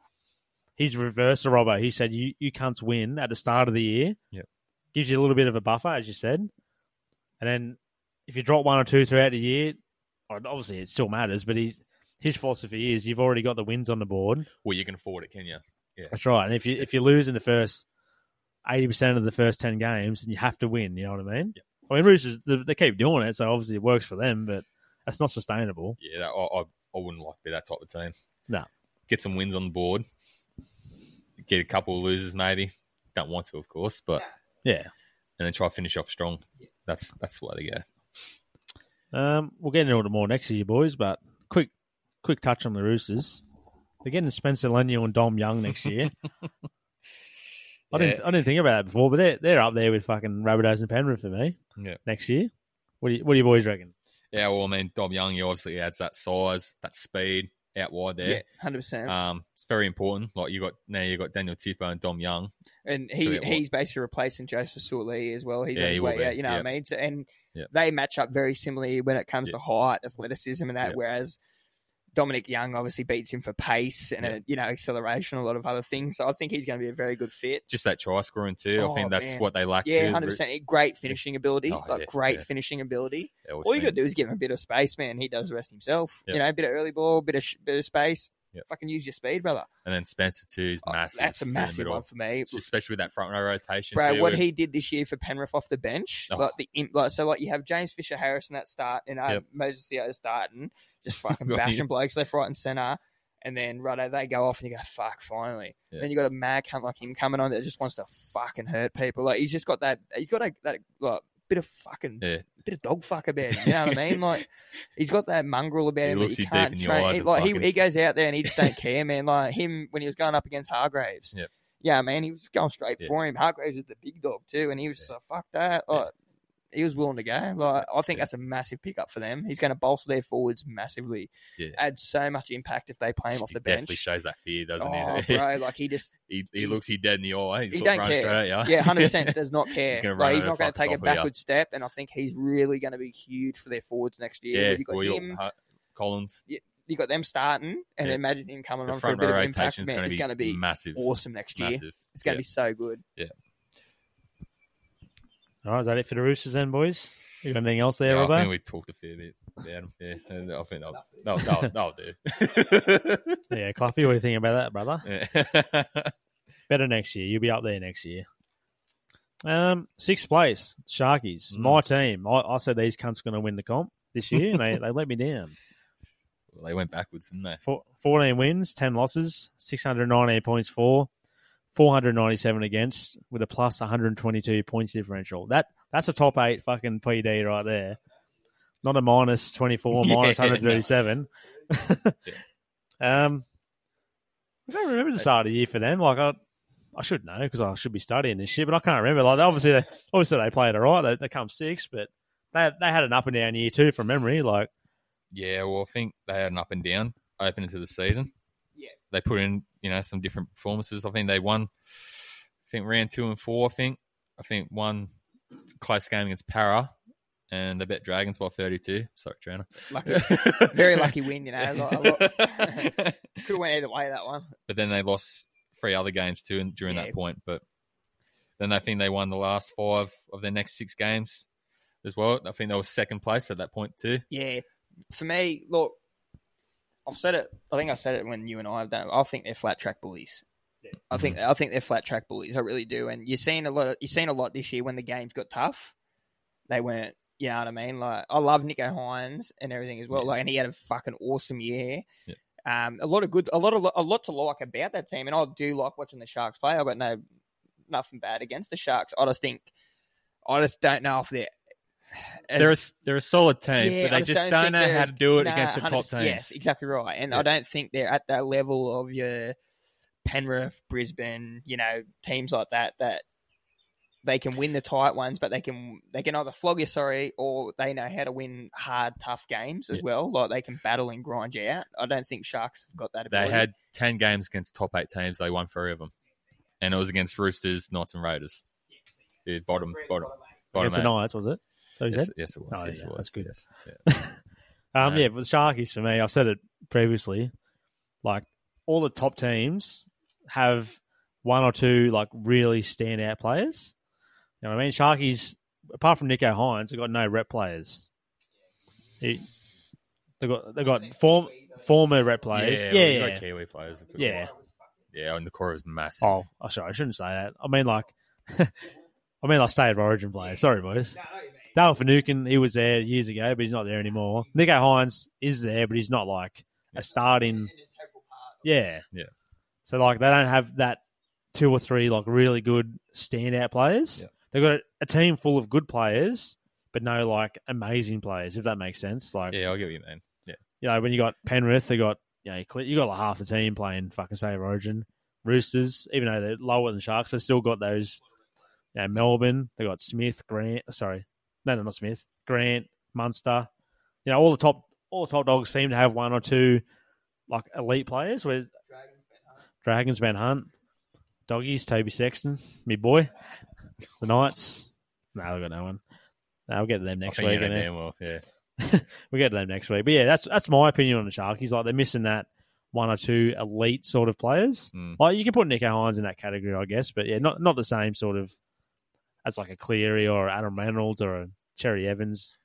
He's reverse a robber. He said you you cunts win at the start of the year.
Yep.
Gives you a little bit of a buffer, as you said. And then if you drop one or two throughout the year, well, obviously it still matters, but he's his philosophy is you've already got the wins on the board.
Well, you can afford it, can you?
That's right. And if you if you lose in the first eighty percent of the first ten games, then you have to win. You know what I mean? I mean, Roosters they, they keep doing it, so obviously it works for them, but that's not sustainable.
Yeah, that, I, I, I wouldn't like to be that type of team.
No.
Get some wins on the board. Get a couple of losers, maybe. Don't want to, of course, but
Yeah.
and then try to finish off strong. That's that's the way they go.
Um, we'll get into it more next year, boys. But quick, quick touch on the Roosters. They're getting Spencer Lanier and Dom Young next year. I didn't, I didn't think about that before, but they're they're up there with fucking Rabbitohs and Penrith for me.
Yeah.
Next year, what do you, what do you boys reckon?
Yeah, well, I mean, Dom Young, he obviously adds that size, that speed out wide
Yeah,
there.
hundred percent.
Um, it's very important. Like you got now, you got Daniel Tupou and Dom Young.
And
So
he,
it wa-
he's basically replacing Joseph Sulee as well. He's
Yeah,
on his
he will
way
be,
out, you know what I
yeah.
mean? So, and
Yeah.
they match up very similarly when it comes
Yeah.
to height, athleticism, and that.
Yeah.
Whereas Dominic Young obviously beats him for pace and,
Yeah.
uh, you know, acceleration, a lot of other things. So I think he's going to be a very good fit.
Just that try scoring too. I
Oh,
think that's
man.
what they lack.
Yeah,
too.
100%. Great finishing ability.
Oh,
like,
yeah,
great
yeah.
finishing ability.
They always
All you got to do
think-
is give him a bit of space, man. He does the rest himself.
Yeah.
You know, a bit of early ball, bit of, sh- bit of space.
Yeah.
Fucking use your speed, brother.
and then Spencer too is
Oh,
massive.
That's a
through the
massive
middle.
one for me.
especially with that front row rotation.
Bro,
too,
what
with-
he did this year for Penrith off the bench,
Oh.
like the imp, like so, like you have James Fisher Harris in that start, and uh,
Yep.
Moses Theo starting, just fucking
Right.
bashing blokes left, right, and center, and then right they go off, and you go fuck finally.
Yeah.
Then you got a mad cunt like him coming on that just wants to fucking hurt people. Like he's just got that, he's got a, that like bit of fucking
Yeah.
bit of dog fuck about him. You know what I mean? Like he's got that mongrel about
He
him. but
looks
you
you deep
can't
in the
train.
eyes
he,
and
like he,
fucking-
he goes out there and he just don't care, man. Like him when he was going up against Hargraves.
Yep.
Yeah, man, he was going straight
Yeah.
for him. Hargraves was the big dog too, and he was just like, "Fuck that!"
Yeah.
Like, He was willing to go. Like I think
Yeah.
that's a massive pickup for them. He's going to bolster their forwards massively.
Yeah.
Add so much impact if they play him off
He
the
definitely
bench.
shows that fear, doesn't
Oh,
he?
bro, like he just
he? He looks he dead in the eye. He's
He
he
don't
running
care.
straight at you.
yeah, hundred percent does not care.
gonna
Like,
run
he's
over
not going to
fucking
take a
top of ya.
backward step, and I think he's really going to be huge for their forwards next year.
yeah,
you got
well, you
him,
got Collins.
you got them starting, and
Yeah.
imagine him coming
The
on for a
front
bit
row
of an impact.
rotation
Man,
is
it's going to be
massive.
awesome next year.
Massive.
It's going to be so good.
All right, is that it for the Roosters then, boys? You got anything else there,
yeah, I
Robbo?
think we talked a fair bit about him. Yeah, and I think that'll, that'll, that'll, that'll do.
Yeah, Cluffy, what do you think about that, brother?
Yeah.
Better next year. You'll be up there next year. Um, sixth place, Sharkies.
Mm.
My team. I, I said these cunts going to win the comp this year, and they, they let me down.
well, they went backwards, didn't they?
Four, 14 wins, 10 losses, 619 points for, 497 against, with a plus 122 points differential. That That's a top eight fucking PD right there. Not a minus 24,
Yeah,
minus 137. um, I don't remember the start of the year for them. Like, I, I should know because I should be studying this shit, but I can't remember. Like, obviously, they, obviously they played all right. They, they come six, but they, they had an up and down year too from memory. Like,
Yeah, well, I think they had an up and down open into the season.
Yeah.
They put in, you know, some different performances. I think they won, I think round two and four, I think. I think one close game against Para and they bet Dragons by 32. Sorry, Trana.
Lucky, very lucky win. You know, like, a lot, could have went either way that one.
but then they lost three other games too in- during
Yeah.
that point. But then I think they won the last five of their next six games as well. I think they were second place at that point too.
Yeah, for me, look, I've said it. I think I said it when you and I have done. it. I think they're flat track bullies. I think I think they're flat track bullies. I really do. And you're seeing a lot. You're seeing a lot this year when the games got tough. They weren't You know what I mean? Like I love Nico Hines and everything as well.
Yeah.
Like and he had a fucking awesome year.
Yeah.
Um, a lot of good, a lot of a lot to like about that team, and I do like watching the Sharks play. I've got no nothing bad against the Sharks. I just think I just don't know if they're as
they're a, they're a solid team,
Yeah,
but
I
they
just
just
don't
don't,
think
know
they're
how
as-
to do it
Nah,
against the top
100%
teams.
Yes, exactly right. And I
Yeah.
don't think they're at that level of your Penrith, Brisbane, you know, teams like that that they can win the tight ones, but they can they can either flog you sorry or they know how to win hard, tough games as
Yeah.
well. Like they can battle and grind you out. I don't think Sharks have got that
They
ability.
had ten games against top eight teams. They won three of them, and it was against Roosters, Knights, and Raiders. The bottom, bottom, bottom.
Against the
eight.
Knights, was it? So you
Yes,
said?
yes, it was.
Oh,
yes,
yeah,
it was.
that's good.
Yes. Yeah.
Um,
No.
yeah, but the Sharkies for me, I've said it previously. Like all the top teams have one or two like really standout players. You know what I mean? Sharkies, apart from Nico Hines, they've got no rep players. They have got they have got form, former rep players. Yeah,
well,
yeah.
you got Kiwi players.
Yeah.
yeah, and the core is massive.
Oh, oh, sorry, I shouldn't say that. I mean, like, I mean, like state of origin players. Sorry, boys. Dale Finucane, he was there years ago, but he's not there anymore. Nico Hines is there, but he's not like a starting. Yeah,
Yeah.
So like, they don't have that two or three like really good standout players.
Yeah.
They've got a, a team full of good players, but no like amazing players. If that makes sense, like
yeah, I get what you mean. Yeah,
you know, when you got Penrith, they got you know, Cle- you got like half the team playing fucking State of Origin. Roosters, even though they're lower than Sharks, they still got those. You know, Melbourne, they got Smith, Grant. Sorry, no, no, not Smith, Grant, Munster. You know, all the top, all the top dogs seem to have one or two like elite players. Where Dragons, Van Hunt, Doggies, Toby Sexton, me boy, the Knights. No, they have got no one. No, we'll get to them
I
next
think
week.
you know
innit?
damn well. Yeah,
we get to them next week. But yeah, that's that's my opinion on the Sharkies. Like they're missing that one or two elite sort of players.
Mm.
Like you can put Nico Hines in that category, I guess, but yeah, not not the same sort of as like a Cleary or Adam Reynolds or a Cherry Evans.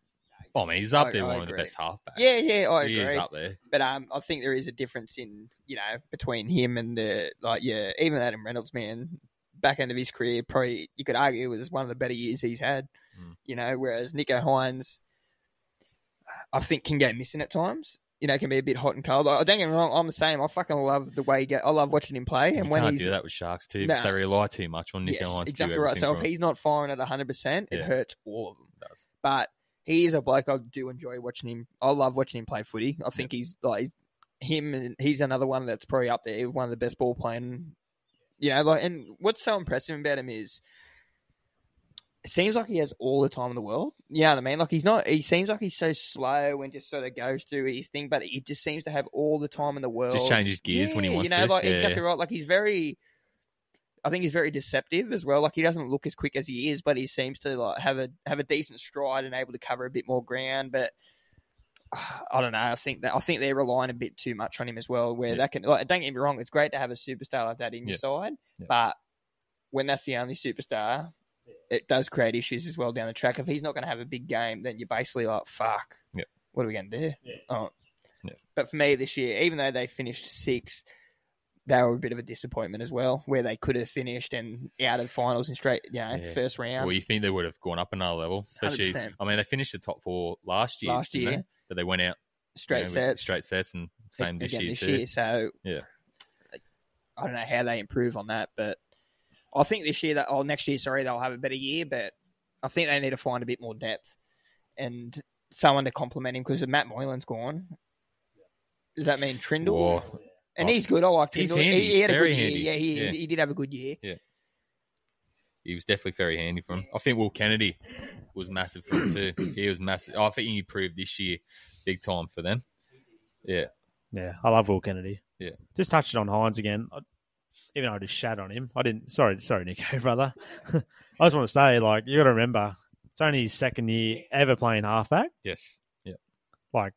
well, I mean, Oh, he's up
I-
there,
I
one of the
agree.
best halfbacks.
Yeah, yeah, I
he is
agree.
up there.
But um, I think there is a difference in you know between him and the like. Yeah, even Adam Reynolds, man, back end of his career, probably you could argue was one of the better years he's had.
Mm.
You know, whereas Nico Hines, I think can go missing at times. You know, can be a bit hot and cold. I don't get me wrong. I'm the same. I fucking love the way he go. I love watching him play. And
you
when
can't
he's
do that with Sharks too because
Nah.
they rely too much on Nick
yes,
Hines. to do
exactly right.
everything
So
for
if
him.
he's not firing at 100, percent it
Yeah.
hurts all of them
He does.
but he is a bloke I do enjoy watching him. I love watching him play footy. I think he's like him, and he's another one that's probably up there, one of the best ball playing. You know, like, and what's so impressive about him is, it seems like he has all the time in the world. You know what I mean? Like he's not. He seems like he's so slow and just sort of goes through his thing, but he just seems to have all the time in the world.
just changes gears when he
Yeah,
wants
You know,
to.
like
yeah.
exactly right. Like he's very. I think he's very deceptive as well. Like he doesn't look as quick as he is, but he seems to like have a have a decent stride and able to cover a bit more ground. But uh, I don't know. I think that I think they're relying a bit too much on him as well. Where
Yeah.
that can like, don't get me wrong, it's great to have a superstar like that in your
Yeah.
side,
Yeah.
but when that's the only superstar, it does create issues as well down the track. If he's not going to have a big game, then you're basically like, fuck,
Yeah.
what are we going to do?
Yeah.
Oh.
Yeah.
But for me this year, even though they finished sixth, they were a bit of a disappointment as well, where they could have finished and out of finals and straight, you know,
Yeah.
first round.
Well, you think they would have gone up another level, especially.
100%.
I mean, they finished the top four last year.
Last
didn't they?
year.
but they went out you
straight
know, with
sets.
straight sets, and same this
again
year
this
too.
year. So
Yeah.
I don't know how they improve on that, but I think this year that oh next year, sorry, they'll have a better year, but I think they need to find a bit more depth and someone to complement him because Matt Moylan's gone. Does that mean Trindle?
Whoa.
and
I-
he's good. I like Trindle.
He's handy.
He, he had a
He's very
good year.
handy.
Yeah, he,
Yeah.
he did have a good year.
He was definitely very handy for him. I think Will Kennedy was massive for him too. He was massive. I think he improved this year, big time for them. Yeah,
Yeah, I love Will Kennedy.
Yeah.
just touching on Hines again. I, even though I just shat on him, I didn't. Sorry, sorry, Nico, brother. I just want to say, like, you got to remember, it's only his second year ever playing halfback.
yes,
Like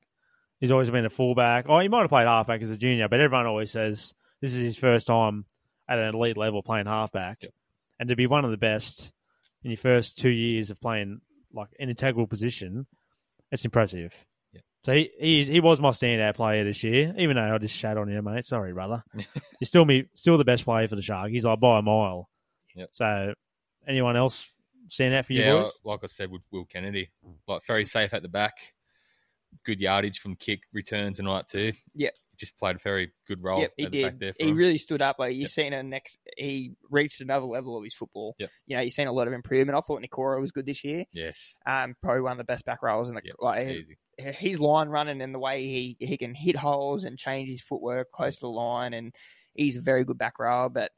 he's always been a fullback. Oh, he might have played halfback as a junior, but everyone always says this is his first time at an elite level playing halfback,
Yep.
and to be one of the best in your first two years of playing like an integral position, it's impressive.
Yep.
So he, he he was my standout player this year, even though I just shat on him, mate. Sorry, brother. You're still me, still the best player for the Shark. He's like by a mile.
Yep.
So anyone else stand out for you
yeah,
boys?
like I said with Will Kennedy, like very safe at the back, good yardage from kick returns and all that too.
Yeah.
just played a very good role.
Yep, he
at the back
did.
there for
He
him.
really stood up. Like you
Yep.
seen a next, he reached another level of his football.
Yep.
You know, you seen a lot of improvement. I thought Nicora was good this year.
yes,
Um, probably one of the best back rows in the
Yep,
like.
easy.
His line running and the way he he can hit holes and change his footwork close to the line, and he's a very good back row. But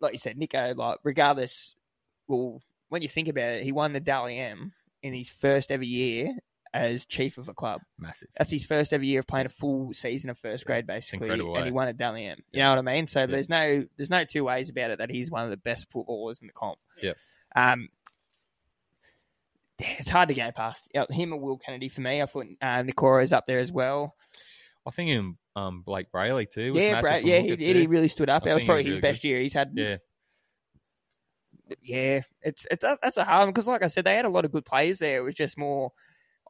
like you said, Nico, like regardless, well, when you think about it, he won the Dally M in his first ever year as chief of a club.
massive.
That's his first ever year of playing a full season of first
Yeah,
grade, basically,
incredible,
and he
eh?
won a Dally M. You know what I mean? So there's no there's no two ways about it that he's one of the best footballers in the comp.
Yeah.
Um, it's hard to go past you know, him and Will Kennedy for me. I thought uh, Nikoro's up there as well.
I think him, um, Blake Brayley too. Was
Yeah,
massive
Bra-
from
yeah, he
hooker
did.
too.
He really stood up.
I
That
think
was
he
probably
was
his
really
best year. He's had
yeah,
yeah, it's it's a, that's a hard one because, like I said, they had a lot of good players there. It was just more,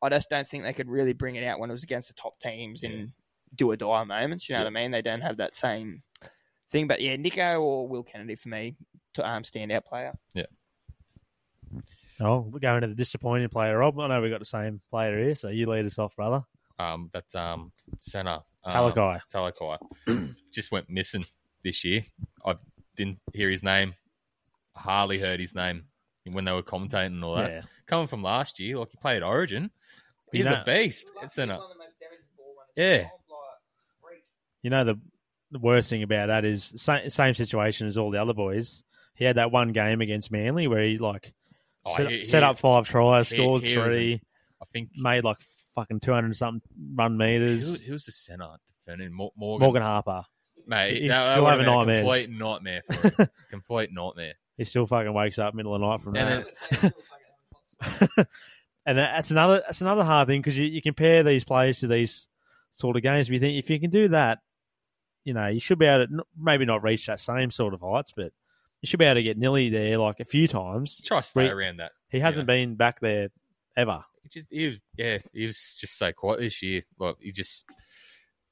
I just don't think they could really bring it out when it was against the top teams in
Yeah.
do or die moments. You know
Yeah.
what I mean? They don't have that same thing. But yeah, Nico or Will Kennedy for me to um standout player.
Oh, we're going to the disappointing player, Rob. I know we got the same player here, so you lead us off, brother.
um, that's um, center um,
Talakai.
Talakai just went missing this year. I didn't hear his name. Hardly heard his name when they were commentating and all that.
yeah.
Coming from last year, like he played Origin,
You
he's
know,
a beast at centre. Yeah.
you know the, the worst thing about that is same, same situation as all the other boys. He had that one game against Manly where he like
Oh,
set,
he-
set
he-
up five tries,
he-
scored
he was
three,
I think
made like fucking two hundred something run
Who,
meters.
who was the center defending Mor- Morgan?
Morgan Harper,
mate,
He's
that, that
still
would've
having nightmares.
been A complete nightmare. For him. complete nightmare.
he still fucking wakes up middle of the night from
And
that.
then-
and that- that's another that's another hard thing because you, you compare these players to these sort of games. But you think if you can do that, you know, you should be able to n- maybe not reach that same sort of heights, but you should be able to get Nilly there like a few times.
Try to stay
Wait.
around that.
He hasn't been back there ever.
He just he was, yeah, he was just so quiet this year. Like he just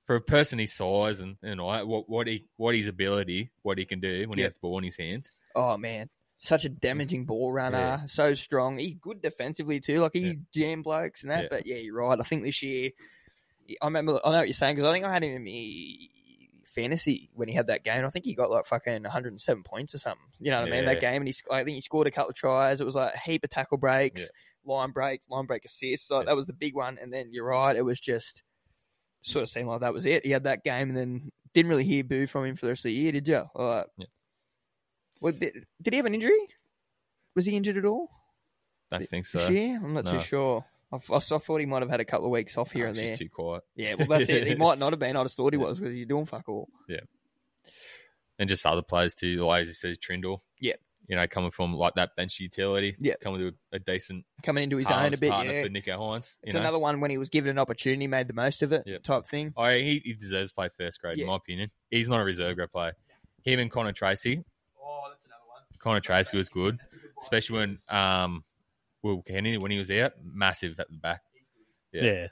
for a person his size and and all that, what what he what his ability, what he can do when he
Yeah.
has the ball in his hands.
Oh man, such a damaging ball runner, so strong. He's good defensively too. Like he
Yeah.
jam blokes and that.
Yeah.
But yeah, you're right. I think this year, I remember. I know what you're saying because I think I had him in me fantasy when he had that game. I think he got like fucking 107 points or something. You know what I mean? That
Yeah.
game, and he sc- I think he scored a couple of tries. It was like a heap of tackle breaks, line breaks, line break assists. Like
Yeah.
that was the big one. And then you're right. It was just sort of seemed like that was it. He had that game, and then didn't really hear boo from him for the rest of the year, did you? Like,
Yeah.
well, did, did he have an injury? Was he injured at all
I don't think so.
this year? I'm not
no.
too sure. I, f- I s- I thought he might have had a couple of weeks off here
Nah,
and
it's just
there.
too quiet.
Yeah, well, that's it. He might not have been. I just thought he
Yeah.
was because he's doing fuck all.
and just other players too. Like as you said, Trindle.
Yeah.
You know, coming from like that bench utility.
Yeah.
Coming to a, a decent
Coming into his own
halves
a bit.
partner
Yeah.
for Nico Hines. You
It's
know,
another one when he was given an opportunity, made the most of it,
Yep.
type thing.
I, Oh, he, he deserves to play first grade
Yeah.
in my opinion. He's not a reserve grade player. Him and Connor Tracy.
Oh, that's another one.
Connor Tracy was good, especially when um Will Kennedy when he was out, massive at the back.
Yeah.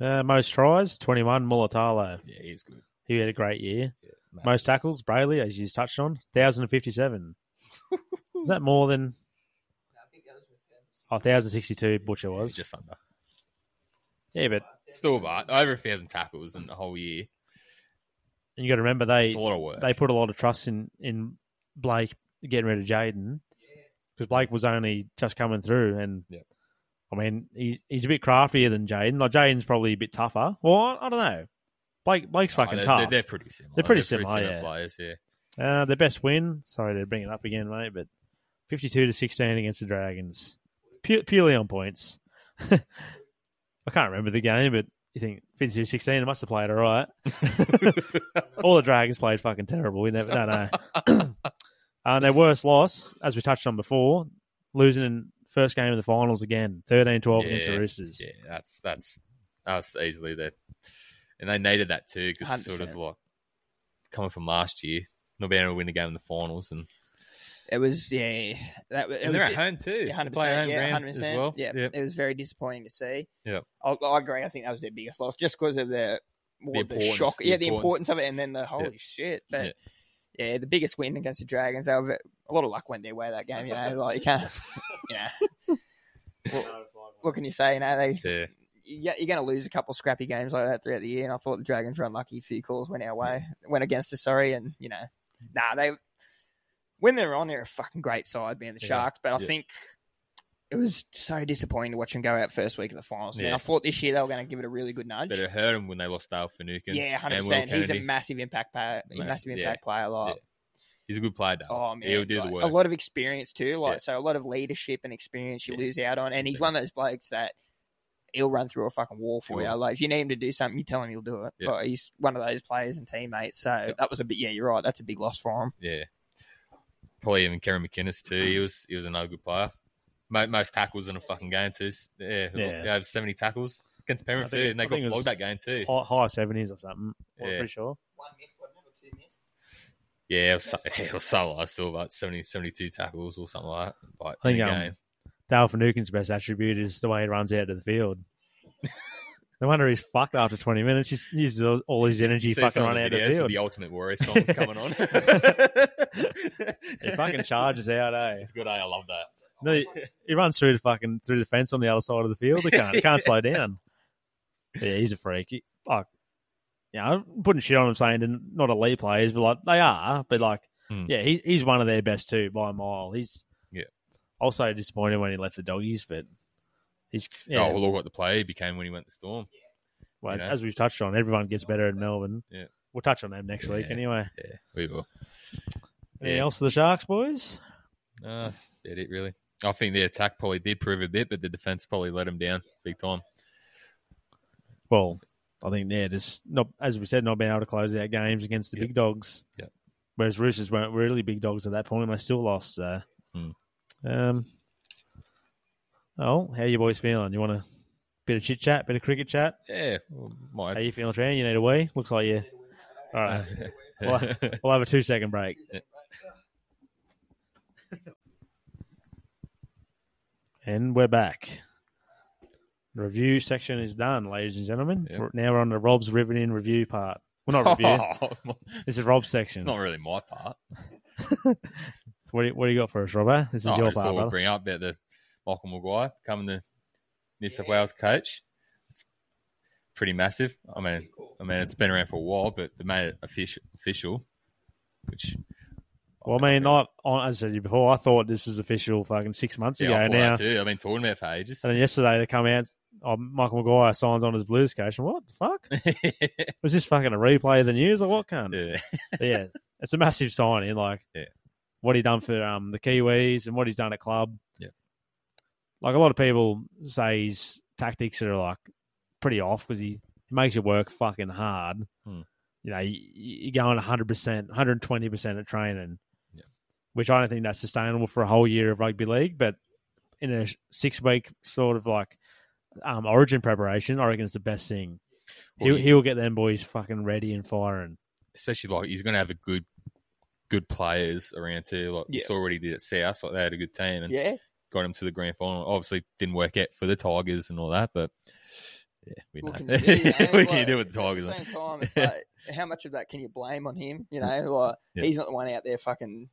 Yeah.
Uh, most tries, 21, Mulatalo.
Yeah, he was good.
He had a great year.
Yeah, massive.
Most tackles, Brayley, as you just touched on, 1,057. Is that more than... Oh, 1,062, Butcher
Yeah,
was.
just under.
Yeah, but
Still, but over a thousand tackles in the whole year.
you got to remember they
It's a lot of work.
they put a lot of trust in, in Blake getting rid of Jaden because Blake was only just coming through and...
Yeah.
I mean, he, he's a bit craftier than Jaden. Like, Jaden's probably a bit tougher. Well, I, I don't know. Blake, Blake's
No,
fucking
Oh, they're,
tough.
They're, they're pretty similar.
They're pretty similar, yeah.
players. Yeah.
Uh, the best win. Sorry to bring it up again, mate, but fifty-two to sixteen against the Dragons, Pu- purely on points. I can't remember the game, but you think 52-16, They must have played all right. all the Dragons played fucking terrible. We never, no, no. and their worst loss, as we touched on before, losing in first game of the finals again, 13-12 against the
Yeah,
Roosters.
Yeah, that's that's that's easily there, and they needed that too because sort of
100%.
like coming from last year, not being able to win the game in the finals, and,
It was, yeah. That, was- it
and
was
they're at
di-
home too.
Yeah, 100%,
They play home
yeah,
ground
100%,
as well.
Yeah,
yeah.
it was very disappointing to see.
Yeah.
I, I agree. I think that was their biggest loss just because of the, more
The
of the
importance,
shock.
the
yeah, the
importance.
importance of it and then the holy shit. But yeah. the biggest win against the Dragons, they were, ve- a lot of luck went their way that game. You know, like you can't, you know, what can you say? You know, they
Yeah.
you get- you're going to lose a couple scrappy games like that throughout the year. And I thought the Dragons were unlucky. A few calls went our way, went against us. Sorry, and you know, nah, they when they're on, they're a fucking great side, being the
Yeah.
Sharks. But I
Yeah.
think it was so disappointing to watch them go out first week of the finals. Man,
Yeah.
I thought this year they were going to give it a really good nudge.
That it hurt him when they lost Dale Finucane.
yeah, hundred
and Will
percent. He's a
Kennedy.
massive impact player.
Massive,
massive
yeah.
impact player. Like,
He's a good player, Dale.
oh man,
He'll do
like,
the
a
work.
lot of experience too. Like,
Yeah.
so a lot of leadership and experience you
Yeah.
lose out on. And he's one of those blokes that he'll run through a fucking wall for
He
you.
will.
Like, if you need him to do something, you tell him he'll do it.
Yeah.
But he's one of those players and teammates. So that was a bit. Yeah, you're right. That's a big loss for him.
Yeah. Probably even Kerry McInnes too. He was he was another good player. Mo- Most tackles in a fucking game too. Yeah,
Yeah.
they have seventy tackles against
I
Penrith too,
think-
and
I
they got
think it was-
flogged that game too.
High, high 70s or something. I'm
Yeah.
pretty sure.
One missed, wasn't it, or two missed?
Yeah, it was, so- it was so low still, about 70, 72 tackles or something like that. Like,
I think,
in a
um,
game.
Dale Finucane's best attribute is the way he runs out to the field. no wonder he's fucked after 20 minutes. He's he uses all- all his energy
You see
fucking
some of
running
the
out to
videos
the
with
field.
The Ultimate Warrior song's coming on.
He fucking charges out, eh?
It's good. eh? I love that.
No, he, he runs through the fucking through the fence on the other side of the field. He can't, he can't slow down. But yeah, he's a freak. He, like, yeah, I'm putting shit on him saying they're not elite players, but like they are. But like,
Hmm.
yeah, he, he's one of their best too by a mile. He's
Yeah.
Also disappointed when he left the doggies, but he's yeah.
Oh, look what the player he became when he went to Storm.
Well,
you
as,
know?
as we've touched on, everyone gets better in Melbourne.
Oh, Yeah.
We'll touch on them next week
Yeah.
anyway.
Yeah, we will.
Anything
Yeah.
else for the Sharks, boys?
Uh, that's about it, really. I think the attack probably did prove a bit, but the defense probably let him down big time.
Well, I think yeah, just not as we said, not being able to close out games against the
Yep.
big dogs.
Yep.
Whereas Roosters weren't really big dogs at that point, and they still lost. So.
Hmm.
Um. Oh, how you boys feeling? You want a bit of chit chat, bit of cricket chat?
Yeah, well,
How
my.
you feeling, Tran? You need a wee? Looks like you. All right, we'll have a two second break. And we're back. Review section is done, ladies and gentlemen.
Yep.
We're- Now we're on the Rob's riveting review part. Well, not review. this is Rob's
it's
section.
not really my part.
So what, do you, what do you got for us, Robbo? This is
No, Oh, I
your
just
part,
thought we'd
brother.
bring up about the Michael Maguire becoming the New South Wales coach. It's pretty massive. I mean, I mean, it's been around for a while, but they made it official. Official, which
Well, I mean, I, I, as I said to you before, I thought this was official fucking six months
yeah, I
ago
thought
now.
that too. I've been talking about it for ages.
And then yesterday they come out, oh, Michael Maguire signs on as Blues coach. And what the fuck? Was this fucking a replay of the news or what, cunt?
yeah,
But yeah, it's a massive signing. Like,
Yeah.
what he done for um, the Kiwis and what he's done at club.
Yeah.
like a lot of people say his tactics are like pretty off because he, he makes you work fucking hard.
Hmm.
You know, you, you're going 100 percent, 120 percent at training,
Yeah.
which I don't think that's sustainable for a whole year of rugby league. But in a six week sort of like um, origin preparation, I reckon it's the best thing.
Well,
he'll,
he-
he'll get them boys fucking ready and firing.
especially like he's going to have a good, good players around too. Like
Yeah.
you saw what he did at South. Like they had a good team and
Yeah,
got him to the grand final. Obviously, didn't work out for the Tigers and all that, but. Yeah, we know.
What
What
can
can
you do, you know?
you do
Like,
with the Tigers?
At the same time, it's like, how much of that can you blame on him? You know, like
Yeah.
he's not the one out there fucking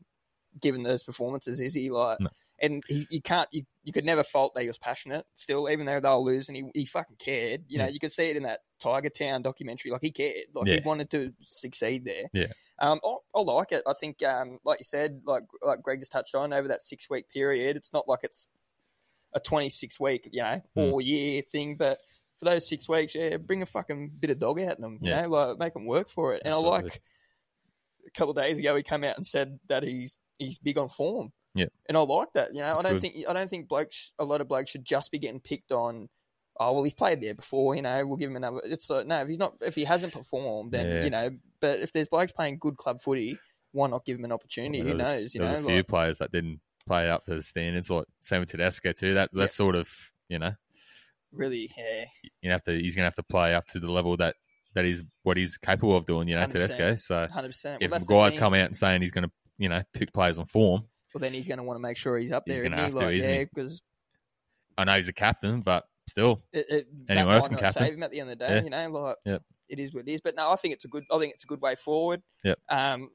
giving those performances, is he? Like,
No.
and he, you can't, you, you could never fault that he was passionate. Still, even though they were losing, he he fucking cared. You know, you could see it in that Tiger Town documentary. Like he cared. Like he
Yeah.
wanted to succeed there.
Yeah.
Um, I, I like it. I think, um, like you said, like like Greg just touched on over that six week period, it's not like it's a twenty six week, you know,
Mm.
all year thing, but for those six weeks, yeah, bring a fucking bit of dog out in them, you
Yeah.
know, like make them work for it. And I
Absolutely.
like a couple of days ago, he came out and said that he's he's big on form.
Yeah.
and I like that. You know,
That's
I don't
good.
think I don't think blokes a lot of blokes should just be getting picked on. Oh well, he's played there before. You know, we'll give him another. It's like no, if he's not, if he hasn't performed, then
Yeah.
you know. But if there's blokes playing good club footy, why not give him an opportunity?
Well,
Who
there was a-
knows? You
there
know,
was a few
like-
players that didn't play up to the standards, like same with Tedesco too. That
Yeah.
that's sort of you know
really, yeah.
you have to he's gonna have to play up to the level that that is what he's capable of doing. You know,
100%.
Tedesco. So
Hundred percent.
if
Well, that's the
Maguire's
thing.
come out and saying he's gonna you know pick players on form,
well, then he's going to want to make sure he's up
He's
there.
gonna
isn't he?
have to,
Like,
isn't
yeah,
he?
because
I know he's a captain, but still,
it, it, that
Anyone
might
else can
not
captain.
save him at the end of the day.
Yeah.
You know, like
Yep.
it is what it is. But no, I think it's a good. I think it's a good way forward.
Yep.
Um,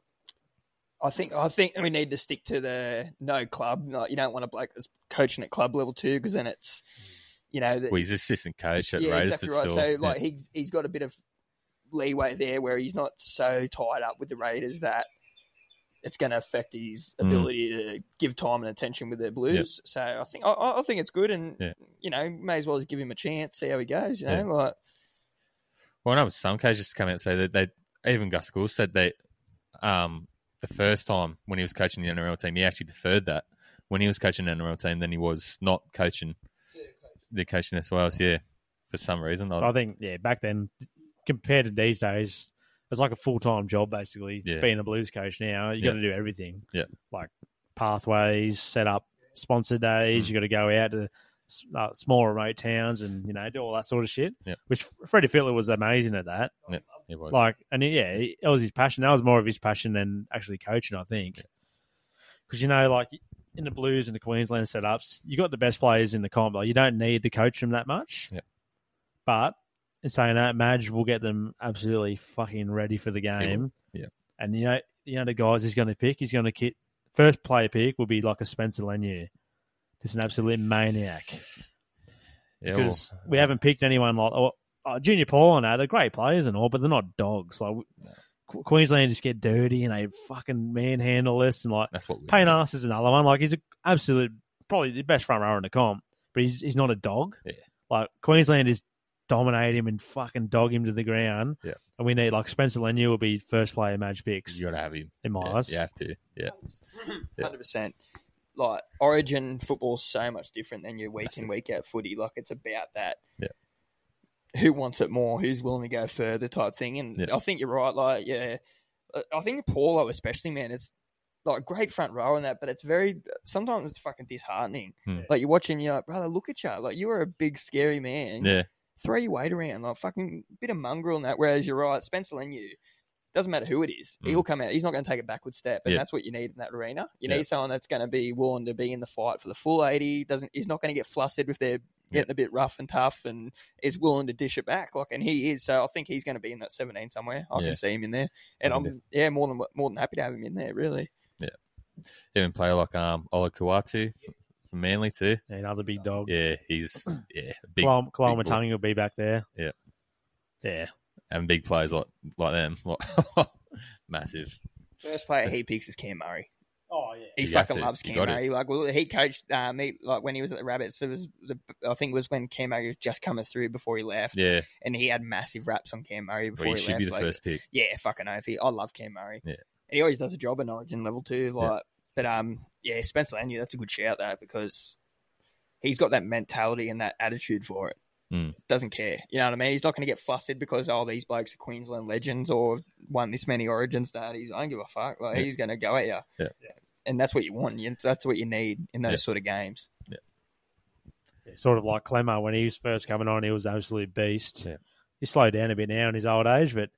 I think I think we need to stick to the no club. Like, you don't want a bloke that's coaching at club level too, because then it's you know the,
Well, he's assistant coach at Raiders, but still,
So
yeah.
like he's he's got a bit of leeway there where he's not so tied up with the Raiders that it's going to affect his
Mm.
ability to give time and attention with the Blues. So I think I- I, I think it's good, and
Yeah.
you know may as well just give him a chance, see how he goes. You know,
Yeah.
like
Well, no, some coaches come out and say that they even Gus Gould said that um, the first time when he was coaching the NRL team, he actually preferred that when he was coaching the NRL team than he was not coaching the coaching as well. So, yeah, for some reason, I,
I think yeah, back then compared to these days, it's like a full time job basically.
Yeah.
Being a blues coach now, you
Yeah.
got to do everything.
Yeah.
like pathways, set up sponsor
Mm.
days. You got to go out to s- uh, small remote towns and you know do all that sort of shit.
Yeah.
Which Freddie Fittler was amazing at that.
it was
Like and he- yeah, he- that was his passion. That was more of his passion than actually coaching, I think. Because you know, like in the Blues and the Queensland setups, you got the best players in the comp. Like you don't need to coach them that much.
Yep.
But in saying that, Madge will get them absolutely fucking ready for the game.
Yep.
And you know, you know the guys he's going to pick. He's going to kit first player pick will be like a Spencer Lanier, just an absolute maniac
yeah, well,
because we haven't picked anyone like oh, oh, Junior Paul and that. They're great players and all, but they're not dogs. Like Qu- Queensland just get dirty and they fucking manhandle us and like
that's what we
Payne Arse is another one. Like he's an absolute probably the best front rower in the comp, but he's he's not a dog.
Yeah.
Like Queensland is dominate him and fucking dog him to the ground.
Yeah.
And we need like Spencer Lenu will be first player match picks
You got to have him.
in my
Yeah,
eyes.
you have to. Yeah, Yeah.
hundred percent. Like Origin football's so much different than your week in
Massive.
week out footy. Like it's about that.
Yeah.
Who wants it more? Who's willing to go further? Type thing. And
Yeah.
I think you're right. Like yeah, I- I think Paulo especially, man. It's like great front row and that, but it's very sometimes it's fucking disheartening.
Hmm.
Like you're watching, you're like, brother, look at you. Like you are a big scary man.
yeah,
Throw your weight around, like fucking bit of mongrel and that. Whereas you're right, Spencer Lenu, doesn't matter who it is,
Mm.
he'll come out. He's not going to take a backward step, and
Yeah.
that's what you need in that arena. You
Yeah.
need someone that's going to be willing to be in the fight for the full eighty. Doesn't is not going to get flustered if they're getting a bit rough and tough, and is willing to dish it back. Like, and he is. So I think he's going to be in that seventeen somewhere. I
Yeah.
can see him in there, and
I
I'm
can
yeah more than more than happy to have him in there. Really,
even player like um Ola Kuatu from Manly too.
Another big dog.
Yeah, he's yeah big
Kalama
big boy.
Matangi will be back there.
Yeah.
Yeah.
and big players like like them, like massive.
first player he picks is Cam Murray.
Oh yeah.
He
You have
fucking
to.
loves
You
Cam
gotta.
Murray. Like, well, he coached uh, me like when he was at the Rabbits. It was the, I think it was when Cam Murray was just coming through before he left,
Yeah,
and he had massive raps on Cam Murray before
well, he
he,
should
left.
be the
like,
first pick.
Yeah, fucking oath. He, I love Cam Murray.
Yeah.
and he always does a job in Origin level too. Like, but um, yeah, Spencer Lanu, that's a good shout though because he's got that mentality and that attitude for it.
Mm.
Doesn't care. You know what I mean? He's not going to get flustered because oh, these blokes are Queensland legends or won this many Origins. That he's I don't give a fuck. Like
Yeah.
he's going to go at you.
Yeah.
And that's what you want. You- That's what you need in those
Yeah.
sort of games.
Yeah, sort of like Clemmer when he was first coming on, he was an absolute beast.
Yeah.
He slowed down a bit now in his old age, but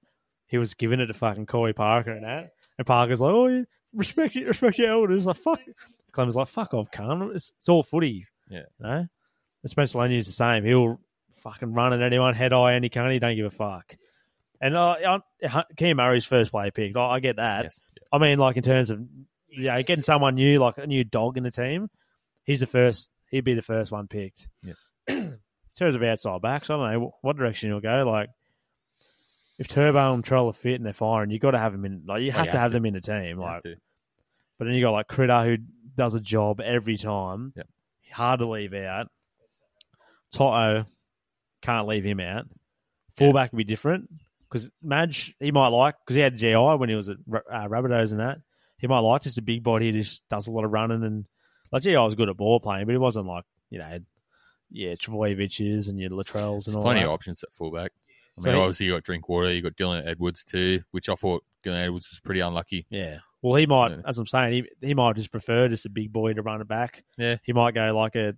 he was giving it to fucking Corey Parker and that. And Parker's like, "Oh, yeah, respect your respect your elders." Like fuck, Clemmer's like, "Fuck off, cunt. It's, it's all footy."
Yeah.
you know. And Spencer Lanier is the same. He'll fucking run at anyone, head eye any cunt. He don't give a fuck. And uh, I- Keane Murray's first play pick, I I get that.
Yes.
I mean, like in terms of yeah, getting someone new, like a new dog in the team, he's the first. He'd be the first one picked.
Yeah.
in terms of outside backs, I don't know wh- what direction he'll go. Like if Turbo and Troll are fit and they're firing, you got to have them in. Like you have
Oh, you
to
have
have
to.
them in the team.
You
Like,
have to.
but then you got like Critter who does a job every time.
Yep.
Hard to leave out. Toto can't leave him out. Fullback would be different because Madge he might like because he had GI when he was at Ra- uh, Rabbitohs and that he might like just a big body. He just does a lot of running and like GI was good at ball playing, but he wasn't like you know yeah Travojeviches and your Latrells and
There's
all
plenty
that.
of options at fullback. I
So
mean,
he-
obviously you got Drinkwater, you got Dylan Edwards too, which I thought Dylan Edwards was pretty unlucky.
Yeah. Well, he might,
Yeah.
as I'm saying, he, he might just prefer just a big boy to run it back.
Yeah.
He might go like a,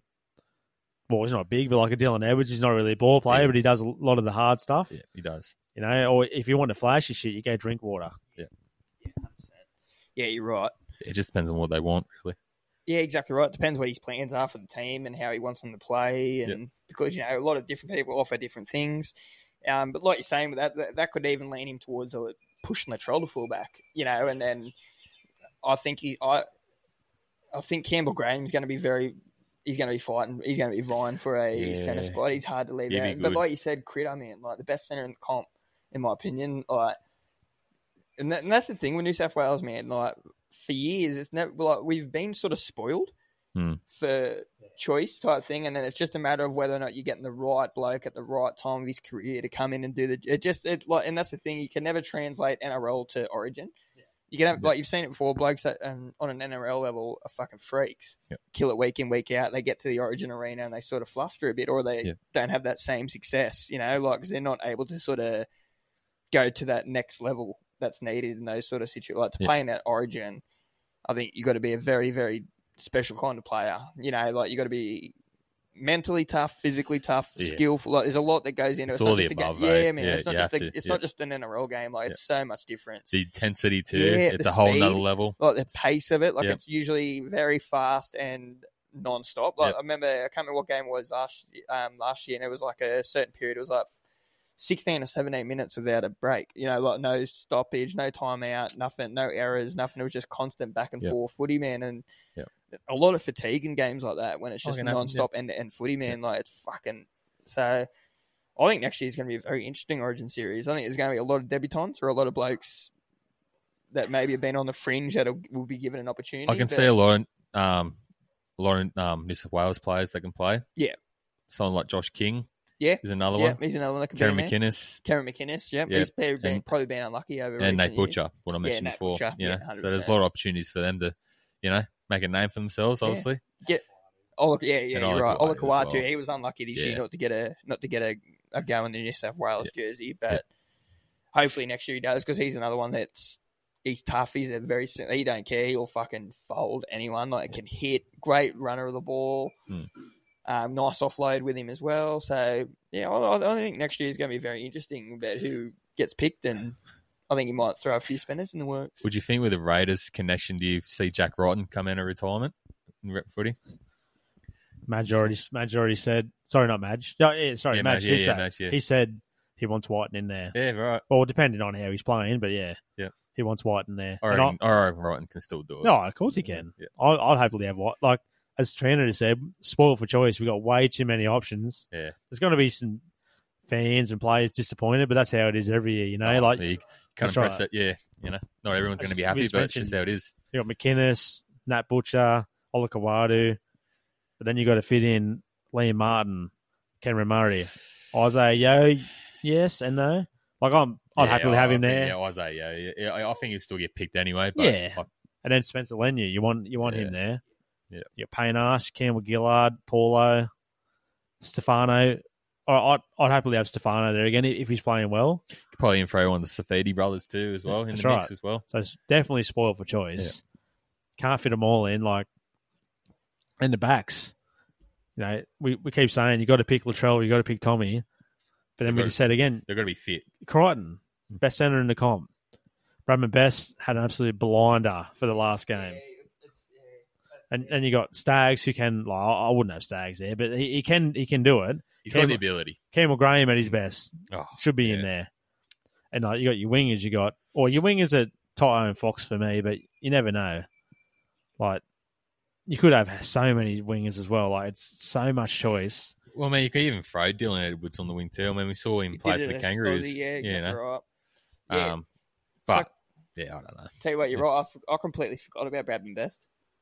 well, he's not big, but like a Dylan Edwards. He's not really a ball player,
Yeah.
but he does a lot of the hard stuff,
Yeah, he does.
you know. Or if you want to flashy shit, you go drink water.
Yeah, you're right.
It just depends on what they want, really.
Yeah, exactly right. Depends what his plans are for the team and how he wants them to play, and because you know a lot of different people offer different things. Um, but like you're saying, that that, that could even lean him towards uh, pushing the troll to fullback, you know, and then I think he, I, I think Campbell Graham's going to be very. He's going to be fighting. He's going to be vying for a
Yeah.
centre spot. He's hard to leave
He'd be
out. But
good.
like you said, Critter, man, like the best centre in the comp, in my opinion. Like, and, that, and that's the thing with New South Wales, man. Like for years, it's never like we've been sort of spoiled
Hmm.
for choice type thing, and then it's just a matter of whether or not you're getting the right bloke at the right time of his career to come in and do the. It just it like, and that's the thing you can never translate NRL to Origin. You can have like you've seen it before. Blokes that, um, on an NRL level are fucking freaks.
Yep.
Kill it week in week out. They get to the Origin arena and they sort of fluster a bit, or they
Yeah.
don't have that same success. You know, like they they're not able to sort of go to that next level that's needed in those sort of situations. Like to
Yeah.
play in that Origin, I think you got to be a very very special kind of player. You know, like you got to be mentally tough, physically tough,
Yeah.
skillful. Like, there's a lot that goes into it.
It's all
not
the
just a
above,
game.
eh?
Yeah, man.
Yeah,
it's not
you
just a,
have to-
it's
yeah.
not just an NRL game. Like
Yeah.
it's so much different.
The intensity too.
Yeah,
it's
the
a whole nother
speed.
level.
Like the pace of it, like
Yep.
it's usually very fast and non-stop. Like
Yep.
I remember, I can't remember what game it was last um, last year, and it was like a certain period. It was like sixteen or seventeen minutes without a break. You know, like no stoppage, no timeout, nothing, no errors, nothing. It was just constant back and
Yep.
forth footy, man, and
Yep.
a lot of fatigue in games like that when it's just
Fucking happens,
non-stop end to end footy, man. Like it's fucking so. I think next year's going to be a very interesting Origin series. I think there's going to be a lot of debutants or a lot of blokes that maybe have been on the fringe that will be given an opportunity.
I can
but-
see a lot of um, a lot of um, New South Wales players that can play.
Yeah.
someone like Josh King.
Yeah.
is another
yeah,
one.
he's another one that could
Karen
be in there.
McInnes
Karen McInnes, yeah,
Yeah,
he's probably been,
and-
probably been unlucky over
and Nate
recent years.
Butcher. What I mentioned
Nate
before.
Butcher,
you know?
yeah,
so there's a lot of opportunities for them to, you know, make a name for themselves.
Yeah.
Obviously,
Oh, look, yeah, yeah,
And
you're
Ola
right.
Kawhi
Ola
as
Kawatu,
well.
he was unlucky this year
Yeah.
not to get a not to get a, a go in the New South Wales jersey, but hopefully next year he does because he's another one that's he's tough. He's a very he don't care. He'll fucking fold anyone. Like can hit, great runner of the ball.
Hmm.
Um, nice offload with him as well. So yeah, I, I- I think next year is going to be very interesting about who gets picked, and I think he might throw a few spinners in the works.
would you think with the Raiders connection, do you see Jack Rotten come out of retirement in rep footy?
Madge already, Madge already said, sorry, not Madge. No, yeah, sorry,
Yeah,
Madge.
Madge, yeah,
did
yeah,
say-
Madge, yeah.
He said he wants White in there.
Yeah, right.
Well, depending on how he's playing, but yeah,
Yeah.
he wants White in there.
All
And I-
right, all right, Rotten can still do it.
No, of course he can.
Yeah.
I'll, I'll happily have what, like as Trina has said, spoiled for choice. We've got way too many options.
Yeah.
there's going to be some fans and players disappointed, but that's how it is every year. You know,
Oh,
like
yeah,
you
you can't
that's right.
impress it. Yeah, you know, not everyone's going to be
As we
happy,
just
but it's just how it is.
got McInnes, Nat Butcher, Olakawadu, but then you got to fit in Liam Martin, Cameron Murray, Isaiah Yo. Yes and no. Like I'm, I'd
Yeah,
happily have
I
him
think-
there.
Yeah, Isaiah. Yeah, yeah, yeah, I- I think he'll still get picked anyway. But
Yeah.
like,
And then Spencer Lenu, you want you want him there.
Yeah.
You're paying Ash, Campbell Gillard, Paulo, Stefano. I- I'd, I'd happily have Stefano there again if he's playing well.
could probably in for one of the Safedi brothers too, as well in
That's
the mix
right.
as well.
So it's definitely spoiled for choice. Can't fit them all in. Like, and the backs. You know, we, we keep saying you got to pick Latrell, you got to pick Tommy. But then
You
we
gotta- Mm.
just said again,
They're going to be fit.
Crichton, best centre in the comp. Bradman Best had an absolute blinder for the last game. and and you got Stags who can. Like, I I wouldn't have Stags there, but he, he can he can do it.
He's got
Cam-
the ability.
Campbell Graham at his best
Oh,
should be in
Yeah.
there. And like, you got your wingers, you got or your wingers are Tyone Fox for me, but you never know. Like you could have so many wingers as well. Like it's so much choice.
well, man, you could even throw Dylan Edwards on the wing too. I mean, we saw him
He
play
did
for
it
the
as-
Kangaroos.
Aussie, yeah,
you
exactly
know,
right. Yeah.
um, but
Fuck.
yeah, I don't know.
Tell you what, you're
Yeah.
right. I, f- I completely forgot about Bradman Best.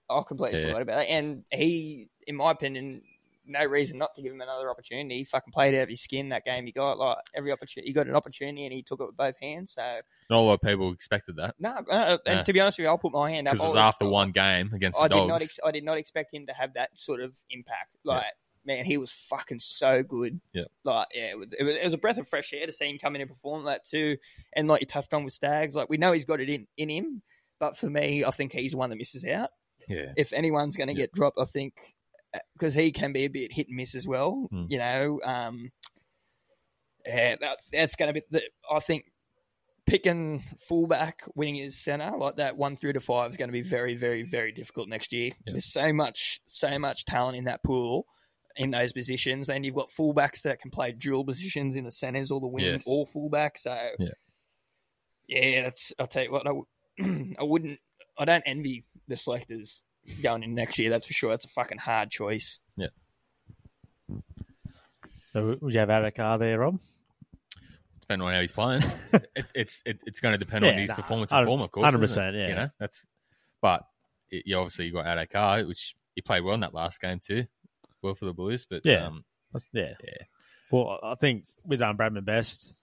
I completely
Yeah.
forgot about it. And he, in my opinion, no reason not to give him another opportunity. He fucking played out of his skin that game. He got like every opportunity. He got an opportunity and he took it with both hands. So
Not a lot of people expected that
no, uh, and
Yeah.
to be honest with you, I'll put my hand up.
because
oh,
it's
I-
after one game against the
I did
Dogs.
not. Ex- I did not expect him to have that sort of impact. Like, man, he was fucking so good.
Yeah.
Like, yeah, it was, it was. It was a breath of fresh air to see him come in and perform that too. And like you touched on with Stags, like we know he's got it in in him. But for me, I think he's the one that misses out.
yeah,
If anyone's going to
Yeah.
get dropped, I think because he can be a bit hit and miss as well.
Mm.
You know, um, yeah, that, that's going to be. The, I think picking fullback, wingers, center like that one through to five is going to be very, very, very difficult next year.
Yeah.
There's so much, so much talent in that pool. In those positions, and you've got fullbacks that can play dual positions in the centers or the wing
Yes.
or fullback. So,
Yeah.
yeah, that's. I'll tell you what, I, w- I wouldn't I don't envy the selectors going in next year. That's for sure. That's a fucking hard choice.
So would you have Adakar there, Rob?
Depend on how he's playing. it, it's it, it's going to depend on
Yeah,
his
nah,
performance
hundred-
and form, of course. isn't it?
100%, yeah.
You know, that's. But it, you obviously you got Adakar, which he played well in that last game too, well for the Blues. But
Yeah.
um,
That's, yeah.
Yeah.
Well, I think with um, Bradman Best,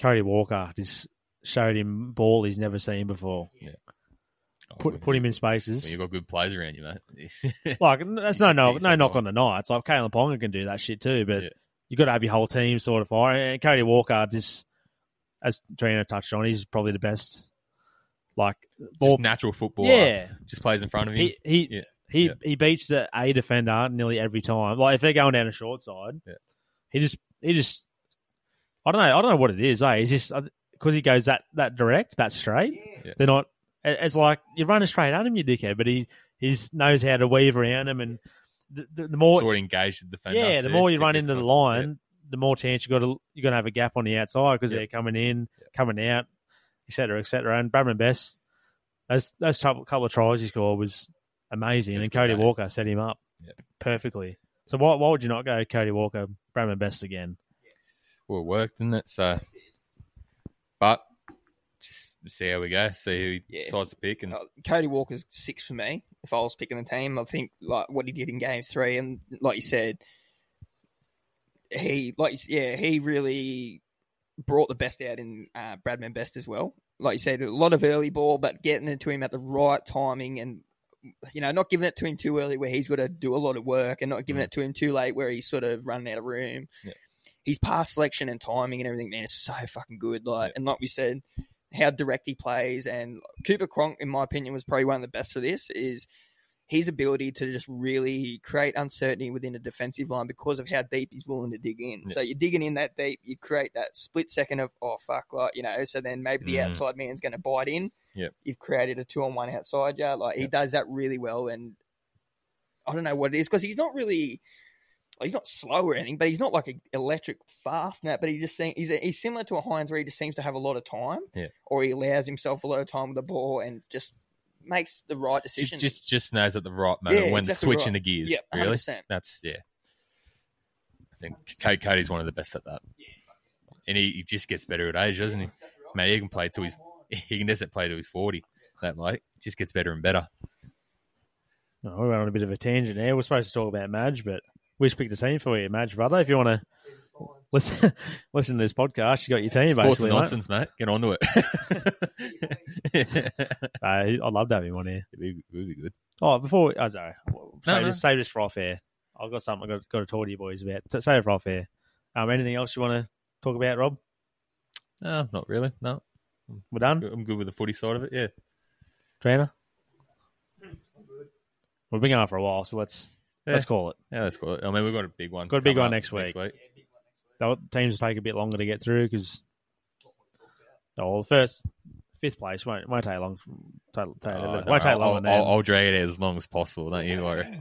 Cody Walker just showed him ball he's never seen before.
oh,
Put put him in spaces.
When you got good players around you, mate.
Like n- that's no
can
no
do
no
something
knock
like-
on the Knights. Like Kalen Ponga can do that shit too, but
Yeah.
you got to have your whole team sort of fire. And Cody Walker just, as Trina touched on, he's probably the best. Like ball,
just natural football.
yeah.
just plays in front of him.
He he
Yeah.
he
Yeah.
he beats the A defender nearly every time. Like if they're going down a short side,
Yeah.
he just he just I don't know I don't know what it is. Eh? He's just because he goes that that direct that straight.
Yeah.
They're not. it- It's like you're running straight at him, you dickhead. But he he knows how to weave around him, and the, the, the more
sort of engage the defender.
yeah, the
too,
more you
see
run
if
into
it's
the
possible.
line, the more chance you got to you're gonna have a gap on the outside because
Yeah.
they're coming in, coming out, etc., etc. And Bradman Best, those those couple couple of tries he scored was amazing,
It's
and
good,
Cody
eh?
Walker set him up
Yeah.
perfectly. So why why would you not go Cody Walker, Bradman Best again?
Well, it worked, didn't it? So, but just see how we go. See who
Yeah.
decides to pick, and
Uh, Cody Walker's six for me. If I was picking the team, I think like what he did in game three, and like you said, he like you s- yeah, he really brought the best out in uh, Bradman Best as well. Like you said, a lot of early ball, but getting it to him at the right timing, and you know, not giving it to him too early where he's got to do a lot of work, and not giving
Mm.
it to him too late where he's sort of running out of room.
Yeah.
His pass selection and timing and everything, man, is so fucking good. Like, and like we said, how direct he plays and Cooper Cronk, in my opinion, was probably one of the best for this. Is his ability to just really create uncertainty within a defensive line because of how deep he's willing to dig in.
Yeah.
So you're digging in that deep, you create that split second of oh fuck, like you know. So then maybe the
Mm.
outside man's going to bite in.
Yep.
You've created a two on one outside yard. Like he
Yep.
does that really well, and I don't know what it is because he's not really. like, He's not slow or anything, but he's not like a electric fast and that. But he just seems, he's, he's similar to a Hines where he just seems to have a lot of time or he allows himself a lot of time with the ball and just makes the right
ju-
decision.
just, just knows at the right moment
Yeah,
when
exactly
to switch
right.
in the gears.
yeah,
really,
100%.
that's yeah. I think Cody, Cody's one of the best at that, and he, he just gets better at age, doesn't he? Man, he can play till he's he can doesn't play till he's forty. That like just gets better and better.
No, we went on a bit of a tangent there. We're supposed to talk about Madge, but we just picked a team for you, Madge brother. If you want to listen listen to this podcast, you got your team
Sports and
basically. mate.
nonsense, mate. Get on to it.
Uh, I'd love to have him on here.
It'd be, it'd be good.
Oh, before we, oh, sorry, save,
no.
This, save this for off air. I've got something I've got, got to talk to you boys about. So save it for off air. Um, anything else you want to talk about, Rob?
No, not really. No,
We're done,
I'm good with the footy side of it. Yeah.
trainer. We've been going for a while, so let's
Hmm. Yeah.
let's call it.
Yeah, that's cool. I mean, we've got a big one.
Got a big
coming
one
up
next week. The teams will take a bit longer to get through because oh, the first fifth place won't won't take long. Take, take,
Oh,
won't
no,
take
I'll,
longer
I'll,
than that.
I'll drag it out as long as possible. Don't you worry.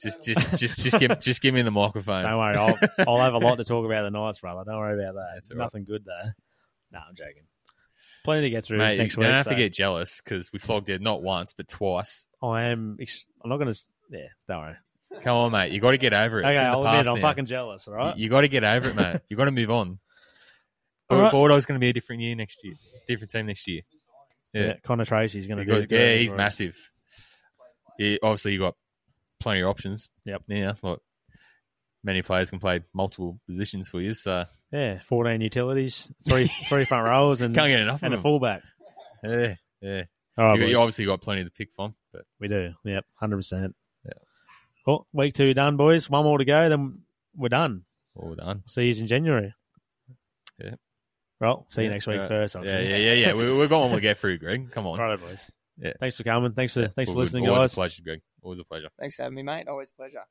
Just, just, just, just give, just give me the microphone.
Don't worry, I'll, I'll have a lot to talk about the Knights, brother. Don't worry about that.
That's all right.
Nothing good there. No, I'm joking. Plenty to get through
Mate,
next
you
week.
don't have
so
to get jealous because we flogged it not once but twice.
I am. ex- I'm not going to. Yeah, don't worry.
Come on, mate. You got to get over it.
Okay,
it's in the
I'll admit
past
I'm
now.
fucking jealous. All right.
You, got to get over it, mate. You got to move on.
All right.
Bordeaux's going to be a different year next year. Different team next year.
yeah. Connor Tracy's going to do.
You got-
it.
yeah, he's
for us.
massive. Yeah, obviously, you got plenty of options.
Yep.
Yeah, like many players can play multiple positions for you, so
Yeah, 14 utilities, three three front rows, and
can't get enough
and a
of them.
fullback.
Yeah, yeah.
All right,
you, got- you
boys.
obviously got plenty to pick from, but
we do. Yep, hundred percent.
Yeah.
Well, week two done, boys. One more to go, then we're done.
all done.
See you in January.
Yeah.
Well, see you
Yeah,
next week
yeah.
first.
Yeah,
Obviously.
yeah, yeah, yeah. We, we've got one to get through, Greg. Come on.
All right, boys.
Yeah.
Thanks for coming. Thanks for thanks for
All good.
listening,
Always
guys.
a pleasure, Greg. Always a pleasure.
Thanks for having me, mate. Always a pleasure.